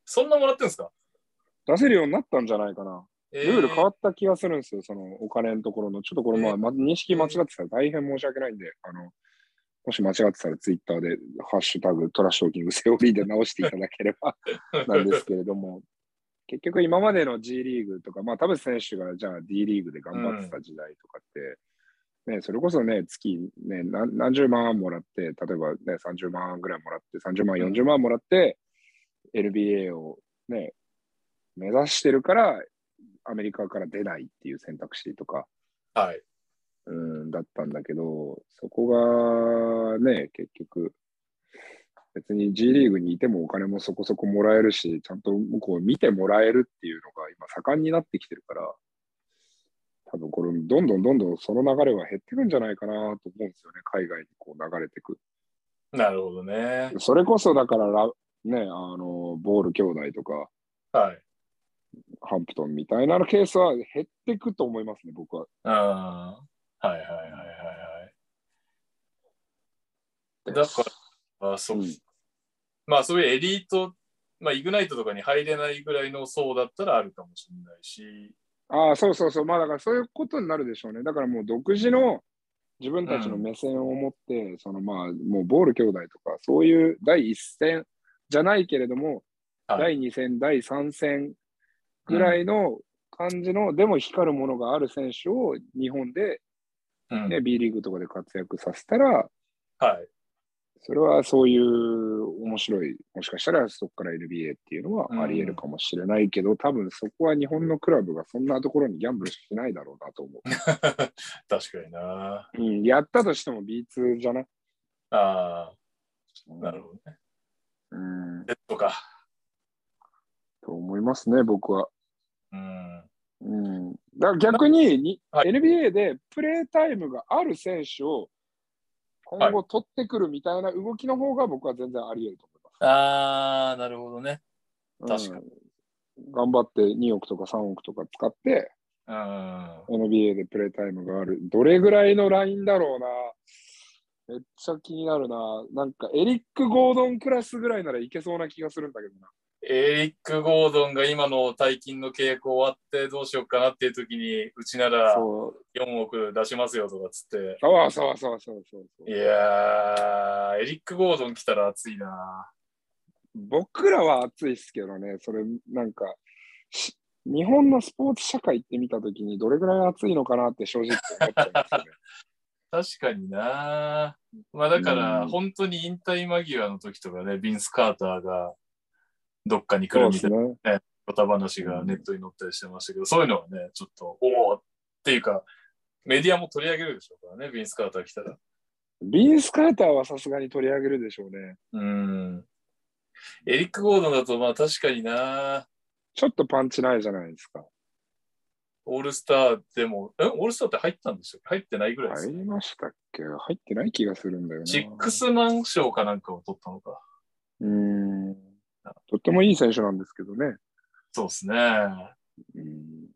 Speaker 1: そんなもらってるんですか
Speaker 2: 出せるようになったんじゃないかな。
Speaker 1: ル
Speaker 2: ルール変わった気がするんですよ、そのお金のところの。ちょっとこれ、まあ、ま認識間違ってたら大変申し訳ないんで、あの、もし間違ってたらツイッターで、ハッシュタグトラッシュトーキングセオリーで直していただければなんですけれども、結局今までの G リーグとか、まあ、田臥選手がじゃあ D リーグで頑張ってた時代とかって、ね、それこそね、月、ね、何何十万もらって、例えばね、30万ぐらいもらって、30万、40万もらって、LBA をね、目指してるから、アメリカから出ないっていう選択肢とか、
Speaker 1: はい。
Speaker 2: うん、だったんだけど、そこがね、結局、別に G リーグにいてもお金もそこそこもらえるし、ちゃんと向こう見てもらえるっていうのが今盛んになってきてるから、多分これ、どんどんどんどんその流れは減ってくんじゃないかなと思うんですよね、海外にこう流れてく。
Speaker 1: なるほどね。
Speaker 2: それこそだからラ、ね、あの、ボール兄弟とか、
Speaker 1: はい。
Speaker 2: ハンプトンみたいなケースは減ってくと思いますね、僕は。
Speaker 1: ああ。はいはいはいはいはい。だから、あそううんまあそういうエリート、まあイグナイトとかに入れないぐらいの層だったらあるかもしれないし、
Speaker 2: ああ、そうそうそう。まあだからそういうことになるでしょうね。だからもう独自の自分たちの目線を持って、そのまあもうボール兄弟とか、そういう第一線じゃないけれども、
Speaker 1: はい
Speaker 2: 第二戦、第三戦ぐらいの感じの、でも光るものがある選手を日本で、
Speaker 1: うん
Speaker 2: ね B リーグとかで活躍させたら、
Speaker 1: はい。
Speaker 2: それはそういう面白い、もしかしたらそこから NBA っていうのはあり得るかもしれないけど、多分そこは日本のクラブがそんなところにギャンブルしないだろうなと思う。
Speaker 1: 確かにな。
Speaker 2: うん、やったとしても B2 じゃない、
Speaker 1: ああ、なるほどね。
Speaker 2: うん、
Speaker 1: えっとか。
Speaker 2: と思いますね、僕は。
Speaker 1: うん。
Speaker 2: うん、だから逆にに、
Speaker 1: はい
Speaker 2: NBA でプレータイムがある選手を今
Speaker 1: は
Speaker 2: 後取ってくるみたいな動きの方が僕は全然あり得る
Speaker 1: ああ、なるほどね。
Speaker 2: と思います。
Speaker 1: 確か
Speaker 2: うん頑張って2億とか3億とか使って
Speaker 1: うん。あ
Speaker 2: NBA でプレータイムがある。どれぐらいのラインだろうな。めっちゃ気になるな。なんかエリック・ゴードンクラスぐらいならいけそうな気がするんだけどな。
Speaker 1: エリック・ゴードンが今の大金の契約終わってどうしようかなっていう時に、うちなら
Speaker 2: そう
Speaker 1: 4億出しますよとかっつって。
Speaker 2: そうそうそうそうそうそう
Speaker 1: いやー、エリック・ゴードン来たら熱いな。
Speaker 2: 僕らは熱いっすけどね、それなんか、し日本のスポーツ社会って見たときにどれぐらい熱いのかなって正直思っちゃいますよね。
Speaker 1: 確かにな。まあだから、
Speaker 2: うん
Speaker 1: 本当に引退間際の時とかね、ビンス・カーターがどっかに来
Speaker 2: そ
Speaker 1: る
Speaker 2: う
Speaker 1: みた
Speaker 2: で
Speaker 1: いな
Speaker 2: すね。
Speaker 1: バタ話がネットに載ったりしてましたけど、そういうのはね、ちょっと、おおっていうか、メディアも取り上げるでしょうからね、ビンス・カーター来たら。
Speaker 2: ビンス・カーターはさすがに取り上げるでしょうね。
Speaker 1: うん。エリック・ゴードンだと、まあ確かにな、
Speaker 2: ちょっとパンチないじゃないですか。
Speaker 1: オールスターでも、えオールスターって入ったんでしょ入ってないぐらいです
Speaker 2: 入。りましたっけ入ってない気がするんだよな。
Speaker 1: シックスマン賞かなんかを取ったのか。
Speaker 2: うーん。とってもいい選手なんですけどね。
Speaker 1: そうですね。
Speaker 2: うん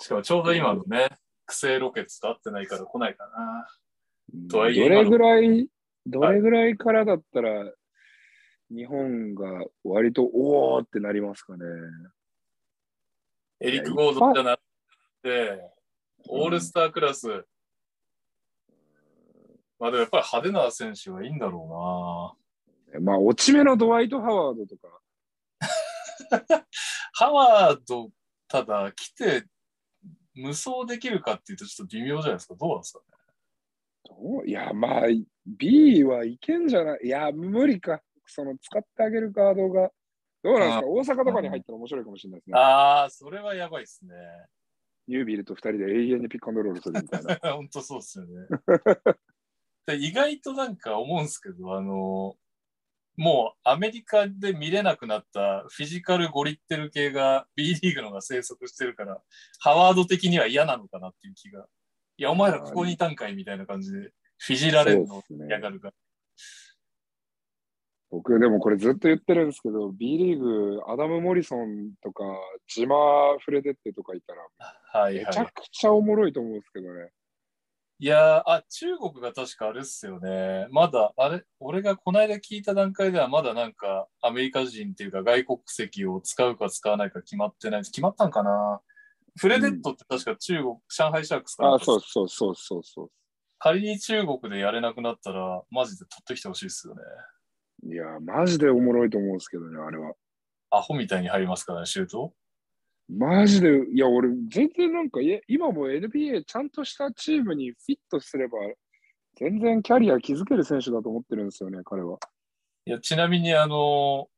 Speaker 1: しかもちょうど今のね、苦戦ロケッツと合ってないから来ないかな。とはいえ
Speaker 2: ど
Speaker 1: 今
Speaker 2: れ
Speaker 1: の
Speaker 2: ぐらい、どれぐらいからだったら、日本が割とおおってなりますかね。
Speaker 1: エリック・ゴードンじゃなくて、オールスタークラス、まあでもやっぱり派手な選手はいいんだろ
Speaker 2: まあ、落ち目のドワイト・ハワードとか、
Speaker 1: うな。ハワード、ただ来て無双できるかっていうとちょっと微妙じゃないですか。どうなんですかね。
Speaker 2: どういや、まあ、B はいけんじゃない。いや、無理か。その使ってあげるカードが。どうなんですか大阪とかに入ったら面白いかもしれないですね。
Speaker 1: ああ、それはやばいですね。
Speaker 2: ニュービルと2人で永遠にピックアンドロールするみたいな。
Speaker 1: 本当そうですよね。で意外となんか思うんですけど、あの、もうアメリカで見れなくなったフィジカルゴリってる系が B リーグの方が生息してるから、ハワード的には嫌なのかなっていう気が。いや、お前らここにいたんかいみたいな感じで、フィジられるの
Speaker 2: そうです
Speaker 1: 嫌
Speaker 2: ね
Speaker 1: がるから。
Speaker 2: 僕、でもこれずっと言ってるんですけど、B リーグ、アダム・モリソンとか、ジマー・フレデッテとかいたら、
Speaker 1: はい
Speaker 2: め
Speaker 1: は
Speaker 2: ちゃ
Speaker 1: い。
Speaker 2: くちゃおもろいと思うんですけどね。
Speaker 1: いやーあ、中国が確かあれっすよね。まだ、あれ、俺がこの間聞いた段階では、まだなんか、アメリカ人っていうか、外国籍を使うか使わないか決まってない。決まったんかなフレデットって確か中国、上海シャークスか
Speaker 2: あ
Speaker 1: な
Speaker 2: あ、そうそうそうそうそ
Speaker 1: 仮に中国でやれなくなったら、マジで取ってきてほしいっすよね。
Speaker 2: う。いや、マジでおもろいと思うんですけどね、あれは。
Speaker 1: アホみたいに入りますからね、シュート。
Speaker 2: マジで、いや、俺、全然なんか、え今も NBA ちゃんとしたチームにフィットすれば、全然キャリア築ける選手だと思ってるんですよね、彼は。
Speaker 1: いや、ちなみに、あの、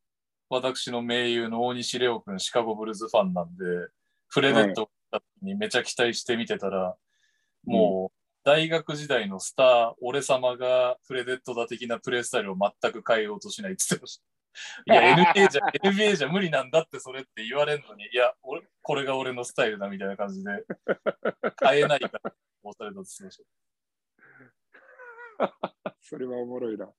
Speaker 1: 私の盟友の大西レオ君、シカゴブルーズファンなんで、フレデットにめちゃ期待して見てたら、もう、大学時代のスター、俺様がフレデットだ的なプレースタイルを全く変えようとしないって言ってました。いや、NBA じゃ、NBA じゃ無理なんだってそれって言われるのに、いや、俺これが俺のスタイルだみたいな感じで、変えないから、押されたって言ってました。
Speaker 2: それはおもろいな。
Speaker 1: だ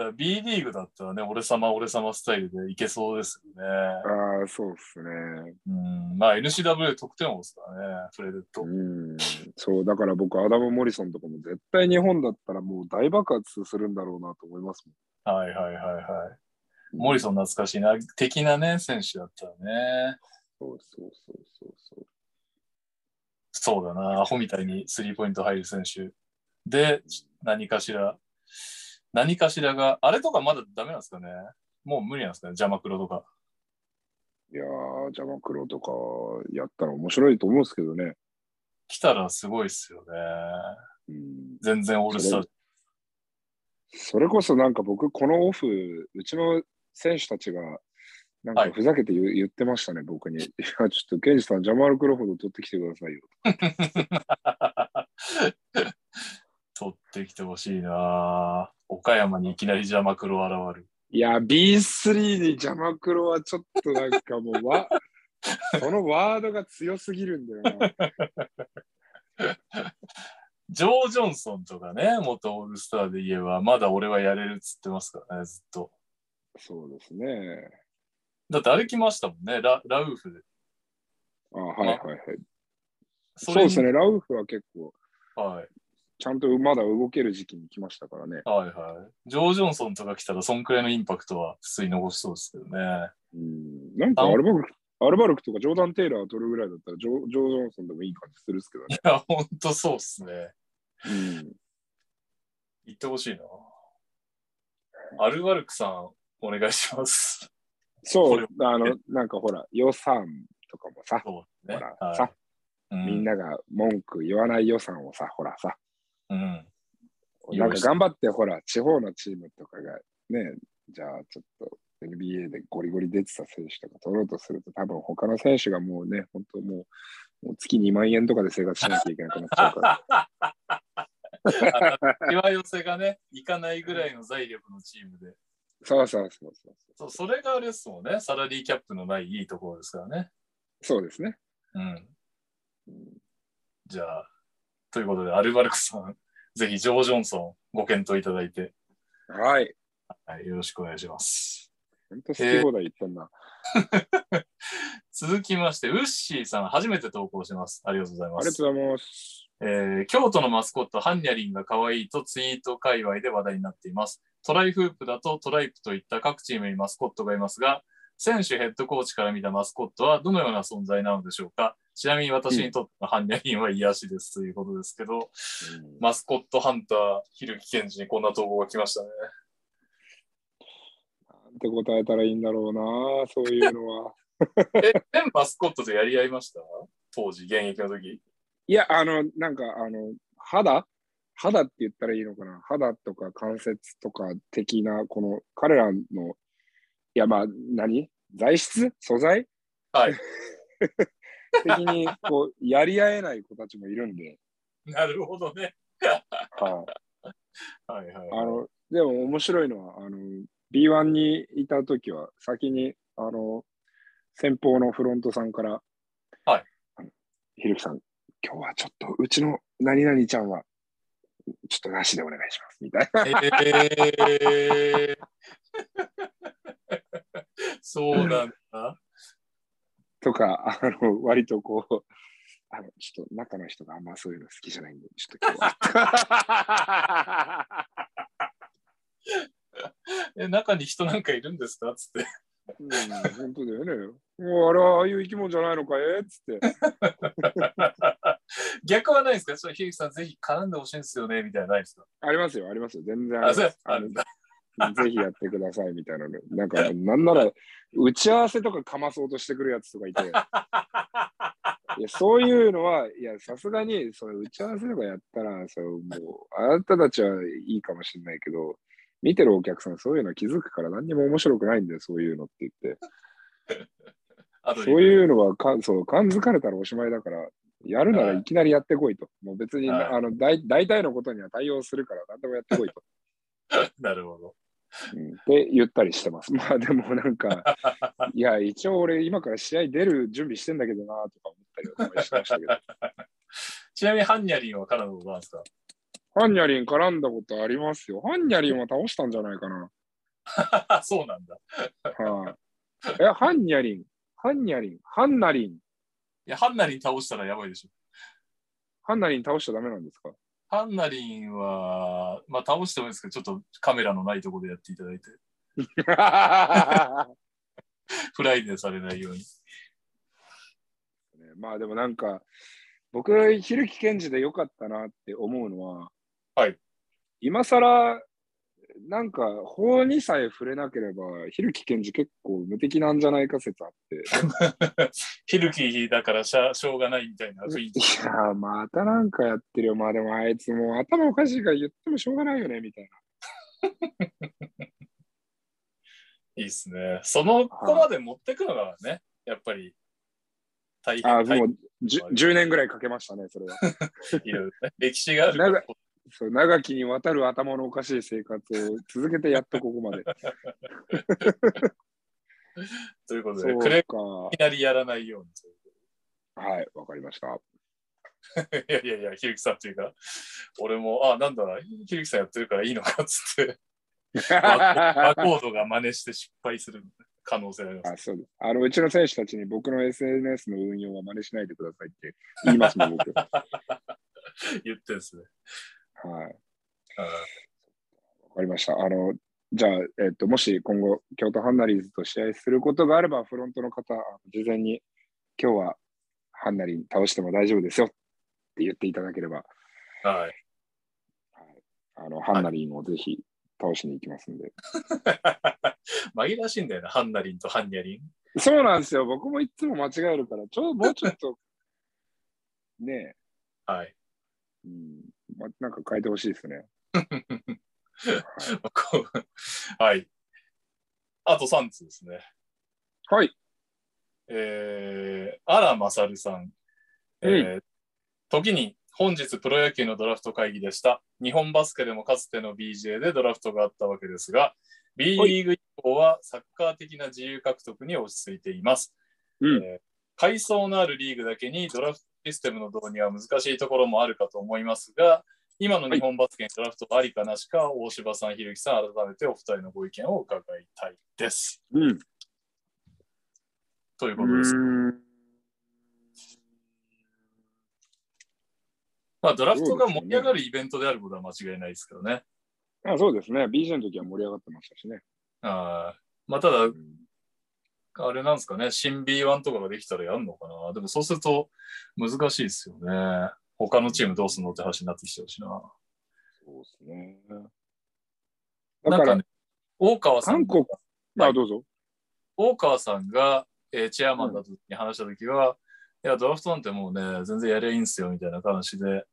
Speaker 1: から B リーグだったらね、俺様、俺様スタイルでいけそうですよね。
Speaker 2: ああ、そうっすね。
Speaker 1: うん、まあ NCW 得点王ですからね、フレデット。
Speaker 2: うん。そう、だから僕、アダム・モリソンとかも絶対日本だったらもう大爆発するんだろうなと思いますもん。
Speaker 1: はいはいはいはい。モリソン懐かしいな、的なね、選手だったらね。
Speaker 2: そうそうそうそうそう。
Speaker 1: そうだな、アホみたいにスリーポイント入る選手。で、何かしら、何かしらが、あれとかまだダメなんですかね。もう無理なんですかね、邪魔黒とか。
Speaker 2: いやー、邪魔黒とかやったら面白いと思うんですけどね。
Speaker 1: 来たらすごいっすよね。
Speaker 2: うん、
Speaker 1: 全然オールスター
Speaker 2: それこそなんか僕、このオフ、うちの選手たちが、なん
Speaker 1: は
Speaker 2: か
Speaker 1: い
Speaker 2: ふざけて言,、言ってましたね、僕に。い や、ちょっと、ケンジさん、ジャマール・クロフォード取ってきてくださいよ。
Speaker 1: 取ってきてほしいなぁ岡山にいきなり邪魔黒現る。
Speaker 2: いや、B3 にジャマクロはちょっとなんかもう、 わ、そのワードが強すぎるんだよな。
Speaker 1: ジョー・ジョンソンとかね、元オールスターで言えば、まだ俺はやれるっつってますからね、ずっと。
Speaker 2: そうですね。
Speaker 1: だってあれ来ましたもんね、ララウーフで。
Speaker 2: あはいはいはい。
Speaker 1: そ
Speaker 2: そ
Speaker 1: れ
Speaker 2: う
Speaker 1: に
Speaker 2: ですね、ラウフは結構、
Speaker 1: はい。
Speaker 2: ちゃんとまだ動ける時期に来ましたからね。
Speaker 1: はいはい。ジョー・ジョンソンとか来たら、そんくらいのインパクトは普通に残しそうですけどね。
Speaker 2: うんなんかアルバルク、アルバルクとかジョーダン・テイラー取るぐらいだったらジョー、ジョー・ジョンソンでもいい感じするっすけど
Speaker 1: いや、ほんとそうっすね。
Speaker 2: ね。
Speaker 1: 行ってほしいなアルバルクさん、お願いします。
Speaker 2: そ
Speaker 1: これ
Speaker 2: う、あの、なんかほら、予算とかもさ、
Speaker 1: そうね。
Speaker 2: ほら
Speaker 1: は
Speaker 2: さ
Speaker 1: い、う
Speaker 2: みんなが文句言わない予算をさ、ほらさ、
Speaker 1: うん。
Speaker 2: なんか頑張ってほら、地方のチームとかが、ね、じゃあちょっと NBA でゴリゴリ出てた選手とか取ろうとすると、多分他の選手がもうね、本当もう、もう月2万円とかで生活しなきゃいけなくなっちゃうから。
Speaker 1: しわ寄せがね、いかないぐらいの財力のチームで。
Speaker 2: そうそうそうそう。
Speaker 1: そうそれがあれですもんね、サラリーキャップのないいいところですからね。
Speaker 2: そうですね。
Speaker 1: うん。じゃあ、ということで、アルバルクさん、 ぜひジョー・ジョンソンご検討いただいて、
Speaker 2: はい。
Speaker 1: はい、よろしくお願いします。
Speaker 2: 本当好き放題言ったんだ。
Speaker 1: 続きまして、ウッシーさん、初めて投稿します。ありがとうござい
Speaker 2: あ
Speaker 1: ま
Speaker 2: りが
Speaker 1: す。
Speaker 2: とうございます。
Speaker 1: えー京都のマスコット、ハンニャリンが可愛いとツイート界隈で話題になっています。トライフープだとトライプといった各チームにマスコットがいますが、選手、ヘッドコーチから見たマスコットはどのような存在なのでしょうかちなみに私にとっての般若品は癒しですということですけど、
Speaker 2: うん
Speaker 1: マスコットハンター、ひるきけんじにこんな投稿が来ま したね。
Speaker 2: なんて答えたらいいんだろうな、そういうのは。
Speaker 1: え、全マスコットとやり合いました当時、現役の時。
Speaker 2: いや、あの、なんか、あの、肌肌って言ったらいいのかな肌とか関節とか的な、この彼らの、いや、まあ、何材質素材
Speaker 1: はい。
Speaker 2: 的に、こう、やり合えない子たちもいるんで、
Speaker 1: なるほどね。
Speaker 2: はい。
Speaker 1: はいはい。
Speaker 2: あの、でも面白いのは、あの、B1 にいた時は、先に、あの、先方のフロントさんから、
Speaker 1: はい
Speaker 2: あの。ひるきさん、今日はちょっと、うちの何々ちゃんは、ちょっとなしでお願いします、みたいな。
Speaker 1: えー、そうなん だ。
Speaker 2: とか、あの、割とこう、あの、ちょっと中の人があんまそういうの好きじゃないんで、ちょっと今日は。
Speaker 1: え、中に人なんかいるんですかつって。
Speaker 2: うん、本当だよね。もうあれはああいう生き物じゃないのかえっつって。
Speaker 1: 逆はないですかちょっとひゆきさん、ぜひ絡んでほしいんですよねみたいなのないですか
Speaker 2: ありますよ、ありますよ。全然ありま
Speaker 1: あ、
Speaker 2: す
Speaker 1: そうあ
Speaker 2: あ
Speaker 1: る
Speaker 2: の
Speaker 1: んだ。
Speaker 2: ぜひやってくださいみたいなの。なんか、なんなら、打ち合わせとかかまそうとしてくるやつとか いて、いやそういうのは、いや、さすがに、その打ち合わせとかやったら、そのもう、あなたたちはいいかもしれないけど、見てるお客さん、そういうの気づくから何にも面白くないんだよ、そういうのって言って。
Speaker 1: あと
Speaker 2: そういうのはか、そう、感づかれたらおしまいだから、やるならいきなりやってこいと。もう別に、
Speaker 1: はい
Speaker 2: あの大、大体のことには対応するから、何でもやってこいと。
Speaker 1: なるほど。
Speaker 2: うんって言ったりしてます。まあでもなんか、いや、一応俺今から試合出る準備してんだけどなとか思ったりはしてましたけど。
Speaker 1: ちなみに、ハンニャリンは絡むことなんですか
Speaker 2: ハンニャリン絡んだことありますよ。ハンニャリンは倒したんじゃないかな。
Speaker 1: あ そうなんだ。い
Speaker 2: はい、え、ハンニャリン、ハンニャリン、ハンナリン、
Speaker 1: や、ハンナリン倒したらやばいでしょ。
Speaker 2: ハンナリン倒しちゃダメなんですか
Speaker 1: ハンナリンは、まあ、倒してもいいですけど、ちょっとカメラのないところでやっていただいて、フライデーされないように。
Speaker 2: ねまあでもなんか、僕、ひるきけんじでよかったなって思うのは、
Speaker 1: はい。
Speaker 2: 今更、なんか、法にさえ触れなければ、ひるきけんじ結構無敵なんじゃないか説あって。
Speaker 1: ヒルキーだからしゃしょうがないみたいな雰囲
Speaker 2: い
Speaker 1: 気。
Speaker 2: やー、またなんかやってるよ。まあでもあいつもう頭おかしいから言ってもしょうがないよね、みたい
Speaker 1: いいっすね。その子まで持ってくのがね、やっぱり大
Speaker 2: な。あ
Speaker 1: 変大
Speaker 2: あ、も
Speaker 1: 変
Speaker 2: うじゅ 10, 年ぐらいかけましたね、それは。
Speaker 1: いろいろ ね歴史があ
Speaker 2: 長い
Speaker 1: る。
Speaker 2: そう長きにわたる頭のおかしい生活を続けてやっとここまで。
Speaker 1: ということ
Speaker 2: そ
Speaker 1: で、
Speaker 2: う
Speaker 1: くれい
Speaker 2: か。は
Speaker 1: きなりやらないように という。
Speaker 2: い、わかりました。
Speaker 1: いやいやいや、ひるきさんっていうか、俺も、あ、なんだ、ひるきさんやってるからいいのかっつって、バーコードが真似して失敗する可能性があります。
Speaker 2: あそうですあのうちの選手たちに僕の SNS の運用は真似しないでくださいって言いますもん、 僕。はい。
Speaker 1: 言ってんですね。
Speaker 2: わ
Speaker 1: うん
Speaker 2: かりました。あの、じゃあ、えっと、もし今後、京都ハンナリーズと試合することがあれば、フロントの方、あの事前に、今日はハンナリー倒しても大丈夫ですよって言っていただければ、
Speaker 1: はい。
Speaker 2: あの、ハンナリーもぜひ倒しに行きますんで。
Speaker 1: 紛らわしい んだよな、ハンナリンとハンニャリン。
Speaker 2: そうなんですよ。僕もいつも間違えるから、ちょ、もうちょっと、 ねえ、
Speaker 1: はい。
Speaker 2: うん、ま、なんか変えてほしいですね。
Speaker 1: こう はい。あと3つですね。
Speaker 2: はい。
Speaker 1: えー、荒勝さん。えー時に本日プロ野球のドラフト会議でした。日本バスケでもかつての BJ でドラフトがあったわけですが、B
Speaker 2: はい
Speaker 1: リーグ以降はサッカー的な自由獲得に落ち着いています。
Speaker 2: うん
Speaker 1: えー階層のあるリーグだけにドラフトシステムの導入は難しいところもあるかと思いますが、今の日本バスケにドラフトありかなしか、大柴さん、ひるきさん、改めてお二人のご意見を伺いたいです。
Speaker 2: うん。
Speaker 1: ということです。まあ、ドラフトが盛り上がるイベントであることは間違いないですけどね。
Speaker 2: あそうですね。BJ の時は盛り上がってましたしね。
Speaker 1: あーまあ、ただ、あれなんですかね、新 B1 とかができたらやるのかな。でもそうすると難しいですよね。他のチームどうすんのって話になってきちゃうしな。
Speaker 2: そうですね。だ
Speaker 1: な
Speaker 2: か、
Speaker 1: んからね、大川さん
Speaker 2: 韓国まあどうぞ。
Speaker 1: 大川さんが、えーチェアマンだとに話したときは、いや、ドラフトなんてもうね、全然やりゃいいんですよみたいな話で、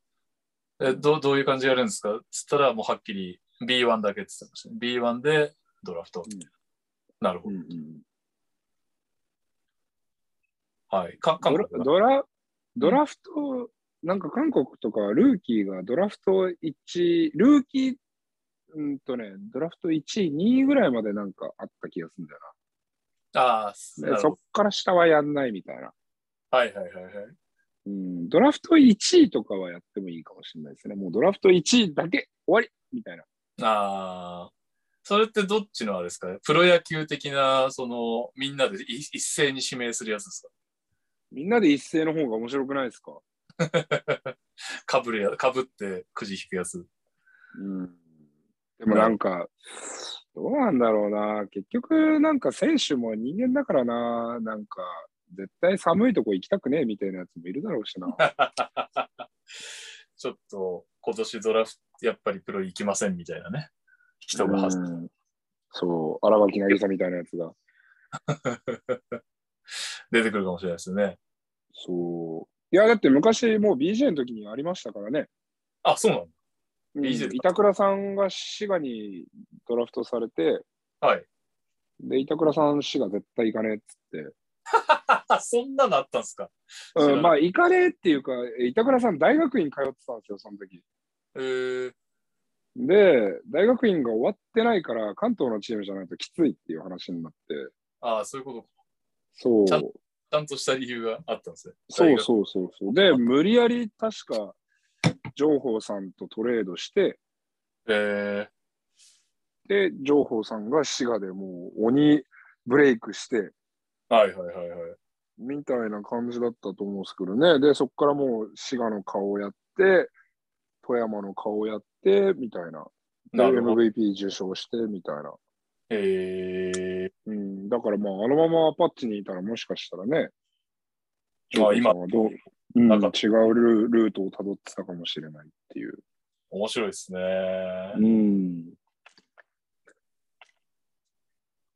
Speaker 1: えどうどういう感じでやるんですかっつったら、もうはっきり B1 だけって言ってましたね。B1 でドラフト。
Speaker 2: うん
Speaker 1: なるほ
Speaker 2: う
Speaker 1: ど。
Speaker 2: んうん
Speaker 1: はい。か韓
Speaker 2: ドラ
Speaker 1: 国が
Speaker 2: ドラドラフト、なんか韓国とかルーキーがドラフト1、ルーキー、うんとね、ドラフト1位、2位ぐらいまでなんかあった気がするんだよ
Speaker 1: ああ、
Speaker 2: な。
Speaker 1: な
Speaker 2: で
Speaker 1: る
Speaker 2: そ
Speaker 1: ほ
Speaker 2: っ
Speaker 1: ど
Speaker 2: から下はやんないみたいな。
Speaker 1: はいはいはいはい。
Speaker 2: うん、ドラフト1位とかはやってもいいかもしれないですね。もうドラフト1位だけ終わりみたいな。
Speaker 1: ああ、それってどっちのあれですかねプロ野球的な、その、みんなでい一斉に指名するやつです
Speaker 2: みんなで一斉の方が面白くないですか
Speaker 1: かかぶるや、かぶってくじ引くやつ。
Speaker 2: うんでもなんか、どうなんだろうな。結局、なんか選手も人間だからな。なんか、絶対寒いとこ行きたくねえみたいなやつもいるだろうしな。
Speaker 1: ちょっと、今年ドラフト、やっぱりプロ行きませんみたいなね。人が走
Speaker 2: うんそう、荒垣渚みたいなやつが。
Speaker 1: 出てくるかもしれないですね。
Speaker 2: そう。いや、だって昔、もう BJ の時にありましたからね。
Speaker 1: あ、そうなの
Speaker 2: うん
Speaker 1: BJ
Speaker 2: 板倉さんが滋賀にドラフトされて、
Speaker 1: はい。
Speaker 2: で、板倉さん滋賀絶対行かねえっつって。
Speaker 1: そんなのあ ったんですか知らな
Speaker 2: う
Speaker 1: い
Speaker 2: ん、まあ、行かねえっていうか、板倉さん大学院通ってたんですよ、その時。
Speaker 1: えー、
Speaker 2: で、大学院が終わってないから、関東のチームじゃないときついっていう話になって、
Speaker 1: ああ、そういうことか。
Speaker 2: そう、
Speaker 1: ちゃん
Speaker 2: そう
Speaker 1: ちゃんとした理由があったんですね。
Speaker 2: そうそうそう。で、無理やり確か、情報さんとトレードして、
Speaker 1: え
Speaker 2: で、情報さんが滋賀でもう鬼ブレイクして、
Speaker 1: ー、はいはいはいはい。
Speaker 2: みたいな感じだったと思うんですけどね。で、そこからもう滋賀の顔をやって、富山の顔をやって、みたいな。で
Speaker 1: なるほど。
Speaker 2: MVP 受賞して、みたいな。
Speaker 1: えー、
Speaker 2: うん、だからまあ、あのままアパッチにいたらもしかしたらね、
Speaker 1: まあ今
Speaker 2: ジョージさんはどう、う
Speaker 1: な
Speaker 2: ん、なん
Speaker 1: か
Speaker 2: んか違うルルートをたどってたかもしれないっていう。
Speaker 1: 面白いですね。
Speaker 2: うん。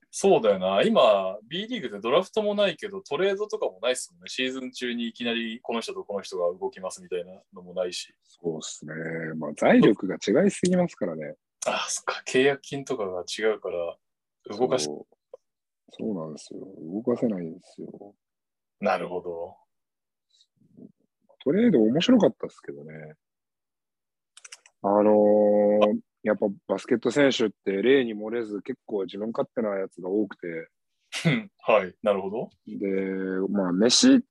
Speaker 1: そうだよな。今、B リーグでドラフトもないけど、トレードとかもないですもんね。シーズン中にいきなりこの人とこの人が動きますみたいなのもないし。
Speaker 2: そうですね。まあ、財力が違いすぎますからね。
Speaker 1: ああ、そっか。契約金とかが違うから、動かし、
Speaker 2: そうそうなんですよ。動かせないんですよ。
Speaker 1: なるほど。
Speaker 2: トレード面白かったですけどね。あのーやっぱバスケット選手って例に漏れず結構自分勝手なやつが多くて、
Speaker 1: うんはい。なるほど。
Speaker 2: で、まあ、飯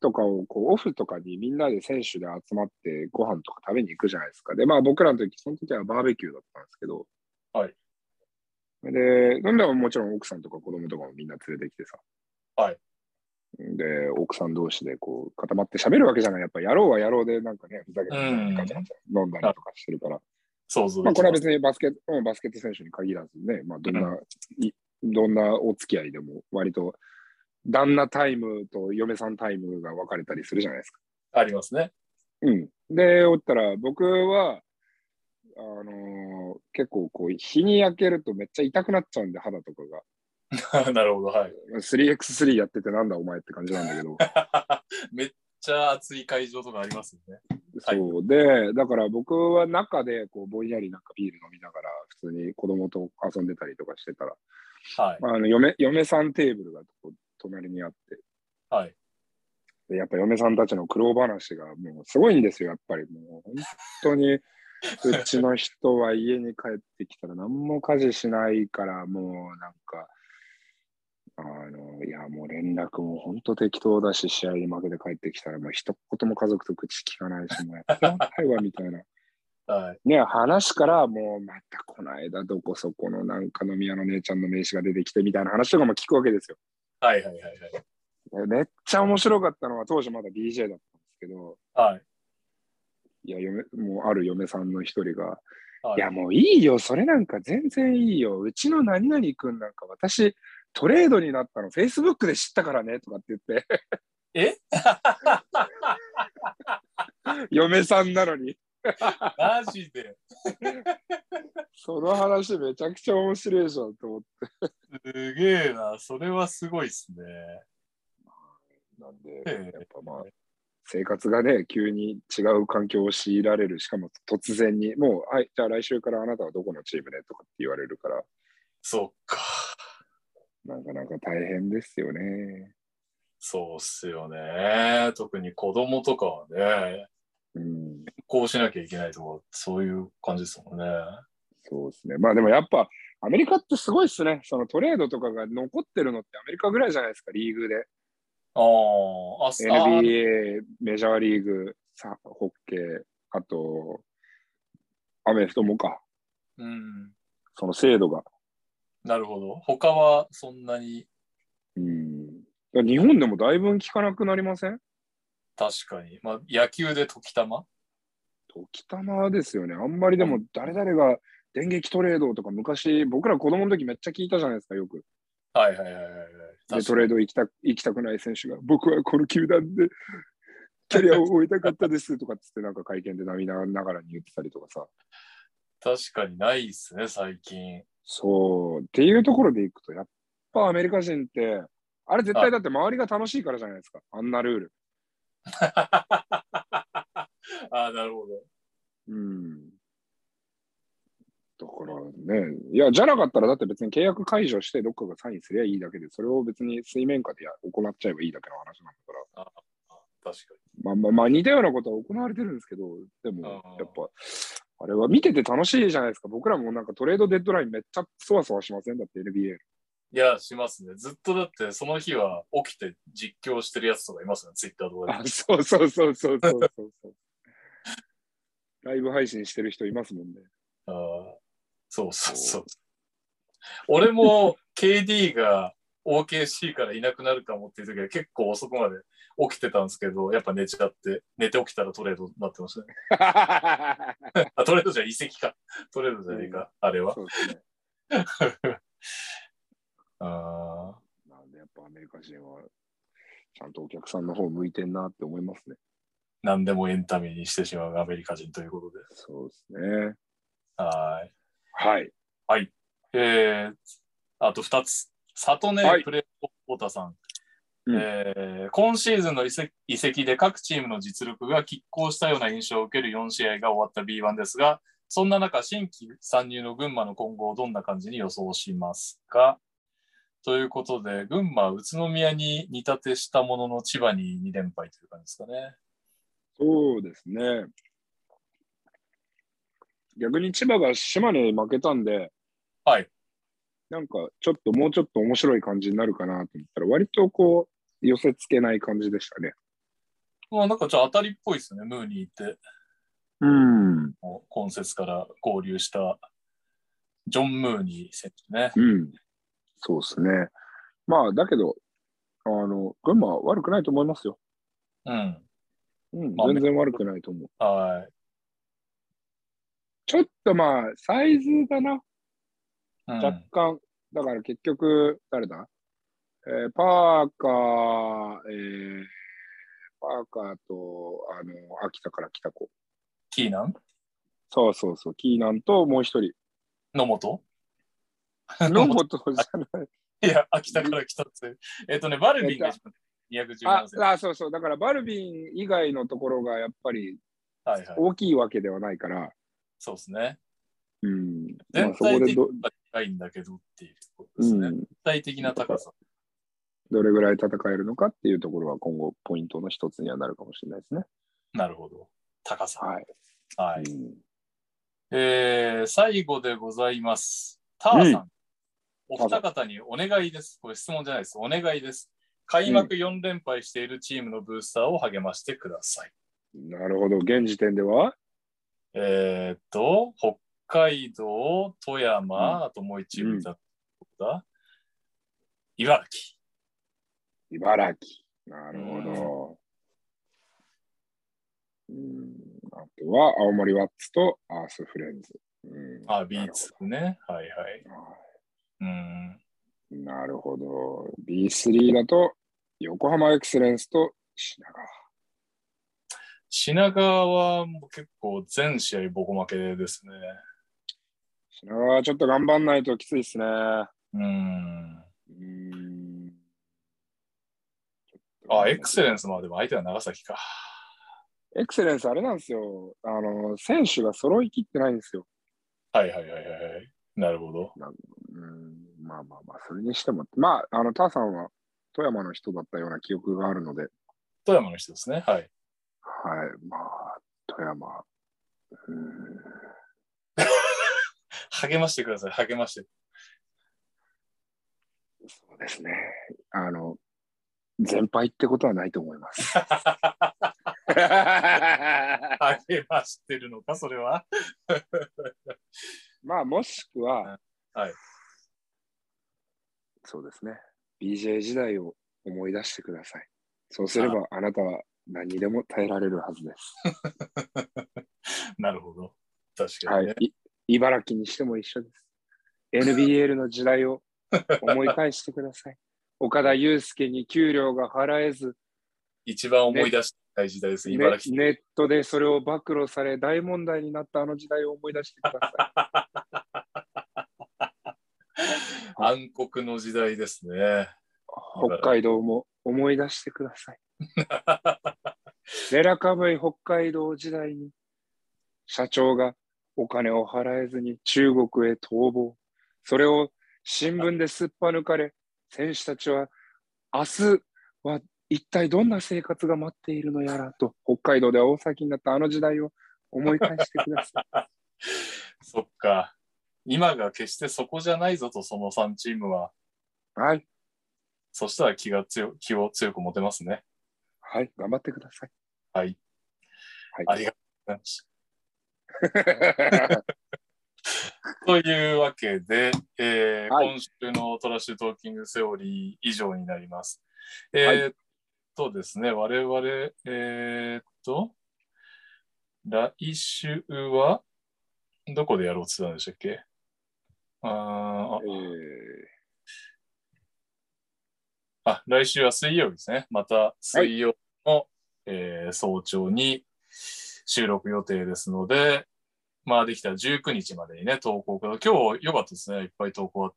Speaker 2: とかをこうオフとかにみんなで選手で集まってご飯とか食べに行くじゃないですか。で、まあ僕らの時、その時はバーベキューだったんですけど。
Speaker 1: はい。
Speaker 2: で、飲んだらもちろん奥さんとか子供とかもみんな連れてきてさ。
Speaker 1: はい。
Speaker 2: で、奥さん同士でこう固まって喋るわけじゃない。やっぱやろうはやろうでなんかね、ふざけて
Speaker 1: うん
Speaker 2: ガチャガチャ飲んだりとかしてるから。
Speaker 1: 想像
Speaker 2: まあ
Speaker 1: でき
Speaker 2: これは
Speaker 1: ます。
Speaker 2: 別にバスケット、うんバスケット選手に限らずね、まあどんな、いどんなお付き合いでも割と旦那タイムと嫁さんタイムが分かれたりするじゃないですか。
Speaker 1: ありますね。
Speaker 2: うん。で、おったら僕は、あのー結構こう日に焼けるとめっちゃ痛くなっちゃうんで肌とかが。
Speaker 1: なるほど。はい。
Speaker 2: 3x3 やっててなんだお前って感じなんだけど。
Speaker 1: めっちゃ暑い会場とかありますよね。はい
Speaker 2: そうで、だから僕は中でこうぼんやりなんかビール飲みながら普通に子供と遊んでたりとかしてたら、
Speaker 1: はい。
Speaker 2: まあ、あの嫁嫁さんテーブルがこう隣にあって、
Speaker 1: はい。
Speaker 2: でやっぱ嫁さんたちの苦労話がもうすごいんですよ、やっぱり。もう本 当に、うちの人は家に帰ってきたら何も家事しないから、もうなんか、あの、いや、もう連絡も本当適当だし、試合に負けて帰ってきたら、もう一言も家族と口聞かないし、もうやってらんないわ、みたいな。
Speaker 1: はい。
Speaker 2: ね、話から、もうまたこの間、どこそこのなんか飲み屋の姉ちゃんの名刺が出てきて、みたいな話とかも聞くわけですよ。
Speaker 1: はい。はい。はい。
Speaker 2: でめっちゃ面白かったのは、当時まだ DJ だったんですけど、
Speaker 1: はい。
Speaker 2: いや、嫁、もうある嫁さんの一人が、
Speaker 1: はい
Speaker 2: いや、もういいよ、それなんか全然いいよ。うちの何々くんなんか私、トレードになったの、Facebook で知ったからねとかって言って。
Speaker 1: え
Speaker 2: 嫁さんなのに。
Speaker 1: マジで
Speaker 2: その話めちゃくちゃ面白いじゃんと思って。
Speaker 1: すげえな。それはすごいっすね。
Speaker 2: なん
Speaker 1: え
Speaker 2: で、
Speaker 1: え
Speaker 2: やっぱまあ、生活がね、急に違う環境を強いられる、しかも突然に、もう、はい、じゃあ来週からあなたはどこのチームでとかって言われるから、
Speaker 1: そっか。
Speaker 2: なかなか大変ですよね。
Speaker 1: そうっすよね。特に子供とかはね、
Speaker 2: うん、
Speaker 1: こうしなきゃいけないとか、そういう感じですもんね。
Speaker 2: そうですね。まあでもやっぱ、アメリカってすごいですね。そのトレードとかが残ってるのってアメリカぐらいじゃないですか、リーグで。
Speaker 1: あーあ、あ
Speaker 2: NBA、メジャーリーグ、さホッケー、あと、アメフトもか、
Speaker 1: うん。
Speaker 2: その制度が。
Speaker 1: なるほど。他はそんなに、
Speaker 2: うん、だから日本でもだいぶ聞かなくなりません
Speaker 1: 確かに。まあ、野球で時たま
Speaker 2: 時たまですよね。あんまりでも誰々が電撃トレードとか昔、僕ら子供の時めっちゃ聞いたじゃないですか、よく。
Speaker 1: はいはいはいはいはい。
Speaker 2: で、
Speaker 1: 確か
Speaker 2: ト
Speaker 1: に
Speaker 2: レード行きた行きたくない選手が、僕はこの球団 でキャリアを終えたかったですとかっつって、なんか会見で涙ながらに言ってたりとかさ。
Speaker 1: 確かにないっすね、最近。
Speaker 2: そう、っていうところでいくと、やっぱアメリカ人って、あれ絶対だって周りが楽しいからじゃないですか、あんなルール。
Speaker 1: ああ、なるほど。
Speaker 2: うん。だからね、いや、じゃなかったら、だって別に契約解除して、どっかがサインすりゃいいだけで、それを別に水面下でや行っちゃえばいいだけの話なんだから、
Speaker 1: 確か
Speaker 2: まあまあまあ、似たようなことは行われてるんですけど、でも
Speaker 1: あ、ー
Speaker 2: やっぱ、あれは見てて楽しいじゃないですか、僕らもなんかトレードデッドラインめっちゃそわそわしませんだって NBA。
Speaker 1: に。いや、しますね。ずっとだって、その日は起きて実況してるやつとかいますよね、ツイッターとかで。
Speaker 2: あ、そうそうそうそうそうそうそう。 ライブ配信してる人います もんね。
Speaker 1: あーそうそうそう。俺も KD が OKC からいなくなるかもっていう時は結構遅くまで起きてたんですけど、やっぱ寝ちゃって、寝て起きたらトレードになってましたね。あ、トレードじゃ移籍か。 トレードじゃねえか、あれは。
Speaker 2: そうですね。
Speaker 1: あ
Speaker 2: なんでやっぱアメリカ人は、ちゃんとお客さんの方向いてんなって思います
Speaker 1: ー
Speaker 2: ね。
Speaker 1: 何でもエンタメにしてしまうアメリカ人ということで。
Speaker 2: そうですね。
Speaker 1: はーい。
Speaker 2: はい。
Speaker 1: えー、あと2つ。里根、
Speaker 2: はい
Speaker 1: プレーポーターさん。
Speaker 2: うん
Speaker 1: えー今シーズンの移籍移籍で各チームの実力が拮抗したような印象を受ける4試合が終わった B1 ですが、そんな中、新規参入の群馬の今後をどんな感じに予想しますかということで、群馬、宇都宮に似立てしたものの千葉に2連敗という感じですかね。
Speaker 2: そうですね。逆に千葉が島根に負けたんで、
Speaker 1: はい。
Speaker 2: なんかちょっともうちょっと面白い感じになるかなと思ったら、割とこう、寄せつけない感じでしたね。
Speaker 1: まあなんかちょっと当たりっぽいですね、ムーに行って。
Speaker 2: うん。
Speaker 1: もう今節から合流したジョン・ムーニー選手ね。
Speaker 2: うん。そうですね。まあ、だけど、あの、群馬は悪くないと思いますよ。
Speaker 1: うん。
Speaker 2: うん、
Speaker 1: まあ
Speaker 2: 全然悪くないと思う。
Speaker 1: は
Speaker 2: ちょっとまあ、サイズかな、
Speaker 1: い。うん
Speaker 2: 若干。だから結局、誰だえーパーカー、えーパーカーと、あの、秋田から来た子。
Speaker 1: キーナン
Speaker 2: そうそうそう、キーナンともう一人。
Speaker 1: 野本
Speaker 2: ノボとじゃない。
Speaker 1: いや、秋田から来たって。えっとね、バルビンが217センチ。
Speaker 2: あ
Speaker 1: はい、
Speaker 2: あそうそう。だからバルビン以外のところがやっぱり
Speaker 1: はい。
Speaker 2: 大きいわけではないから、
Speaker 1: そうですね。
Speaker 2: うん。まあ
Speaker 1: 全
Speaker 2: そこ
Speaker 1: 体
Speaker 2: で
Speaker 1: 的に
Speaker 2: ど
Speaker 1: は、高いんだけどっていうことですね。
Speaker 2: うん
Speaker 1: 全体的な高さ。
Speaker 2: どれぐらい戦えるのかっていうところは今後ポイントの一つにはなるかもしれないですね。
Speaker 1: なるほど。高さ。
Speaker 2: はい。
Speaker 1: はい。
Speaker 2: うん
Speaker 1: えー最後でございます。ターさん、お
Speaker 2: ターさん
Speaker 1: 二方にお願いです。これ質問じゃないです。お願いです。開幕4連敗しているチームのブースターを励ましてください。
Speaker 2: なるほど。現時点では
Speaker 1: えーっと、北海道、富山、
Speaker 2: うん
Speaker 1: あともう一部だった、茨城。
Speaker 2: 茨城。なるほど。うん。あとは青森ワッツとアースフレンズ。うん
Speaker 1: あ、ビーツね。はいはい。
Speaker 2: なるほど
Speaker 1: うん。
Speaker 2: なるほど。B3 だと、横浜エクセレンスと品川。
Speaker 1: 品川はもう結構全試合ボコ負けですね。
Speaker 2: 品川はちょっと頑張んないときついですね。
Speaker 1: うん。
Speaker 2: うーん。
Speaker 1: あ、エクセレンスまでも相手は長崎か。
Speaker 2: エクセレンスあれなんですよ。あの、選手が揃いきってないんですよ。
Speaker 1: はいはいはいはいはい。なるほど。
Speaker 2: うーん、まあまあまあ、それにしても、まあ、あの、ターさんは富山の人だったような記憶があるので、
Speaker 1: 富山の人ですね。はい。
Speaker 2: はい、まあ、富山。うーん
Speaker 1: 励ましてください。励まして。
Speaker 2: そうですね。あの、全敗ってことはないと思い ます。
Speaker 1: 励ましてるのか、それは。
Speaker 2: まあ、もしくは、
Speaker 1: はい。
Speaker 2: そうですね。BJ 時代を思い出してください。そうすれば、あなたは何にでも耐えられるはずです。
Speaker 1: なるほど。確か
Speaker 2: は
Speaker 1: にね。
Speaker 2: い。い茨城にしても一緒です。NBL の時代を思い返してく ださい。岡田祐介に給料が払えず、
Speaker 1: 一番思い出したい時代です。
Speaker 2: ね
Speaker 1: 茨城。
Speaker 2: ネットでそれを暴露され、大問題になったあの時代を思い出してください。
Speaker 1: 暗黒の時代ですね。
Speaker 2: 北海道も思い出してください。デラカムイ北海道時代に社長がお金を払えずに中国へ逃亡。それを新聞ですっぱ抜かれ、選手たちは明日は一体どんな生活が待っているのやらと北海道では大崎になったあの時代を思い返してください。
Speaker 1: そっか。今が決してそこじゃないぞと、その3チームは。
Speaker 2: はい。
Speaker 1: そしたら気が強気を強く持てますね。
Speaker 2: はい。頑張ってください。
Speaker 1: はい。あ
Speaker 2: は
Speaker 1: り
Speaker 2: い。
Speaker 1: がとうございます。 というわけで、えー
Speaker 2: はい
Speaker 1: 今週のトラッシュトーキングセオリー以上になります。え
Speaker 2: い
Speaker 1: ーっとですね、我々、えーっと、来週は、どこでやろうって言ってたんでしたっけあー
Speaker 2: え
Speaker 1: ああ、来週は水曜日ですね。また水曜の、えー早朝に収録予定ですので、まあできたら19日までにね、投稿くだ今日良かったですね。いっぱい投稿あって。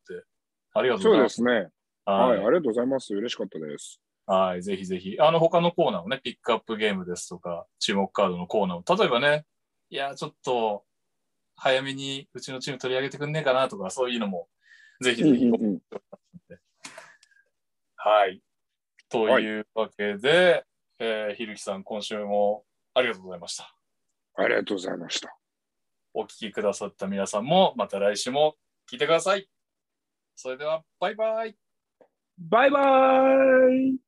Speaker 1: ありが
Speaker 2: ー
Speaker 1: とうご
Speaker 2: そ
Speaker 1: ざいうま。
Speaker 2: ですすね。
Speaker 1: は
Speaker 2: はいい。ありがとうございます。嬉しかったです。
Speaker 1: はい、ぜひぜひ。あの、他のコーナーをね、ピックアップゲームですとか、注目カードのコーナーを、例えばね、いや、ちょっと、早めにうちのチーム取り上げてくんねえかなとか、そういうのも、ぜひぜひ。
Speaker 2: うんうんうん
Speaker 1: はい。というわけで、えーひるきさん、今週もありがとうございました。
Speaker 2: ありがとうございました。
Speaker 1: お聞きくださった皆さんも、また来週も聞いてください。それでは、バイバイ。
Speaker 2: バイバイ